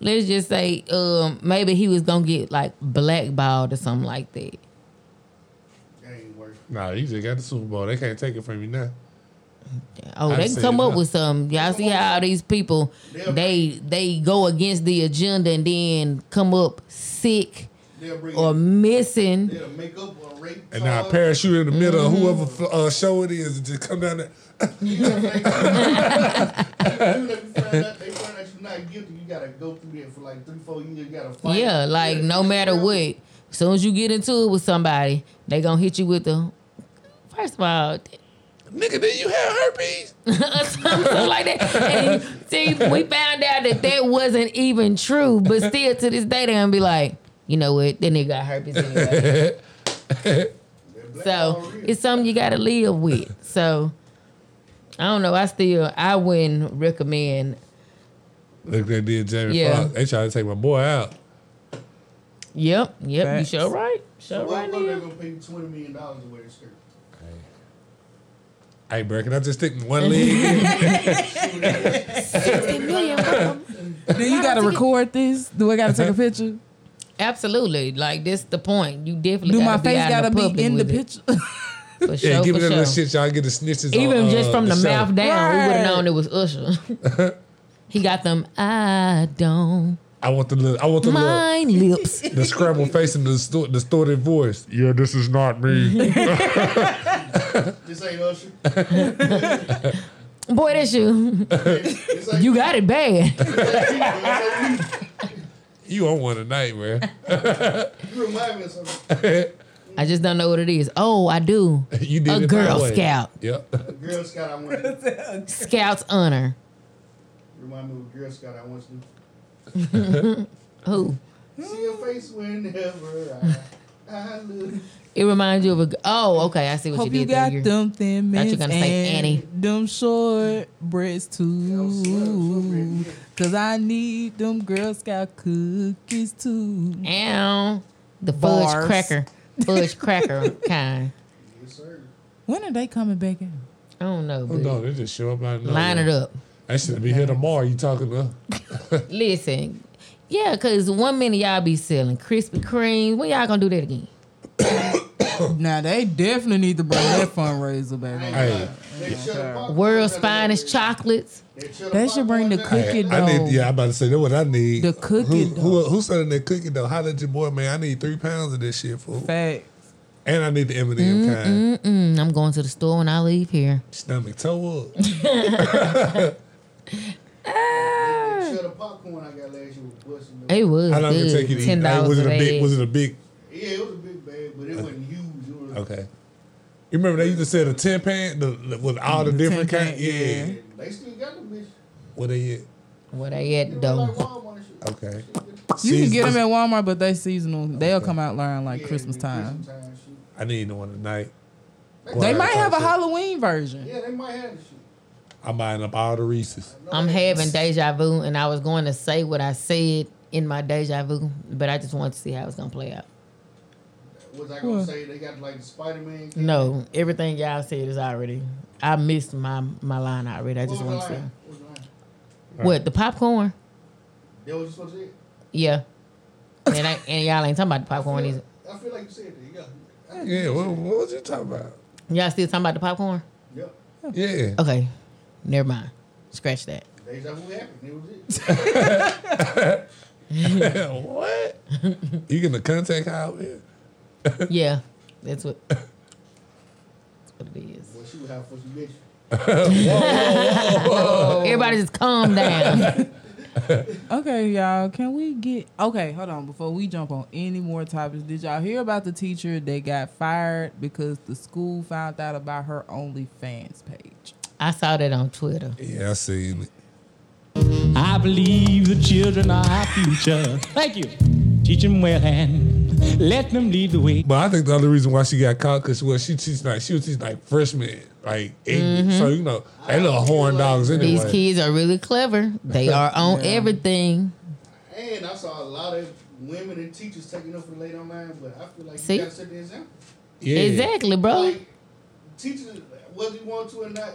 [SPEAKER 2] Let's just say um, maybe he was gonna get like blackballed or something like that.
[SPEAKER 4] That ain't working.
[SPEAKER 3] Nah, you just got the Super Bowl. They can't take it from you now.
[SPEAKER 2] Oh,
[SPEAKER 3] I
[SPEAKER 2] they can
[SPEAKER 3] see
[SPEAKER 2] come up
[SPEAKER 3] that.
[SPEAKER 2] with some. Y'all see how these people
[SPEAKER 4] They'll-
[SPEAKER 2] they they go against the agenda and then come up sick
[SPEAKER 4] They'll bring
[SPEAKER 2] or
[SPEAKER 4] it.
[SPEAKER 2] missing.
[SPEAKER 4] They'll make up or rape.
[SPEAKER 3] And now
[SPEAKER 4] card.
[SPEAKER 3] parachute in the middle of whoever fl- uh, show it is, and just come down there.
[SPEAKER 4] [laughs] You know what I'm saying? Even if you find out they find out you're not guilty, you gotta go through there for like three, four years. You gotta fight.
[SPEAKER 2] Yeah, like no matter what, as soon as you get into it with somebody, they gonna hit you with the. First of all,
[SPEAKER 3] Nigga, did you have herpes?
[SPEAKER 2] [laughs] something like that. And see, we found out that that wasn't even true, but still to this day they're gonna be like, you know what, that nigga got herpes anyway. so it's something you gotta live with. So I don't know. I still I wouldn't recommend.
[SPEAKER 3] Look, they did Jamie
[SPEAKER 2] Yeah.
[SPEAKER 3] Foxx. They tried to take my boy out.
[SPEAKER 2] Yep, yep.
[SPEAKER 3] Facts.
[SPEAKER 2] You sure right. Sure
[SPEAKER 4] So
[SPEAKER 2] right.
[SPEAKER 4] what
[SPEAKER 2] Nigga.
[SPEAKER 4] they're gonna pay you twenty million dollars to wear a skirt?
[SPEAKER 3] Hey, bro, can I just stick one leg?
[SPEAKER 2] Mm-hmm.
[SPEAKER 3] in?
[SPEAKER 5] Then you gotta record this. Do I gotta take a picture?
[SPEAKER 2] Absolutely. Like that's the point. You definitely
[SPEAKER 5] Do
[SPEAKER 2] gotta
[SPEAKER 5] my
[SPEAKER 2] be
[SPEAKER 5] face
[SPEAKER 2] out
[SPEAKER 5] gotta
[SPEAKER 2] in the
[SPEAKER 5] be
[SPEAKER 2] public
[SPEAKER 5] in the
[SPEAKER 2] with it.
[SPEAKER 5] picture?
[SPEAKER 2] For sure.
[SPEAKER 3] yeah, give
[SPEAKER 2] for
[SPEAKER 3] it that little
[SPEAKER 2] sure.
[SPEAKER 3] shit. Y'all get the snitches. on,
[SPEAKER 2] Even just
[SPEAKER 3] uh,
[SPEAKER 2] from the,
[SPEAKER 3] show.
[SPEAKER 2] mouth down, we would have
[SPEAKER 5] Right.
[SPEAKER 2] known it was Usher. he got them. I don't
[SPEAKER 3] I want the little. I want the little.
[SPEAKER 2] mind lips.
[SPEAKER 3] The
[SPEAKER 2] [laughs]
[SPEAKER 3] scramble face and the distor- distorted voice. Yeah, this is not me.
[SPEAKER 4] [laughs] This ain't Usher.
[SPEAKER 2] Boy, that's you. you got it bad.
[SPEAKER 3] [laughs] you on one tonight, man. [laughs]
[SPEAKER 4] You remind me of something.
[SPEAKER 2] I just don't know what it is. Oh, I do.
[SPEAKER 3] You did it
[SPEAKER 2] a
[SPEAKER 3] my
[SPEAKER 2] Girl
[SPEAKER 3] way.
[SPEAKER 2] Scout.
[SPEAKER 3] Yep. [laughs]
[SPEAKER 4] A Girl Scout I want to do.
[SPEAKER 2] Scout's honor.
[SPEAKER 4] Remind me of a Girl Scout I want to do.
[SPEAKER 2] Who?
[SPEAKER 4] See
[SPEAKER 5] Mm.
[SPEAKER 4] your face whenever I, I look.
[SPEAKER 2] It reminds you of a. g- Oh, okay. I see what
[SPEAKER 5] Hope
[SPEAKER 2] you
[SPEAKER 5] you
[SPEAKER 2] did there.
[SPEAKER 5] got
[SPEAKER 2] You're-
[SPEAKER 5] them thin
[SPEAKER 2] Thought you
[SPEAKER 5] mints
[SPEAKER 2] were gonna say
[SPEAKER 5] and
[SPEAKER 2] Annie.
[SPEAKER 5] them short breasts too. Cause I need them Girl Scout cookies too.
[SPEAKER 2] Ow. The fudge
[SPEAKER 5] Bars.
[SPEAKER 2] cracker. Fudge cracker kind.
[SPEAKER 4] Yes, sir.
[SPEAKER 5] When are they coming back in?
[SPEAKER 2] I don't know.
[SPEAKER 3] Oh,
[SPEAKER 2] But
[SPEAKER 3] no, they just show up out of nowhere.
[SPEAKER 2] line it up.
[SPEAKER 3] I should be here tomorrow. You talking to?
[SPEAKER 2] Listen, yeah, cause one minute y'all be selling Krispy Kreme. When y'all gonna do that again?
[SPEAKER 5] Now they definitely need to bring that fundraiser back on.
[SPEAKER 3] Hey,
[SPEAKER 4] They shut the popcorn
[SPEAKER 2] World's
[SPEAKER 4] out there.
[SPEAKER 2] finest chocolates.
[SPEAKER 4] They shut
[SPEAKER 5] They should bring the
[SPEAKER 4] popcorn out
[SPEAKER 5] cookie
[SPEAKER 3] I
[SPEAKER 5] dough.
[SPEAKER 3] need. Yeah, I'm about to say that. What I need.
[SPEAKER 5] The cookie
[SPEAKER 3] Who, who, who's selling that cookie though? How did your boy man? I need three pounds of this shit fool.
[SPEAKER 5] Fact.
[SPEAKER 3] and I need the M and M
[SPEAKER 5] Mm-hmm.
[SPEAKER 3] kind.
[SPEAKER 2] Mm-mm, I'm going to the store when I leave here.
[SPEAKER 3] Stomach toe up.
[SPEAKER 4] there. They shut the popcorn I got last year was busting. though.
[SPEAKER 2] It was
[SPEAKER 3] How long did it
[SPEAKER 2] good.
[SPEAKER 3] take you to eat?
[SPEAKER 2] Ten
[SPEAKER 3] Like,
[SPEAKER 2] dollars
[SPEAKER 3] was
[SPEAKER 2] a
[SPEAKER 3] it a big?
[SPEAKER 2] bag.
[SPEAKER 3] Was it a big?
[SPEAKER 4] Yeah, it was a big bag, but it wasn't huge. It was
[SPEAKER 3] Okay. You remember they used to sell the ten pan the, the- with all the different
[SPEAKER 5] Mm-hmm. Ten
[SPEAKER 3] kind.
[SPEAKER 5] pan,
[SPEAKER 3] Yeah.
[SPEAKER 5] yeah.
[SPEAKER 4] They still got the bitch.
[SPEAKER 3] What they get?
[SPEAKER 2] What I at
[SPEAKER 4] They like
[SPEAKER 2] though?
[SPEAKER 4] Walmart and shit.
[SPEAKER 3] Okay.
[SPEAKER 5] You can get
[SPEAKER 3] Seasonals.
[SPEAKER 5] them at Walmart, but they seasonal. They'll come out around like
[SPEAKER 4] Yeah,
[SPEAKER 5] Christmas
[SPEAKER 4] it be
[SPEAKER 5] time.
[SPEAKER 4] Christmas time shit.
[SPEAKER 3] I need the one tonight.
[SPEAKER 5] They
[SPEAKER 3] Well,
[SPEAKER 5] might have a
[SPEAKER 3] I-
[SPEAKER 5] Halloween version.
[SPEAKER 4] Yeah, they might have the shit.
[SPEAKER 3] I'm buying up all the Reese's.
[SPEAKER 2] I'm having deja vu, and I was going to say what I said in my deja vu, but I just wanted to see how it's gonna play out.
[SPEAKER 4] Was I gonna say they got like the Spider Man?
[SPEAKER 2] No, everything y'all said is already. I missed my my line already. I just want to see what the popcorn.
[SPEAKER 4] That was supposed to say.
[SPEAKER 2] Yeah, and, I, and y'all ain't talking about the popcorn either.
[SPEAKER 4] I feel like you said that. Yeah.
[SPEAKER 3] Yeah. What, what was you talking about?
[SPEAKER 2] Y'all still talking about the popcorn?
[SPEAKER 4] Yep.
[SPEAKER 3] Yeah.
[SPEAKER 2] Okay, never mind. Scratch that.
[SPEAKER 4] Deja vu happened. It was
[SPEAKER 3] [laughs]
[SPEAKER 4] it.
[SPEAKER 3] what? you getting the contact out here?
[SPEAKER 2] Yeah, that's what. That's what it is.
[SPEAKER 4] Well, she was how fucking bitch.
[SPEAKER 2] Everybody just calm down.
[SPEAKER 5] Okay, y'all. Can we get okay? Hold on. Before we jump on any more topics, did y'all hear about the teacher that got fired because the school found out about her OnlyFans page?
[SPEAKER 2] I saw that on Twitter.
[SPEAKER 3] Yeah, I seen it.
[SPEAKER 9] I believe the children are our future. Thank you. Teach them well and let them lead the way.
[SPEAKER 3] But I think the other reason why she got caught because well, she teach like she was teaching like freshmen like English,
[SPEAKER 5] Mm-hmm.
[SPEAKER 3] so you know they little horn dogs anyway.
[SPEAKER 2] These kids are really clever. They are on everything.
[SPEAKER 4] And I saw a lot of women and teachers taking up for the late online, but I feel like
[SPEAKER 2] See?
[SPEAKER 4] you gotta set the example.
[SPEAKER 3] yeah.
[SPEAKER 2] Exactly, bro.
[SPEAKER 4] Like, teachers, whether you want to or not,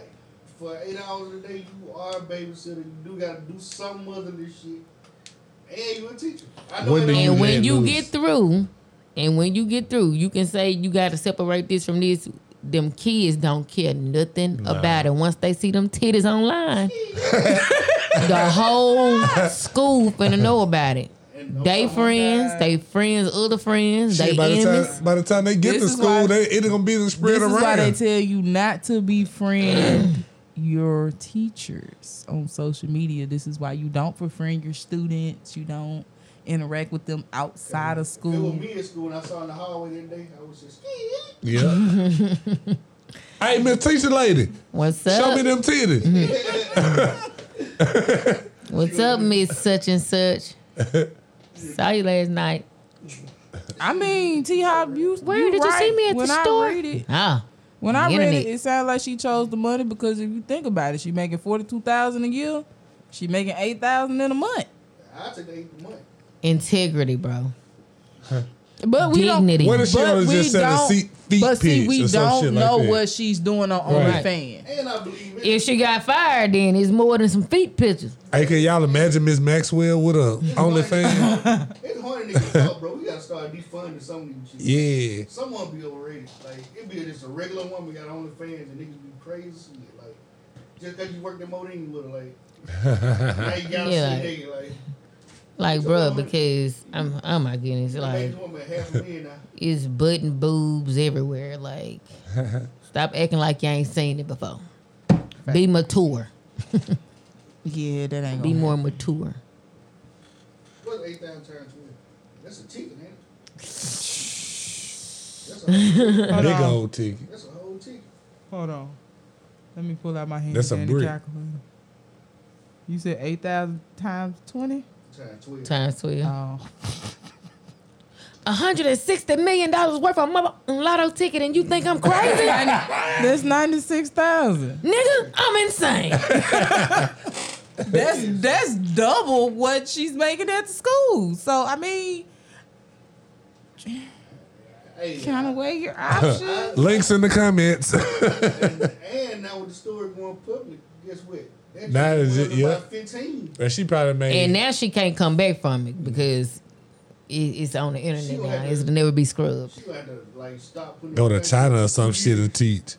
[SPEAKER 4] for eight hours a day, you are a babysitter. You do gotta do some motherly shit. And you a teacher. I know
[SPEAKER 3] When do
[SPEAKER 4] it don't-
[SPEAKER 3] you
[SPEAKER 2] And when
[SPEAKER 3] let
[SPEAKER 2] you
[SPEAKER 3] loose.
[SPEAKER 2] get through, and when you get through, you can say you got to separate this from this. Them kids don't care nothing about it. Once they see them titties online, [laughs] the whole school finna know about it. They friends, they friends, other friends,
[SPEAKER 3] Shit,
[SPEAKER 2] they
[SPEAKER 3] by the
[SPEAKER 2] enemies.
[SPEAKER 3] time by the time they get
[SPEAKER 5] This
[SPEAKER 3] to
[SPEAKER 5] is
[SPEAKER 3] school,
[SPEAKER 5] why-
[SPEAKER 3] they it gonna be the spread
[SPEAKER 5] this is why they
[SPEAKER 3] around.
[SPEAKER 5] tell you not to befriend your teachers on social media. This is why you don't befriend your students. You don't interact with them outside
[SPEAKER 4] If it
[SPEAKER 5] of
[SPEAKER 4] was
[SPEAKER 5] school. [laughs]
[SPEAKER 4] me in school and I saw her in the hallway that day, I was just,
[SPEAKER 3] yeah, Hey, Miss Teacher Lady.
[SPEAKER 2] What's up?
[SPEAKER 3] Show me them titties.
[SPEAKER 5] Mm-hmm.
[SPEAKER 2] What's up, Miss Such and
[SPEAKER 3] [laughs]
[SPEAKER 2] Such? Saw you last night.
[SPEAKER 5] I mean, T Hop, you
[SPEAKER 2] Where
[SPEAKER 5] you
[SPEAKER 2] did you see
[SPEAKER 5] right.
[SPEAKER 2] me at the
[SPEAKER 5] when I
[SPEAKER 2] store?
[SPEAKER 5] read it-
[SPEAKER 2] Ah,
[SPEAKER 5] when I
[SPEAKER 2] the
[SPEAKER 5] read
[SPEAKER 2] internet.
[SPEAKER 5] it, it sounded like she chose the money because if you think about it, she making forty two thousand a year. She making eight thousand in a month.
[SPEAKER 4] I took eight months.
[SPEAKER 2] integrity, bro.
[SPEAKER 5] But we
[SPEAKER 2] Dignity.
[SPEAKER 5] don't.
[SPEAKER 2] What if she
[SPEAKER 5] but
[SPEAKER 2] only
[SPEAKER 5] we
[SPEAKER 2] just said a
[SPEAKER 5] don't-
[SPEAKER 2] seat- feet
[SPEAKER 5] But see,
[SPEAKER 2] pics
[SPEAKER 5] we
[SPEAKER 2] or some
[SPEAKER 5] don't
[SPEAKER 2] shit like
[SPEAKER 5] know
[SPEAKER 2] that?
[SPEAKER 5] what she's doing on
[SPEAKER 3] Right.
[SPEAKER 5] OnlyFans.
[SPEAKER 2] If she got fired, then it's more than some feet pictures.
[SPEAKER 3] Hey, can y'all imagine Miss Maxwell with a
[SPEAKER 5] [laughs]
[SPEAKER 3] OnlyFans?
[SPEAKER 4] It's hard to get out, bro. We gotta start defunding some of
[SPEAKER 3] [laughs]
[SPEAKER 4] these shit.
[SPEAKER 3] Yeah.
[SPEAKER 4] Someone be overrated. Like it be just a regular woman got OnlyFans and niggas be crazy. as shit. Like just cause you work the more than you would
[SPEAKER 3] [laughs]
[SPEAKER 4] like. now you gotta
[SPEAKER 2] Yeah,
[SPEAKER 4] see nigga like
[SPEAKER 2] Like, bro, because I'm, oh my goodness, like
[SPEAKER 4] this woman half a million now.
[SPEAKER 2] it's butt and boobs everywhere. Like, stop acting like you ain't seen it before. Be mature.
[SPEAKER 5] yeah, that ain't.
[SPEAKER 2] Be
[SPEAKER 5] gonna
[SPEAKER 2] more mature.
[SPEAKER 4] What's eight thousand times twenty? That's a ticket, man. That's
[SPEAKER 5] Hold
[SPEAKER 4] a
[SPEAKER 5] on.
[SPEAKER 3] Big old ticket.
[SPEAKER 4] That's a whole ticket.
[SPEAKER 5] Hold on. Let me pull out my hand.
[SPEAKER 3] That's a brick.
[SPEAKER 5] Calculator. You said 8,000 times 20?
[SPEAKER 4] Times twelve.
[SPEAKER 2] Times twelve.
[SPEAKER 5] Oh.
[SPEAKER 2] hundred and sixty million dollars worth of mother lotto ticket, and you think I'm crazy?
[SPEAKER 5] [laughs] That's 96,000.
[SPEAKER 2] Nigga, I'm insane.
[SPEAKER 5] That's that's double what she's making at the school. So, I mean, kind of
[SPEAKER 2] [laughs]
[SPEAKER 5] weigh your options.
[SPEAKER 3] Links in the
[SPEAKER 5] [laughs]
[SPEAKER 3] comments.
[SPEAKER 4] And now with the story going public, guess what? That
[SPEAKER 3] Now
[SPEAKER 4] shit
[SPEAKER 3] is
[SPEAKER 4] was
[SPEAKER 3] it- yeah.
[SPEAKER 4] about fifteen.
[SPEAKER 3] and she probably made.
[SPEAKER 2] and now she can't come back from it because it, it's on the internet
[SPEAKER 4] gonna
[SPEAKER 2] now.
[SPEAKER 4] have
[SPEAKER 2] It's
[SPEAKER 4] to-
[SPEAKER 2] never be scrubbed.
[SPEAKER 4] You had to like stop putting
[SPEAKER 3] Go to China or some shit and teach.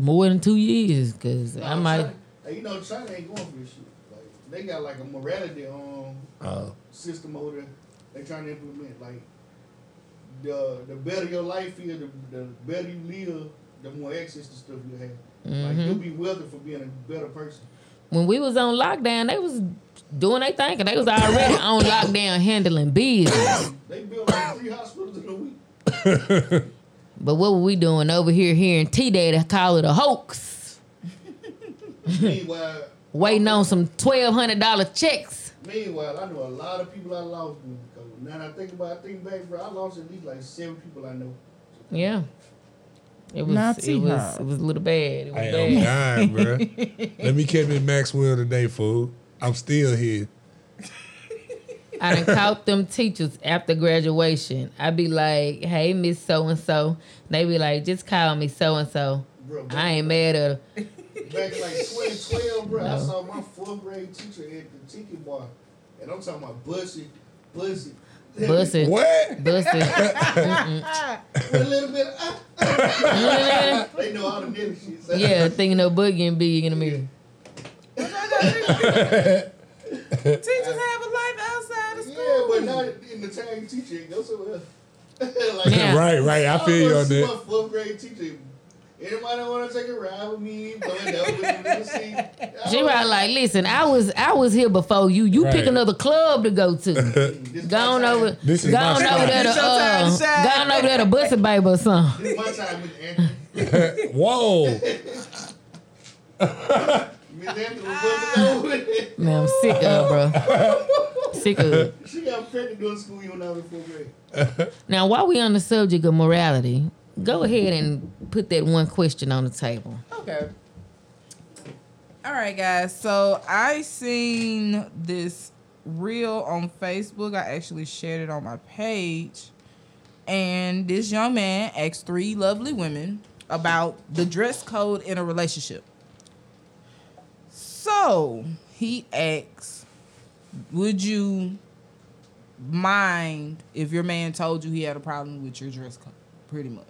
[SPEAKER 2] More than two years, because I might.
[SPEAKER 4] China- Hey, you know China ain't going for this shit. Like they got like a morality um
[SPEAKER 3] Oh.
[SPEAKER 4] system over there. They trying to implement like the the better your life is, the, the better you live, the more access to stuff you have. Like
[SPEAKER 2] Mhm.
[SPEAKER 4] you'll be wealthy for being a better person.
[SPEAKER 2] When we was on lockdown, they was doing their thing, and they was already on lockdown handling business.
[SPEAKER 4] They built like three hospitals in a week.
[SPEAKER 2] [laughs] But what were we doing over here hearing T Daddy call it a hoax?
[SPEAKER 4] meanwhile,
[SPEAKER 2] Waiting on some twelve hundred dollar checks.
[SPEAKER 4] meanwhile, I know a lot of people I lost. dude, 'cause Now that I think about, I think back, bro. I lost at least like seven people I know.
[SPEAKER 2] Yeah. It was
[SPEAKER 5] Not
[SPEAKER 2] it was
[SPEAKER 5] T-Hop.
[SPEAKER 2] it was a little bad. It was
[SPEAKER 3] Hey,
[SPEAKER 2] bad.
[SPEAKER 3] I'm dying, bro.
[SPEAKER 2] [laughs]
[SPEAKER 3] Let me catch me Maxwell today, fool. I'm still here.
[SPEAKER 2] I done caught them teachers after graduation. I be like, hey, Miss So and so. They be like, just call me so and so. I ain't mad at her.
[SPEAKER 4] Back in like 2012, bro, I saw my fourth grade teacher at the Tiki Bar, and I'm talking about bussy, bussy,
[SPEAKER 2] Bust it.
[SPEAKER 3] What?
[SPEAKER 2] Bust it.
[SPEAKER 4] a little bit. ah, ah. they know all the nigga shit. So.
[SPEAKER 2] Yeah, thinking of boogie and big in the mirror.
[SPEAKER 5] Teachers have a life outside of
[SPEAKER 4] Yeah,
[SPEAKER 5] school.
[SPEAKER 4] but not in the time you teach it. Go somewhere else. [laughs] like,
[SPEAKER 2] Yeah.
[SPEAKER 3] [laughs]
[SPEAKER 2] Oh,
[SPEAKER 3] Right, right. I feel you on
[SPEAKER 4] see
[SPEAKER 3] that.
[SPEAKER 4] My fourth grade teacher. Anybody want to take a ride with me? Going down with me to see.
[SPEAKER 2] She probably like, listen, I was I was here before you. You pick
[SPEAKER 3] Right.
[SPEAKER 2] another club to go to.
[SPEAKER 4] This
[SPEAKER 2] Gone
[SPEAKER 4] my time.
[SPEAKER 2] over,
[SPEAKER 3] This is my
[SPEAKER 2] gone
[SPEAKER 3] spot.
[SPEAKER 2] over there to
[SPEAKER 5] It's your time to shine.
[SPEAKER 2] uh, gone over there to Bussy Baby or something.
[SPEAKER 4] This my time, Miss Anthony.
[SPEAKER 3] Whoa.
[SPEAKER 4] Miss Anthony was over there.
[SPEAKER 2] Man, I'm sick of it, bro. Sick of it.
[SPEAKER 4] She got pregnant during school year when I was in fourth grade.
[SPEAKER 2] Now, while we on the subject of morality, go ahead and put that one question on the table.
[SPEAKER 5] Okay. All right, guys. So I seen this reel on Facebook. I actually shared it on my page. And this young man asked three lovely women about the dress code in a relationship. So he asks, Would you mind if your man told you he had a problem with your dress code? Pretty much.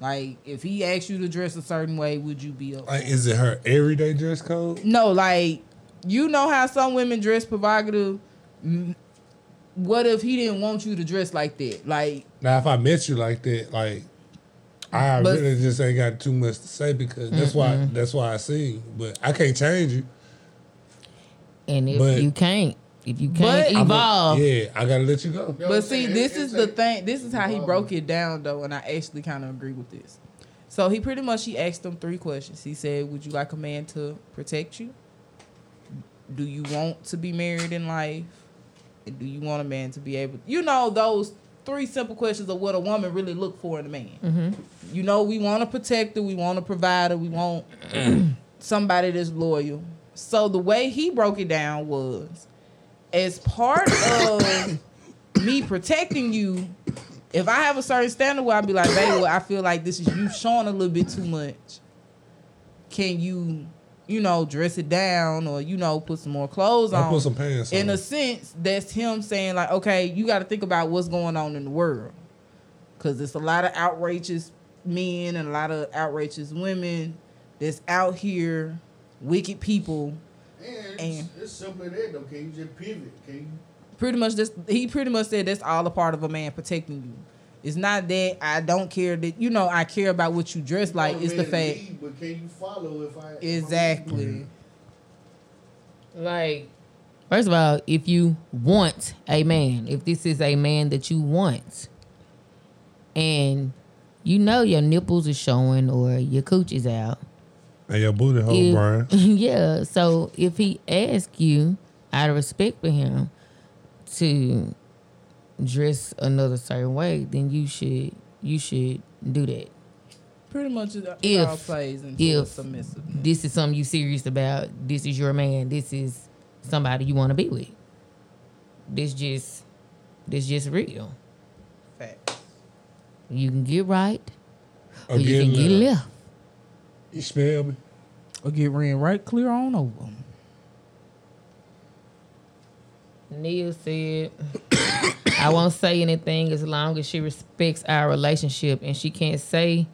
[SPEAKER 5] Like, if he asked you to dress a certain way, would you be okay?
[SPEAKER 3] Like, is it her everyday dress code?
[SPEAKER 5] No, like you know how some women dress provocative. Mm, What if he didn't want you to dress like that? Like
[SPEAKER 3] Now, if I met you like that, like, I
[SPEAKER 5] But-
[SPEAKER 3] really just ain't got too much to say because that's why that's why I see. you. But I can't change you.
[SPEAKER 2] And if
[SPEAKER 3] But-
[SPEAKER 2] you can't, if you
[SPEAKER 5] But-
[SPEAKER 2] can't
[SPEAKER 5] I'm a-
[SPEAKER 2] evolve,
[SPEAKER 3] Yeah, I gotta let you go.
[SPEAKER 4] You know what
[SPEAKER 5] But
[SPEAKER 4] I'm
[SPEAKER 5] see,
[SPEAKER 4] saying?
[SPEAKER 5] this
[SPEAKER 4] It-
[SPEAKER 5] is
[SPEAKER 4] it's
[SPEAKER 5] the
[SPEAKER 4] a-
[SPEAKER 5] thing. This is how he broke it down, though, and I actually kind of agree with this. So he pretty much he asked them three questions. He said, "Would you like a man to protect you? Do you want to be married in life? And do you want a man to be able? You know those three simple questions of what a woman really look for in a man.
[SPEAKER 13] Mm-hmm.
[SPEAKER 5] You know we want a protector, we want a provider, we want somebody that's loyal. So the way he broke it down was as part of me protecting you, if I have a certain standard where I'd be like, baby, well, I feel like this is you showing a little bit too much. Can you, you know, dress it down or, you know, put some more clothes
[SPEAKER 3] I'll
[SPEAKER 5] on?
[SPEAKER 3] put some pants
[SPEAKER 5] In
[SPEAKER 3] on.
[SPEAKER 5] a sense, that's him saying, like, okay, you got to think about what's going on in the world. Because it's a lot of outrageous men and a lot of outrageous women that's out here, wicked people.
[SPEAKER 4] And,
[SPEAKER 5] And-
[SPEAKER 4] it's, it's simply that though. Can you just pivot? Can you?
[SPEAKER 5] pretty much this he pretty much said that's all a part of a man protecting you it's not that i don't care that you know i care about what you dress like
[SPEAKER 4] I'm
[SPEAKER 5] it's the
[SPEAKER 4] ready to
[SPEAKER 5] fact
[SPEAKER 4] leave, But can you follow if I?
[SPEAKER 5] exactly
[SPEAKER 13] Like,
[SPEAKER 2] First of all, if you want a man, if this is a man that you want, and you know your nipples are showing or your cooch is out,
[SPEAKER 3] And your booty hole,
[SPEAKER 2] if-
[SPEAKER 3] Oh, Brian.
[SPEAKER 2] [laughs] yeah. So if he asks you out of respect for him to dress another certain way, then you should you should do that.
[SPEAKER 5] pretty much it, it
[SPEAKER 2] If
[SPEAKER 5] all plays into a
[SPEAKER 2] if
[SPEAKER 5] submissive
[SPEAKER 2] this is something you serious about, this is your man, this is somebody you want to be with. This just this just real.
[SPEAKER 5] fact
[SPEAKER 2] You can get right, or,
[SPEAKER 3] Or
[SPEAKER 2] you
[SPEAKER 3] get
[SPEAKER 2] can get
[SPEAKER 3] left.
[SPEAKER 2] left.
[SPEAKER 3] You smell me?
[SPEAKER 5] or get ran right clear on over
[SPEAKER 2] Neil said, [coughs] I won't say anything as long as she respects our relationship and she can't say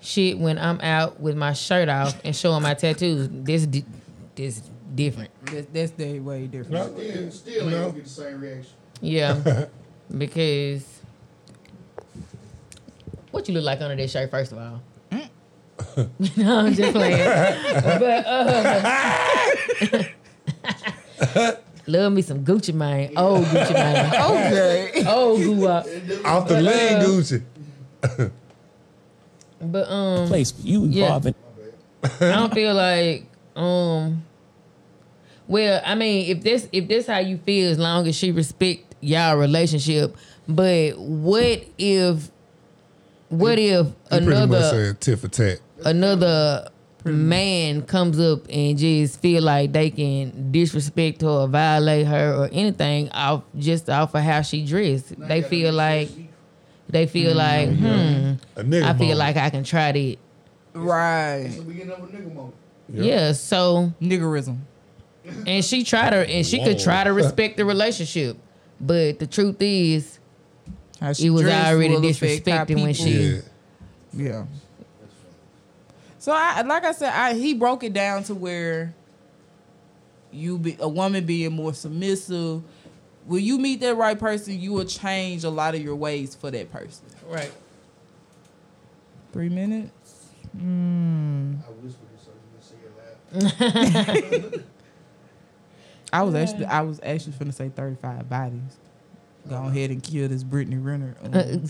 [SPEAKER 2] shit when I'm out with my shirt off and showing my tattoos. This di- this different.
[SPEAKER 5] that's, that's the way different
[SPEAKER 4] Still, still ain't gonna get the same reaction.
[SPEAKER 3] [laughs]
[SPEAKER 2] Yeah. because what you look like under that shirt, first of all. Mm. [laughs] no, I'm just playing. but uh, [laughs] love me some Gucci Mane. Oh, Gucci Mane.
[SPEAKER 5] [laughs] Okay.
[SPEAKER 2] Oh, Gucci.
[SPEAKER 3] Off the
[SPEAKER 2] But,
[SPEAKER 3] leg,
[SPEAKER 2] uh,
[SPEAKER 3] Gucci.
[SPEAKER 2] But um,
[SPEAKER 11] Place, but you
[SPEAKER 2] yeah.
[SPEAKER 11] involving.
[SPEAKER 2] I don't feel like um. Well, I mean, if this if this how you feel, as long as she respect y'all relationship, but what if, what if
[SPEAKER 3] He pretty much
[SPEAKER 2] another
[SPEAKER 3] said tit for tat.
[SPEAKER 2] another man comes up and just feel like they can disrespect her or violate her or anything off just off of how she dressed. They feel like they feel like hmm.
[SPEAKER 3] A nigga
[SPEAKER 2] I feel
[SPEAKER 3] moment.
[SPEAKER 2] like I can try that.
[SPEAKER 5] right
[SPEAKER 4] It's the beginning of a nigga moment.
[SPEAKER 2] Yeah, so
[SPEAKER 5] niggerism.
[SPEAKER 2] And she tried to and she could
[SPEAKER 5] Whoa.
[SPEAKER 2] try to respect the relationship. But the truth is
[SPEAKER 5] How she
[SPEAKER 2] it was
[SPEAKER 5] dressed
[SPEAKER 2] already
[SPEAKER 5] will affect how
[SPEAKER 2] disrespected when
[SPEAKER 5] people-
[SPEAKER 2] she
[SPEAKER 5] Yeah. So I like I said, I he broke it down to where you be a woman being more submissive. When you meet that right person, you will change a lot of your ways for that person.
[SPEAKER 2] Right.
[SPEAKER 5] Three minutes.
[SPEAKER 4] I whispered it so you can say it loud.
[SPEAKER 5] I was actually I was actually finna say thirty five bodies. Go ahead and kill this Brittany Renner.
[SPEAKER 2] Uh,
[SPEAKER 5] Um,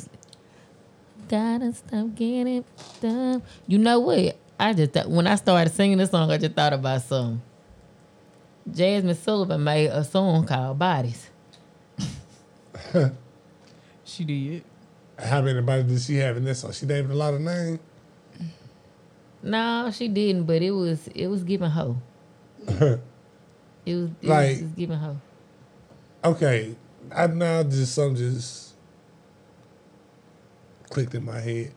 [SPEAKER 2] Gotta stop getting dumb. You know what? I just thought, when I started singing this song, I just thought about some. Jasmine Sullivan made a song called Bodies.
[SPEAKER 5] she did.
[SPEAKER 3] How many bodies did she have in this song? She named a lot of names.
[SPEAKER 2] No, she didn't, but it was it was giving
[SPEAKER 3] [laughs]
[SPEAKER 2] hoe. It was, it
[SPEAKER 3] Like-
[SPEAKER 2] was just giving hoe.
[SPEAKER 3] okay, I now just something just clicked in my head.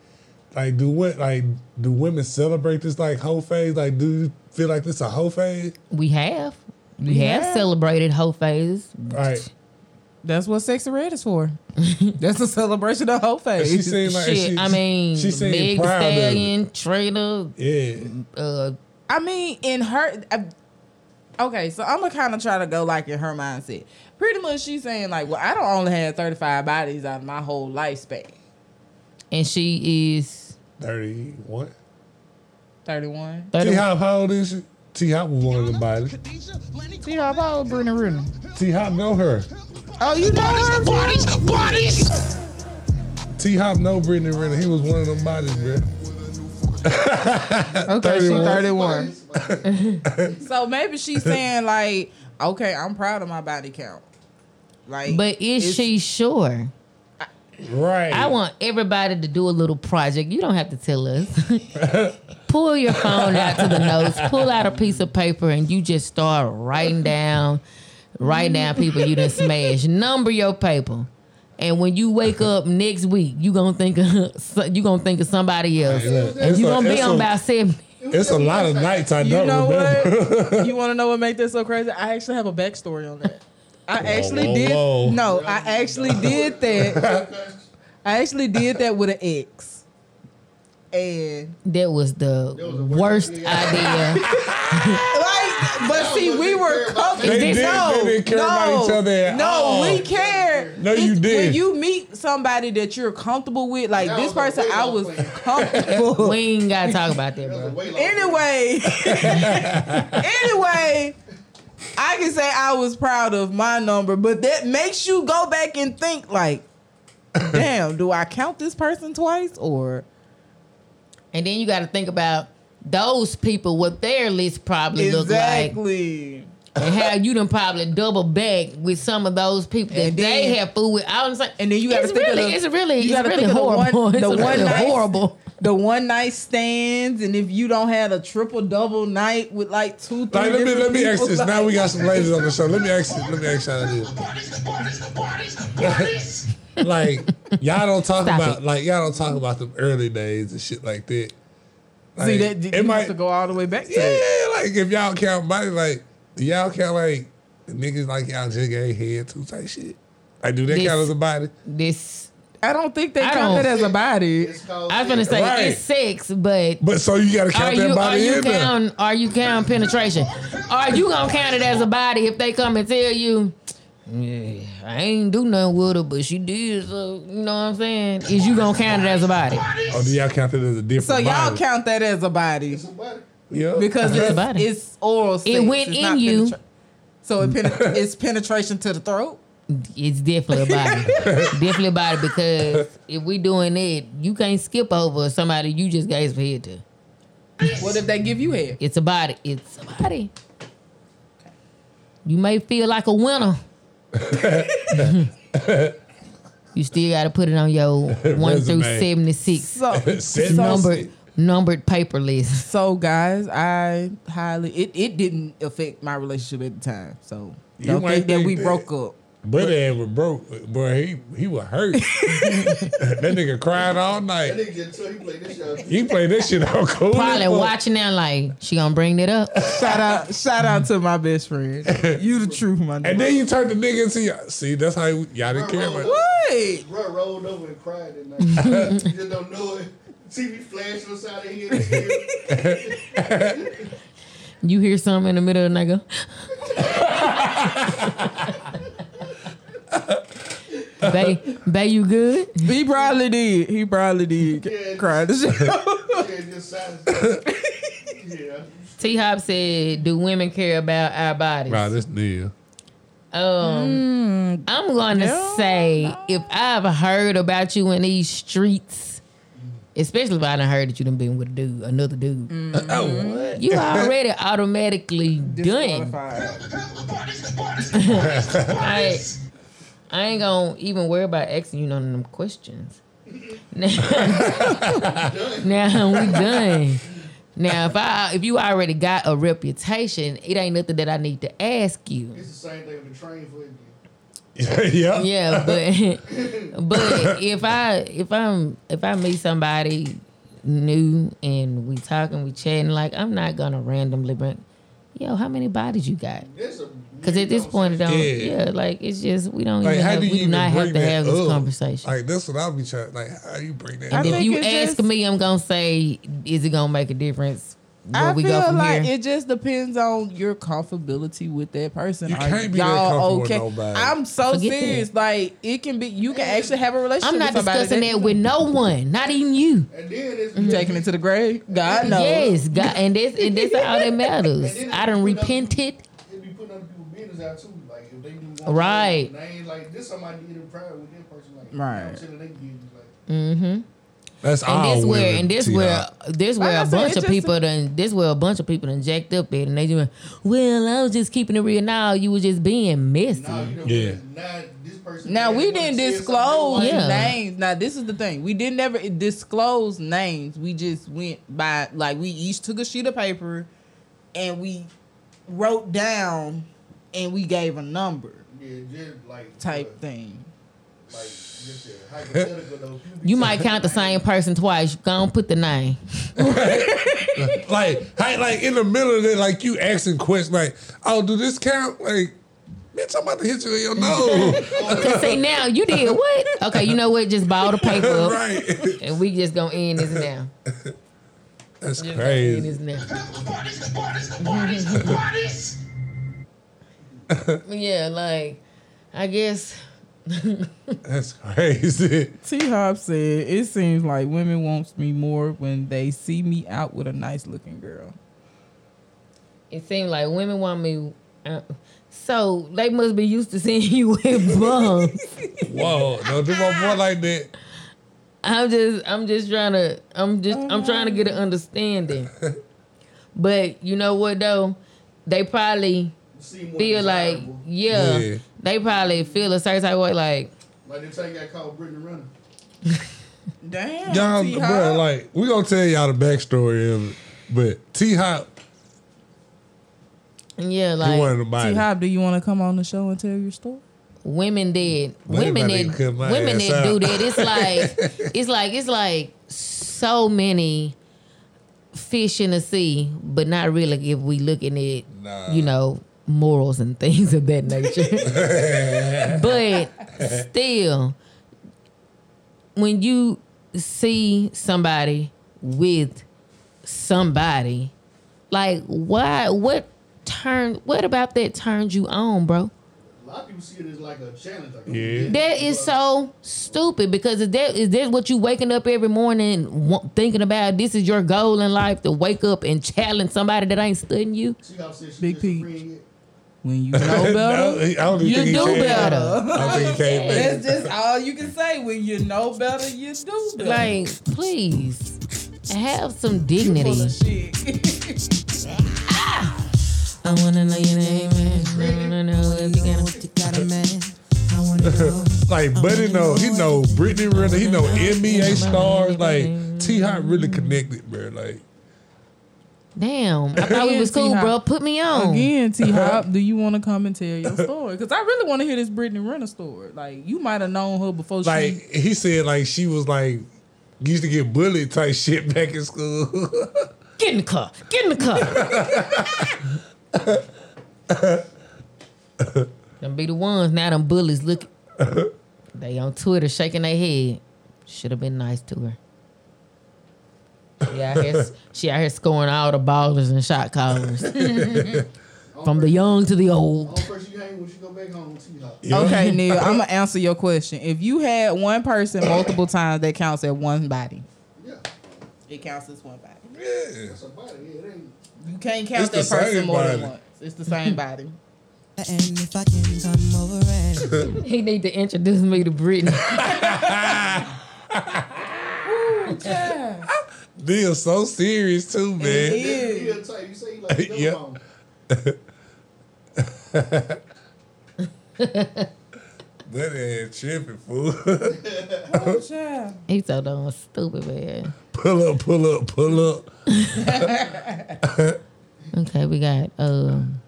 [SPEAKER 3] Like do what? Like do women celebrate this like whole phase? Like do you feel like this a whole phase?
[SPEAKER 2] We have. We have
[SPEAKER 5] Yeah.
[SPEAKER 2] celebrated hoe phases.
[SPEAKER 3] Right.
[SPEAKER 5] That's what Sex and Red
[SPEAKER 2] [laughs]
[SPEAKER 5] is for. That's a celebration of whole face.
[SPEAKER 3] she seemed like
[SPEAKER 2] Shit,
[SPEAKER 3] she-
[SPEAKER 2] I mean,
[SPEAKER 3] she seemed
[SPEAKER 2] Meg Thee
[SPEAKER 3] proud of it.
[SPEAKER 2] Stallion, Trina,
[SPEAKER 3] Yeah.
[SPEAKER 2] uh,
[SPEAKER 5] I mean, in her. I, okay, so I'm gonna kind of try to go like in her mindset. Pretty much, she's saying like, "Well, I don't only have 35 bodies out of my whole lifespan.
[SPEAKER 2] and she is
[SPEAKER 3] Thirty one.
[SPEAKER 5] 31."
[SPEAKER 3] T
[SPEAKER 2] 31.
[SPEAKER 3] Hop, how old is she? T Hop was one of them bodies.
[SPEAKER 5] See how about Brittany Renner?
[SPEAKER 3] T Hop know her.
[SPEAKER 5] Oh, you know her.
[SPEAKER 9] Bodies, bodies.
[SPEAKER 3] T Hop know Brittany Renner. He was one of them bodies, bro.
[SPEAKER 5] okay, she 31. so maybe
[SPEAKER 3] [laughs]
[SPEAKER 5] she's saying like, okay, I'm proud of my body count. Like,
[SPEAKER 2] But is
[SPEAKER 5] it's-
[SPEAKER 2] she sure?
[SPEAKER 3] Right.
[SPEAKER 2] I want everybody to do a little project. You don't have to tell us. [laughs] pull your phone out to the notes, pull out a piece of paper, and you just start writing down, writing down people you done smashed. Number your paper. And when you wake up next week, you gonna think of [laughs] so- you gonna think of somebody else,
[SPEAKER 3] Hey, look,
[SPEAKER 2] and
[SPEAKER 3] it's
[SPEAKER 2] you
[SPEAKER 3] a-
[SPEAKER 2] gonna be
[SPEAKER 3] it's
[SPEAKER 2] on
[SPEAKER 3] a-
[SPEAKER 2] about seven.
[SPEAKER 3] It's a lot of nights I
[SPEAKER 5] You
[SPEAKER 3] don't
[SPEAKER 5] know
[SPEAKER 3] remember. [laughs]
[SPEAKER 5] what? you want to know what made this so crazy? I actually have a backstory on that. I actually
[SPEAKER 3] whoa,
[SPEAKER 5] did.
[SPEAKER 3] whoa.
[SPEAKER 5] No, I actually did that.
[SPEAKER 3] [laughs]
[SPEAKER 5] I actually did that with an ex, and
[SPEAKER 2] That was the worst idea.
[SPEAKER 3] [laughs]
[SPEAKER 5] like, but see, we were coupled.
[SPEAKER 3] They did-
[SPEAKER 5] no,
[SPEAKER 3] they didn't care
[SPEAKER 5] no,
[SPEAKER 3] about each other at
[SPEAKER 5] no,
[SPEAKER 3] all.
[SPEAKER 5] we care.
[SPEAKER 3] No, you
[SPEAKER 5] When
[SPEAKER 3] did.
[SPEAKER 5] you meet somebody that you're comfortable with, like this person, I was
[SPEAKER 2] [laughs]
[SPEAKER 5] comfortable.
[SPEAKER 2] we ain't gotta talk about that, bro.
[SPEAKER 3] [laughs]
[SPEAKER 5] anyway, anyway, I can say I was proud of my number, but that makes you go back and think like, damn, do I count this person twice or?
[SPEAKER 2] And then you got to think about those people what their list probably look like.
[SPEAKER 5] Exactly.
[SPEAKER 2] and how you done probably double back with some of those people that
[SPEAKER 5] And
[SPEAKER 2] they
[SPEAKER 5] then-
[SPEAKER 2] have food with. I was like,
[SPEAKER 5] And then you got to
[SPEAKER 2] It's
[SPEAKER 5] think
[SPEAKER 2] really-
[SPEAKER 5] of the,
[SPEAKER 2] it's really-
[SPEAKER 5] you
[SPEAKER 2] it's
[SPEAKER 5] gotta
[SPEAKER 2] really
[SPEAKER 5] think of
[SPEAKER 2] horrible.
[SPEAKER 5] The
[SPEAKER 2] It's
[SPEAKER 5] one, the
[SPEAKER 2] really
[SPEAKER 5] one night,
[SPEAKER 2] horrible.
[SPEAKER 5] The one night stands, and if you don't have a triple double night with like two, three
[SPEAKER 3] Like, let me
[SPEAKER 5] different
[SPEAKER 3] let me
[SPEAKER 5] people,
[SPEAKER 3] ask this.
[SPEAKER 5] like-
[SPEAKER 3] Now we got some ladies on the show. Let me ask you- let me ask y'all this. [laughs] like y'all don't talk
[SPEAKER 5] Stop
[SPEAKER 3] about
[SPEAKER 5] it.
[SPEAKER 3] like y'all don't talk about them early days and shit like that.
[SPEAKER 5] See
[SPEAKER 3] Like,
[SPEAKER 5] that
[SPEAKER 3] it
[SPEAKER 5] you
[SPEAKER 3] might
[SPEAKER 5] have to go all the way back to
[SPEAKER 3] yeah,
[SPEAKER 5] that.
[SPEAKER 3] like if y'all count body like do y'all count like niggas like y'all just gave head to type shit. Like do that
[SPEAKER 2] This-
[SPEAKER 3] count as a body?
[SPEAKER 2] this.
[SPEAKER 5] I don't think they
[SPEAKER 2] I
[SPEAKER 5] count
[SPEAKER 2] don't-
[SPEAKER 5] that as a body.
[SPEAKER 2] I
[SPEAKER 4] [laughs]
[SPEAKER 2] was gonna say
[SPEAKER 3] Right.
[SPEAKER 2] it's sex, but
[SPEAKER 3] But so you gotta
[SPEAKER 2] are
[SPEAKER 3] count that
[SPEAKER 2] you are
[SPEAKER 3] body
[SPEAKER 2] you
[SPEAKER 3] in there.
[SPEAKER 2] count are you count penetration? Are you gonna count it as a body if they come and tell you? Yeah, I ain't do nothing with her, but she did. So you know what I'm saying? Is you gonna count it as a body?
[SPEAKER 3] Or Oh, do y'all count it as a different
[SPEAKER 5] So y'all
[SPEAKER 3] body?
[SPEAKER 5] count that as a body
[SPEAKER 3] yeah.
[SPEAKER 5] because
[SPEAKER 2] It's a
[SPEAKER 5] it's,
[SPEAKER 2] body.
[SPEAKER 5] it's oral. Sex.
[SPEAKER 2] It went
[SPEAKER 5] It's
[SPEAKER 2] in
[SPEAKER 5] not
[SPEAKER 2] you.
[SPEAKER 5] penetra- so
[SPEAKER 3] [laughs]
[SPEAKER 5] it penet- it's penetration to the throat.
[SPEAKER 2] It's definitely a
[SPEAKER 5] [laughs]
[SPEAKER 2] body, definitely a body because if we doing it, you can't skip over somebody you just gave some head to.
[SPEAKER 5] What if they give you hair?
[SPEAKER 3] [laughs]
[SPEAKER 2] It's a body. It's a body. You may feel like a
[SPEAKER 5] [laughs]
[SPEAKER 2] winner. you still got to put it on
[SPEAKER 5] [laughs]
[SPEAKER 2] your one through
[SPEAKER 5] Resume.
[SPEAKER 2] seventy six
[SPEAKER 5] So,
[SPEAKER 2] numbered numbered paper list.
[SPEAKER 5] So guys, I highly it, it didn't affect my relationship at the time. So
[SPEAKER 3] You
[SPEAKER 5] don't
[SPEAKER 3] might
[SPEAKER 5] think that
[SPEAKER 3] think
[SPEAKER 5] we
[SPEAKER 3] that-
[SPEAKER 5] broke up.
[SPEAKER 3] But ass was broke, boy. He he was hurt. [laughs] that nigga cried all
[SPEAKER 4] That
[SPEAKER 3] night.
[SPEAKER 4] nigga just told you play this shit.
[SPEAKER 5] [laughs]
[SPEAKER 3] He played this shit out cool. as
[SPEAKER 2] Probably
[SPEAKER 3] fuck.
[SPEAKER 2] watching that like she gonna bring that up.
[SPEAKER 5] Shout out shout out to my
[SPEAKER 3] [laughs]
[SPEAKER 5] best friend. You the truth, my
[SPEAKER 3] And
[SPEAKER 5] nigga.
[SPEAKER 3] then you turned the nigga into y'all. See, that's how you, y'all didn't care about.
[SPEAKER 5] What?
[SPEAKER 4] Bruh rolled over and cried at
[SPEAKER 5] [laughs]
[SPEAKER 4] night. you just don't know it. TV flashing inside of here.
[SPEAKER 2] You hear something in the middle of the night go. Bay, Bay, you good?
[SPEAKER 5] He probably did. He probably did cry the shit.
[SPEAKER 4] Yeah, just
[SPEAKER 5] [laughs]
[SPEAKER 4] silence. yeah.
[SPEAKER 2] T Hop said, "Do women care about our bodies?"
[SPEAKER 3] Bro, this nigga.
[SPEAKER 2] Um, I'm gonna say if I've heard about you in these streets, especially if I done heard that you done been with a dude, another dude,
[SPEAKER 3] Oh,
[SPEAKER 2] Mm-hmm.
[SPEAKER 3] what?
[SPEAKER 2] you already automatically
[SPEAKER 5] [laughs]
[SPEAKER 2] done. I, I ain't gonna even worry about asking you none of them questions. Now, now we done. Now if I if you already got a reputation, it ain't nothing that I need to ask you.
[SPEAKER 4] It's the same thing with the train for you.
[SPEAKER 3] [laughs] yeah.
[SPEAKER 2] Yeah, but [laughs] but if I if I'm if I meet somebody new and we talking, we chatting, like I'm not gonna randomly bring, yo, how many bodies you got?
[SPEAKER 4] That's a
[SPEAKER 2] Because at this point, it don't. Yeah.
[SPEAKER 3] Yeah.
[SPEAKER 2] like it's just we don't.
[SPEAKER 3] Like,
[SPEAKER 2] even
[SPEAKER 3] how
[SPEAKER 2] have,
[SPEAKER 3] do you
[SPEAKER 2] we do
[SPEAKER 3] even
[SPEAKER 2] not have
[SPEAKER 3] bring
[SPEAKER 2] to
[SPEAKER 3] that
[SPEAKER 2] have this
[SPEAKER 3] up?
[SPEAKER 2] conversation.
[SPEAKER 3] Like that's what I'll be trying. Like how you bring that?
[SPEAKER 5] I
[SPEAKER 2] and
[SPEAKER 3] up?
[SPEAKER 2] if
[SPEAKER 5] think
[SPEAKER 2] you
[SPEAKER 5] it's
[SPEAKER 2] ask
[SPEAKER 5] just-
[SPEAKER 2] me, I'm gonna say, is it gonna make a difference where
[SPEAKER 5] I
[SPEAKER 2] we
[SPEAKER 5] feel
[SPEAKER 2] go from
[SPEAKER 5] like
[SPEAKER 2] here?
[SPEAKER 5] it just depends on your comfortability with that person.
[SPEAKER 3] You
[SPEAKER 5] Are
[SPEAKER 3] can't be that comfortable
[SPEAKER 5] y'all
[SPEAKER 3] with
[SPEAKER 5] okay?
[SPEAKER 3] nobody.
[SPEAKER 5] I'm so
[SPEAKER 2] Forget that.
[SPEAKER 5] serious. Like it can be. You can actually have a relationship.
[SPEAKER 2] I'm not
[SPEAKER 5] with somebody
[SPEAKER 2] discussing
[SPEAKER 5] that,
[SPEAKER 2] that with no one, not even you.
[SPEAKER 4] And then it's
[SPEAKER 5] You taking it to the grave. God knows.
[SPEAKER 2] Yes, God, and this and this all
[SPEAKER 5] [laughs]
[SPEAKER 2] that matters. I done repented.
[SPEAKER 4] It be putting other people's business out too. Like if they do one
[SPEAKER 2] Right.
[SPEAKER 4] thing, they ain't like this somebody did it proud with that person. Like
[SPEAKER 5] Right.
[SPEAKER 4] You know what I'm saying? They did it, like
[SPEAKER 2] Mm-hmm.
[SPEAKER 3] That's
[SPEAKER 2] and
[SPEAKER 3] all
[SPEAKER 2] this where
[SPEAKER 3] women,
[SPEAKER 2] and this
[SPEAKER 3] T-Dot.
[SPEAKER 2] where this
[SPEAKER 5] Like
[SPEAKER 2] where
[SPEAKER 5] I
[SPEAKER 2] a
[SPEAKER 5] said,
[SPEAKER 2] bunch
[SPEAKER 5] it's
[SPEAKER 2] of
[SPEAKER 5] just-
[SPEAKER 2] people done this where a bunch of people done jacked up at and they just went, Well, I was just keeping it real. Now you was just being messy.
[SPEAKER 4] oh,
[SPEAKER 3] Yeah.
[SPEAKER 5] Now we didn't disclose
[SPEAKER 2] Yeah.
[SPEAKER 5] names. Now this is the thing: we didn't ever disclose names. We just went by like we each took a sheet of paper, and we wrote down, and we gave a number
[SPEAKER 4] Yeah, just like
[SPEAKER 5] type thing.
[SPEAKER 4] like just a hypothetical though.
[SPEAKER 2] You might count the same person twice. Go on, put the name.
[SPEAKER 3] like, hey, like in the middle of it, like you asking questions, like, "Oh, do this count?" Like, bitch, I'm about to hit
[SPEAKER 2] [laughs]
[SPEAKER 3] you in your nose.
[SPEAKER 2] Cause see now you did what? Okay, you know what? Just ball the paper up,
[SPEAKER 3] [laughs] Right.
[SPEAKER 2] and we just gonna end this now.
[SPEAKER 3] That's
[SPEAKER 2] Just gonna end
[SPEAKER 3] crazy.
[SPEAKER 2] this now. [laughs] yeah, like I guess.
[SPEAKER 3] That's crazy.
[SPEAKER 5] T Hop said, "It seems like women wants me more when they see me out with a nice looking girl."
[SPEAKER 2] It seems like women want me. Uh, so they must be used to seeing you [laughs] with bums.
[SPEAKER 3] [laughs] Whoa, don't do my boy like that. [laughs]
[SPEAKER 2] I'm just, I'm just trying to, I'm just, I'm trying to get an understanding. But you know what though, they probably
[SPEAKER 4] Seem more
[SPEAKER 2] feel like,
[SPEAKER 4] desirable.
[SPEAKER 2] yeah,
[SPEAKER 3] Yeah.
[SPEAKER 2] they probably feel a certain type of way, like.
[SPEAKER 4] Like they time you got called Brittany Runner.
[SPEAKER 5] Damn,
[SPEAKER 3] Y'all,
[SPEAKER 5] T
[SPEAKER 3] bro,
[SPEAKER 5] Hop.
[SPEAKER 3] like we gonna tell y'all the backstory of it, but T Hop,
[SPEAKER 2] Yeah,
[SPEAKER 3] he
[SPEAKER 2] like
[SPEAKER 3] wanted to
[SPEAKER 5] T
[SPEAKER 3] buy it.
[SPEAKER 5] Hop, do you want to come on the show and tell your story?
[SPEAKER 2] women did, women
[SPEAKER 3] about to
[SPEAKER 2] did,
[SPEAKER 3] cut my
[SPEAKER 2] women
[SPEAKER 3] ass
[SPEAKER 2] did do
[SPEAKER 3] out.
[SPEAKER 2] that. It's
[SPEAKER 3] [laughs]
[SPEAKER 2] like, it's like, it's like so many fish in the sea, but not really if we looking at,
[SPEAKER 3] Nah.
[SPEAKER 2] you know, morals and things of that
[SPEAKER 3] [laughs]
[SPEAKER 2] nature. but still, when you see somebody with somebody, like why, what turned, what about that turned you on, bro?
[SPEAKER 4] A lot of people see it as like a challenge. Like,
[SPEAKER 3] Yeah.
[SPEAKER 2] That is so stupid because is that is that what you waking up every morning wa- thinking about? This is your goal in life to wake up and challenge somebody that ain't studying you.
[SPEAKER 4] She got said she
[SPEAKER 5] Big
[SPEAKER 4] just a
[SPEAKER 5] Pete.
[SPEAKER 4] friend yet.
[SPEAKER 3] [laughs]
[SPEAKER 5] When you know better,
[SPEAKER 3] No, he- I don't even
[SPEAKER 2] You
[SPEAKER 3] think he
[SPEAKER 2] do
[SPEAKER 3] came back.
[SPEAKER 2] better.
[SPEAKER 3] I don't think he came back.
[SPEAKER 5] That's just all you can say. When you know better, you do better.
[SPEAKER 2] Like, please have some
[SPEAKER 5] full
[SPEAKER 2] dignity.
[SPEAKER 5] of shit. [laughs]
[SPEAKER 2] I wanna know your name. I wanna know if you got a-
[SPEAKER 3] Like Buddy know, he know Brittany Renner, he know NBA stars. Like T Hot really connected, bro. Like
[SPEAKER 2] Damn, I thought we was cool, bro. Put me on.
[SPEAKER 5] Again, T [laughs] Hop, do you want to come and tell your story? Because I really want to hear this Brittany Renner story. Like you might have known her before she.
[SPEAKER 3] like he said, like she was like used to get bullied type shit back in school. [laughs]
[SPEAKER 2] Get in the car. Get in the car. them be the ones now. Them bullies look. They on Twitter shaking their head. Should have been nice to her. Yeah, she out here scoring all the ballers and shot [laughs] callers from the young to the old.
[SPEAKER 4] Only person you hang with, she go back home T Hop.
[SPEAKER 3] Yeah.
[SPEAKER 5] Okay, Neil, [laughs] I'm gonna answer your question. If you had one person multiple times, that counts as one body.
[SPEAKER 4] Yeah,
[SPEAKER 5] It counts as one body.
[SPEAKER 3] Yeah.
[SPEAKER 4] that's a body. Yeah, it ain't.
[SPEAKER 5] You can't count
[SPEAKER 3] It's the
[SPEAKER 5] that person
[SPEAKER 3] same
[SPEAKER 5] more than
[SPEAKER 3] body.
[SPEAKER 5] once. It's the same [laughs] body.
[SPEAKER 6] And if I can come over
[SPEAKER 2] [laughs]
[SPEAKER 6] and
[SPEAKER 2] He need to introduce me to [laughs] Brittany.
[SPEAKER 3] They are so serious too, man.
[SPEAKER 5] Ew.
[SPEAKER 4] Yeah, type. You say you um, like them
[SPEAKER 3] [laughs] Yeah.
[SPEAKER 4] on.
[SPEAKER 3] That ass tripping fool. [laughs]
[SPEAKER 5] Oh, child.
[SPEAKER 2] He so dumb, stupid man.
[SPEAKER 3] pull up, pull up, pull up.
[SPEAKER 2] Okay, we got um,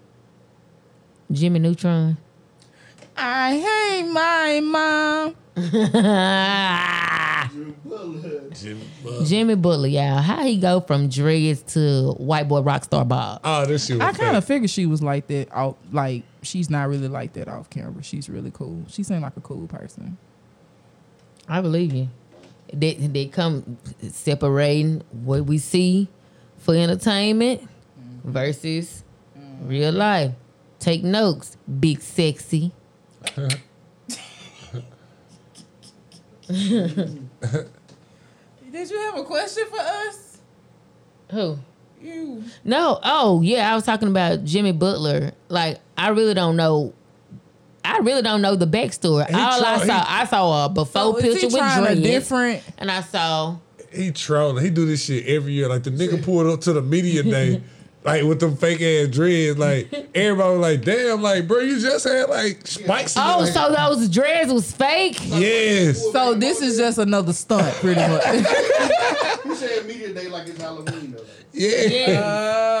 [SPEAKER 2] Jimmy Neutron. [laughs]
[SPEAKER 5] I hate my mom.
[SPEAKER 4] Drew Butler.
[SPEAKER 3] Jimmy.
[SPEAKER 2] Jimmy Butler, y'all. How he go from dreads to white boy rock star Bob?
[SPEAKER 3] Oh, this shit. Was
[SPEAKER 5] I kind
[SPEAKER 3] fake.
[SPEAKER 5] of figured she was like that. Off, like she's not really like that off camera. She's really cool. She seemed like a cool person.
[SPEAKER 2] I believe you. They they come separating what we see for entertainment Mm-hmm. versus real life. Take notes, big sexy.
[SPEAKER 5] Did you have a question for us?
[SPEAKER 2] Who?
[SPEAKER 5] You.
[SPEAKER 2] No. Oh, yeah. I was talking about Jimmy Butler. Like, I really don't know. I really don't know the backstory.
[SPEAKER 3] He
[SPEAKER 2] All I
[SPEAKER 3] try-
[SPEAKER 2] saw, I saw a before
[SPEAKER 5] Oh, is he
[SPEAKER 2] picture with
[SPEAKER 5] trying a
[SPEAKER 2] dreads,
[SPEAKER 5] different?
[SPEAKER 2] and I saw
[SPEAKER 3] He trolling. He do this shit every year. Like the nigga pulled up to the media day, like with them fake ass dreads. Like everybody was like, damn, like bro, you just had like spikes. in your-
[SPEAKER 2] Oh, so those dreads was fake?
[SPEAKER 3] Yes.
[SPEAKER 5] So this is just another stunt, pretty much.
[SPEAKER 4] You said media day like it's Halloween though.
[SPEAKER 3] Yeah.
[SPEAKER 5] [laughs]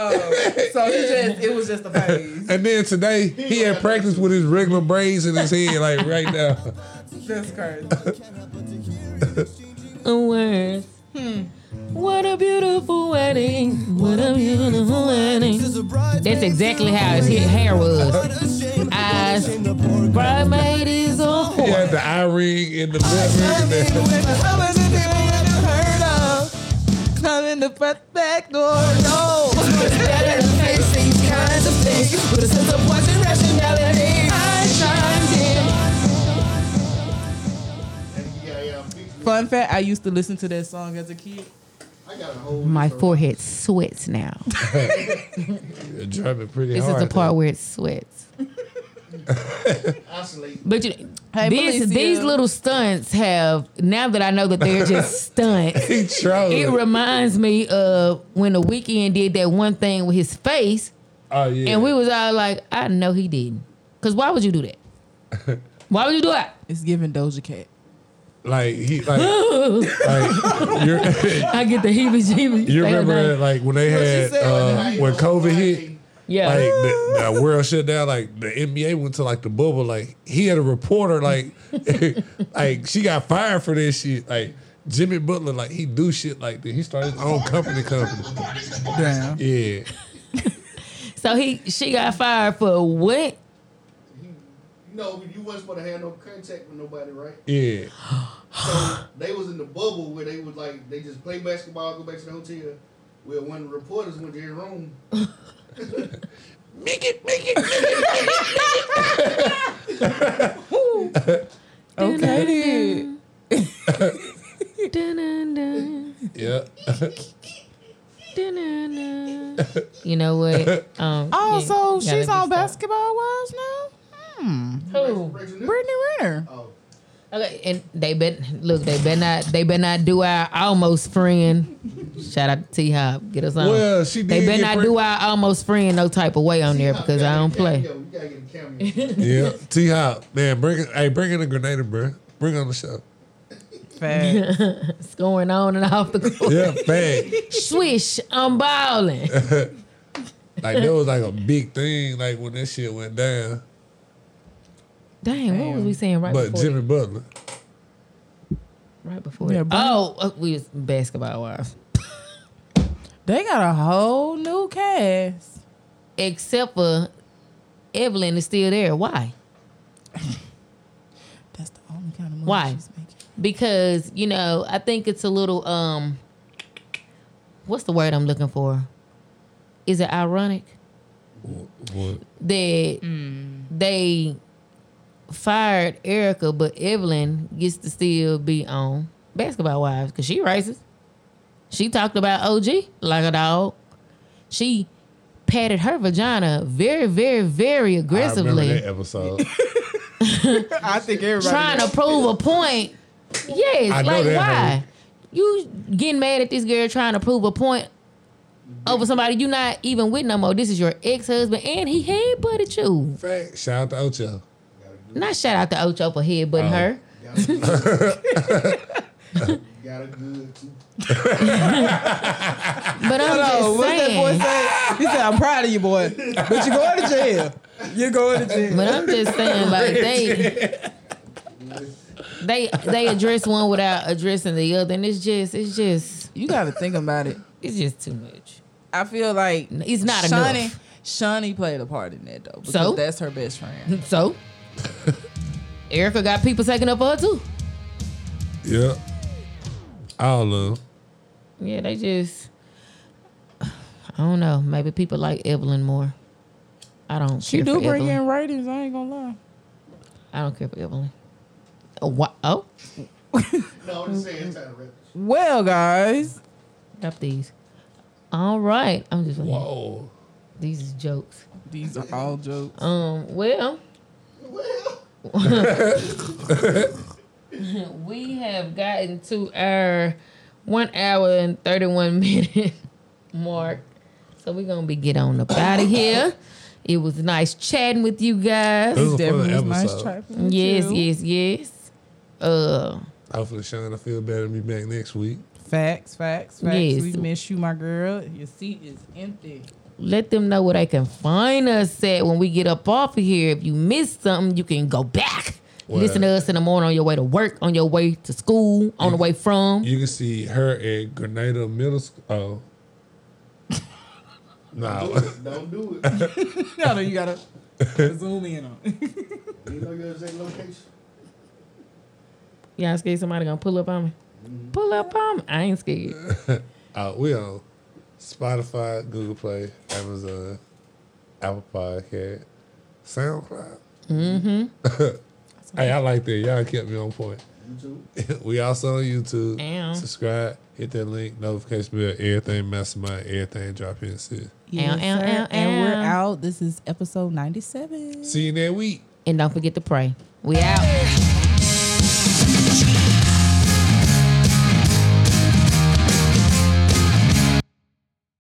[SPEAKER 5] Oh, so he just it was just a phase.
[SPEAKER 3] And then today he had practice with his regular braids in his head, like right now.
[SPEAKER 5] That's crazy.
[SPEAKER 2] Words. Hmm. What a beautiful wedding. What a beautiful wedding. That's exactly how his ha- hair was. Eyes. Bridesmaid is on.
[SPEAKER 3] He had the eye ring in the middle.
[SPEAKER 5] Come in the front back door, no. Better to face these kinds of things with a sense of what's and rationality. I chimed in. Fun fact: I used to listen to that song as a kid.
[SPEAKER 2] My forehead sweats now.
[SPEAKER 3] You're driving pretty
[SPEAKER 2] This
[SPEAKER 3] hard.
[SPEAKER 2] is the part where it sweats. But you,
[SPEAKER 5] Hey,
[SPEAKER 2] these
[SPEAKER 5] Malicia.
[SPEAKER 2] these little stunts have now that I know that they're [laughs] just stunts.
[SPEAKER 3] He trolling.
[SPEAKER 2] It reminds me of when the weekend did that one thing with his face,
[SPEAKER 3] Oh yeah.
[SPEAKER 2] and we was all like, "I know he didn't," because why would you do that? why would you do that?
[SPEAKER 5] It's giving Doja Cat.
[SPEAKER 3] like he like, like you're,
[SPEAKER 2] I get the heebie-jeebies.
[SPEAKER 3] You remember like when they had uh, when COVID hit,
[SPEAKER 2] Yeah.
[SPEAKER 3] like the, the world shut down. Like the NBA went to like the bubble. Like he had a reporter. Like, [laughs] like she got fired for this shit. Like Jimmy Butler. Like he do shit like this. He started his own company. Company.
[SPEAKER 5] Damn.
[SPEAKER 3] Yeah.
[SPEAKER 2] So he she got fired for what?
[SPEAKER 4] No, you wasn't supposed to have no contact with nobody, right?
[SPEAKER 3] Yeah. [sighs]
[SPEAKER 4] So they was in the bubble where they was like they just play basketball, go back to the hotel. Where one of the reporters went to his room.
[SPEAKER 3] Make it, make it,
[SPEAKER 5] Okay. then.
[SPEAKER 3] Yeah.
[SPEAKER 2] You know what? Um,
[SPEAKER 5] Oh,
[SPEAKER 2] yeah,
[SPEAKER 5] so
[SPEAKER 2] gotta
[SPEAKER 5] she's
[SPEAKER 2] be
[SPEAKER 5] on
[SPEAKER 2] stopped.
[SPEAKER 5] Basketball Wives now. Hmm.
[SPEAKER 2] Who?
[SPEAKER 5] Brittany Renner.
[SPEAKER 2] Okay, and they bet look, they bet not they bet not do our almost friend. Shout out to T Hop, get us on.
[SPEAKER 3] Well, she
[SPEAKER 2] Oh. they
[SPEAKER 3] did
[SPEAKER 2] bet
[SPEAKER 3] get
[SPEAKER 2] not
[SPEAKER 3] pre-
[SPEAKER 2] do our almost friend no type of way on there because I don't play.
[SPEAKER 4] Yo, you gotta get a cameo.
[SPEAKER 3] [laughs] Yeah. T Hop, man, bring it. Hey, bring in a Grenada, bro. Bring on the show.
[SPEAKER 5] Fact.
[SPEAKER 2] It's going on and off the court. [laughs]
[SPEAKER 3] Yeah, bang.
[SPEAKER 2] Swish, I'm balling.
[SPEAKER 3] Like that was like a big thing. Like when that shit went down.
[SPEAKER 2] Dang, what was we saying right
[SPEAKER 3] but
[SPEAKER 2] before?
[SPEAKER 3] Jimmy Butler.
[SPEAKER 2] right before.
[SPEAKER 5] Yeah,
[SPEAKER 2] that?
[SPEAKER 5] bro.
[SPEAKER 2] oh, uh, we was basketball wise.
[SPEAKER 5] They got a whole new cast.
[SPEAKER 2] Except for Evelyn is still there. Why?
[SPEAKER 5] That's the only kind of money
[SPEAKER 2] Why?
[SPEAKER 5] she's making.
[SPEAKER 2] Because you know, I think it's a little um. What's the word I'm looking for? Is it ironic?
[SPEAKER 3] What?
[SPEAKER 2] that they fired Erica, but Evelyn gets to still be on Basketball Wives because she racist. She talked about OG like a dog. She patted her vagina very, very, very
[SPEAKER 3] I remember
[SPEAKER 2] aggressively,
[SPEAKER 3] that episode.
[SPEAKER 5] I think everybody.
[SPEAKER 2] trying to prove a point. Yes,
[SPEAKER 3] I know
[SPEAKER 2] like
[SPEAKER 3] that
[SPEAKER 2] why?
[SPEAKER 3] hurt.
[SPEAKER 2] You getting mad at this girl trying to prove a point over somebody you not even with no more. This is your ex husband, and he headbutted you.
[SPEAKER 3] Fact. Shout out to Ocho.
[SPEAKER 2] Not shout out to Ocho for headbutting her.
[SPEAKER 4] Got a good two.
[SPEAKER 2] But I'm
[SPEAKER 5] Oh,
[SPEAKER 2] just
[SPEAKER 5] what's that boy
[SPEAKER 2] saying.
[SPEAKER 5] say? He said, "I'm proud of you, boy, but you're going to jail. You're going to jail."
[SPEAKER 2] But I'm just saying,
[SPEAKER 5] [laughs]
[SPEAKER 2] like they, they, they address one without addressing the other, and it's just, it's just,
[SPEAKER 5] You got to think about it.
[SPEAKER 2] it's just too much.
[SPEAKER 5] I feel like
[SPEAKER 2] It's not
[SPEAKER 5] Shawnee,
[SPEAKER 2] enough.
[SPEAKER 5] Shawnee played a part in that though, because
[SPEAKER 2] So?
[SPEAKER 5] that's her best friend.
[SPEAKER 2] So, Erica got people taking up for her too.
[SPEAKER 3] Yeah. All of them.
[SPEAKER 2] Yeah, they just, I don't know. Maybe people like Evelyn more. I don't.
[SPEAKER 5] She
[SPEAKER 2] care
[SPEAKER 5] do
[SPEAKER 2] for
[SPEAKER 5] bring
[SPEAKER 2] Evelyn.
[SPEAKER 5] in ratings. I ain't gonna lie.
[SPEAKER 2] I don't care for Evelyn. Oh, what? Oh,
[SPEAKER 4] No, I'm just saying it's time to wrap.
[SPEAKER 5] Well, guys,
[SPEAKER 2] drop these. All right, I'm just. Like,
[SPEAKER 3] Whoa.
[SPEAKER 2] these is jokes.
[SPEAKER 5] these are all jokes.
[SPEAKER 2] Um. Well.
[SPEAKER 4] Well,
[SPEAKER 2] [laughs] We have gotten to our one hour and 31 minute [laughs] mark. So we're going to be get on up out of here. It was nice chatting with you guys.
[SPEAKER 3] This is a fun Definitely was nice episode. chatting with
[SPEAKER 2] Yes,
[SPEAKER 3] you.
[SPEAKER 2] yes, yes. Uh,
[SPEAKER 3] Hopefully, Sean, I feel better and be back next week.
[SPEAKER 5] Facts, facts, facts.
[SPEAKER 2] Yes.
[SPEAKER 5] We miss you, my girl. Your seat is empty.
[SPEAKER 2] let them know where they can find us at when we get up off of here. If you missed something, you can go back.
[SPEAKER 3] Word.
[SPEAKER 2] Listen to us in the morning on your way to work, on your way to school, on the way from.
[SPEAKER 3] You can see her at Grenada Middle School. Oh. no.
[SPEAKER 4] Don't do
[SPEAKER 3] [laughs]
[SPEAKER 4] it.
[SPEAKER 5] [laughs] no, no, you gotta zoom in on.
[SPEAKER 4] You know your exact location.
[SPEAKER 2] Y'all scared somebody gonna pull up on me? Pull up on me. I ain't scared.
[SPEAKER 3] Uh, we on Spotify, Google Play, Amazon, Apple Podcast, SoundCloud.
[SPEAKER 2] Mhm.
[SPEAKER 3] [laughs] hey, I like that. Y'all kept me on point. [laughs] we also on YouTube.
[SPEAKER 2] Ow.
[SPEAKER 3] Subscribe, hit that link, notification bell, everything mastermind, everything drop in. See.
[SPEAKER 5] Yes,
[SPEAKER 2] ow,
[SPEAKER 5] sir.
[SPEAKER 2] ow,
[SPEAKER 5] and we're
[SPEAKER 2] ow.
[SPEAKER 5] out. This is episode 97.
[SPEAKER 3] See you next week.
[SPEAKER 2] And don't forget to pray. We out.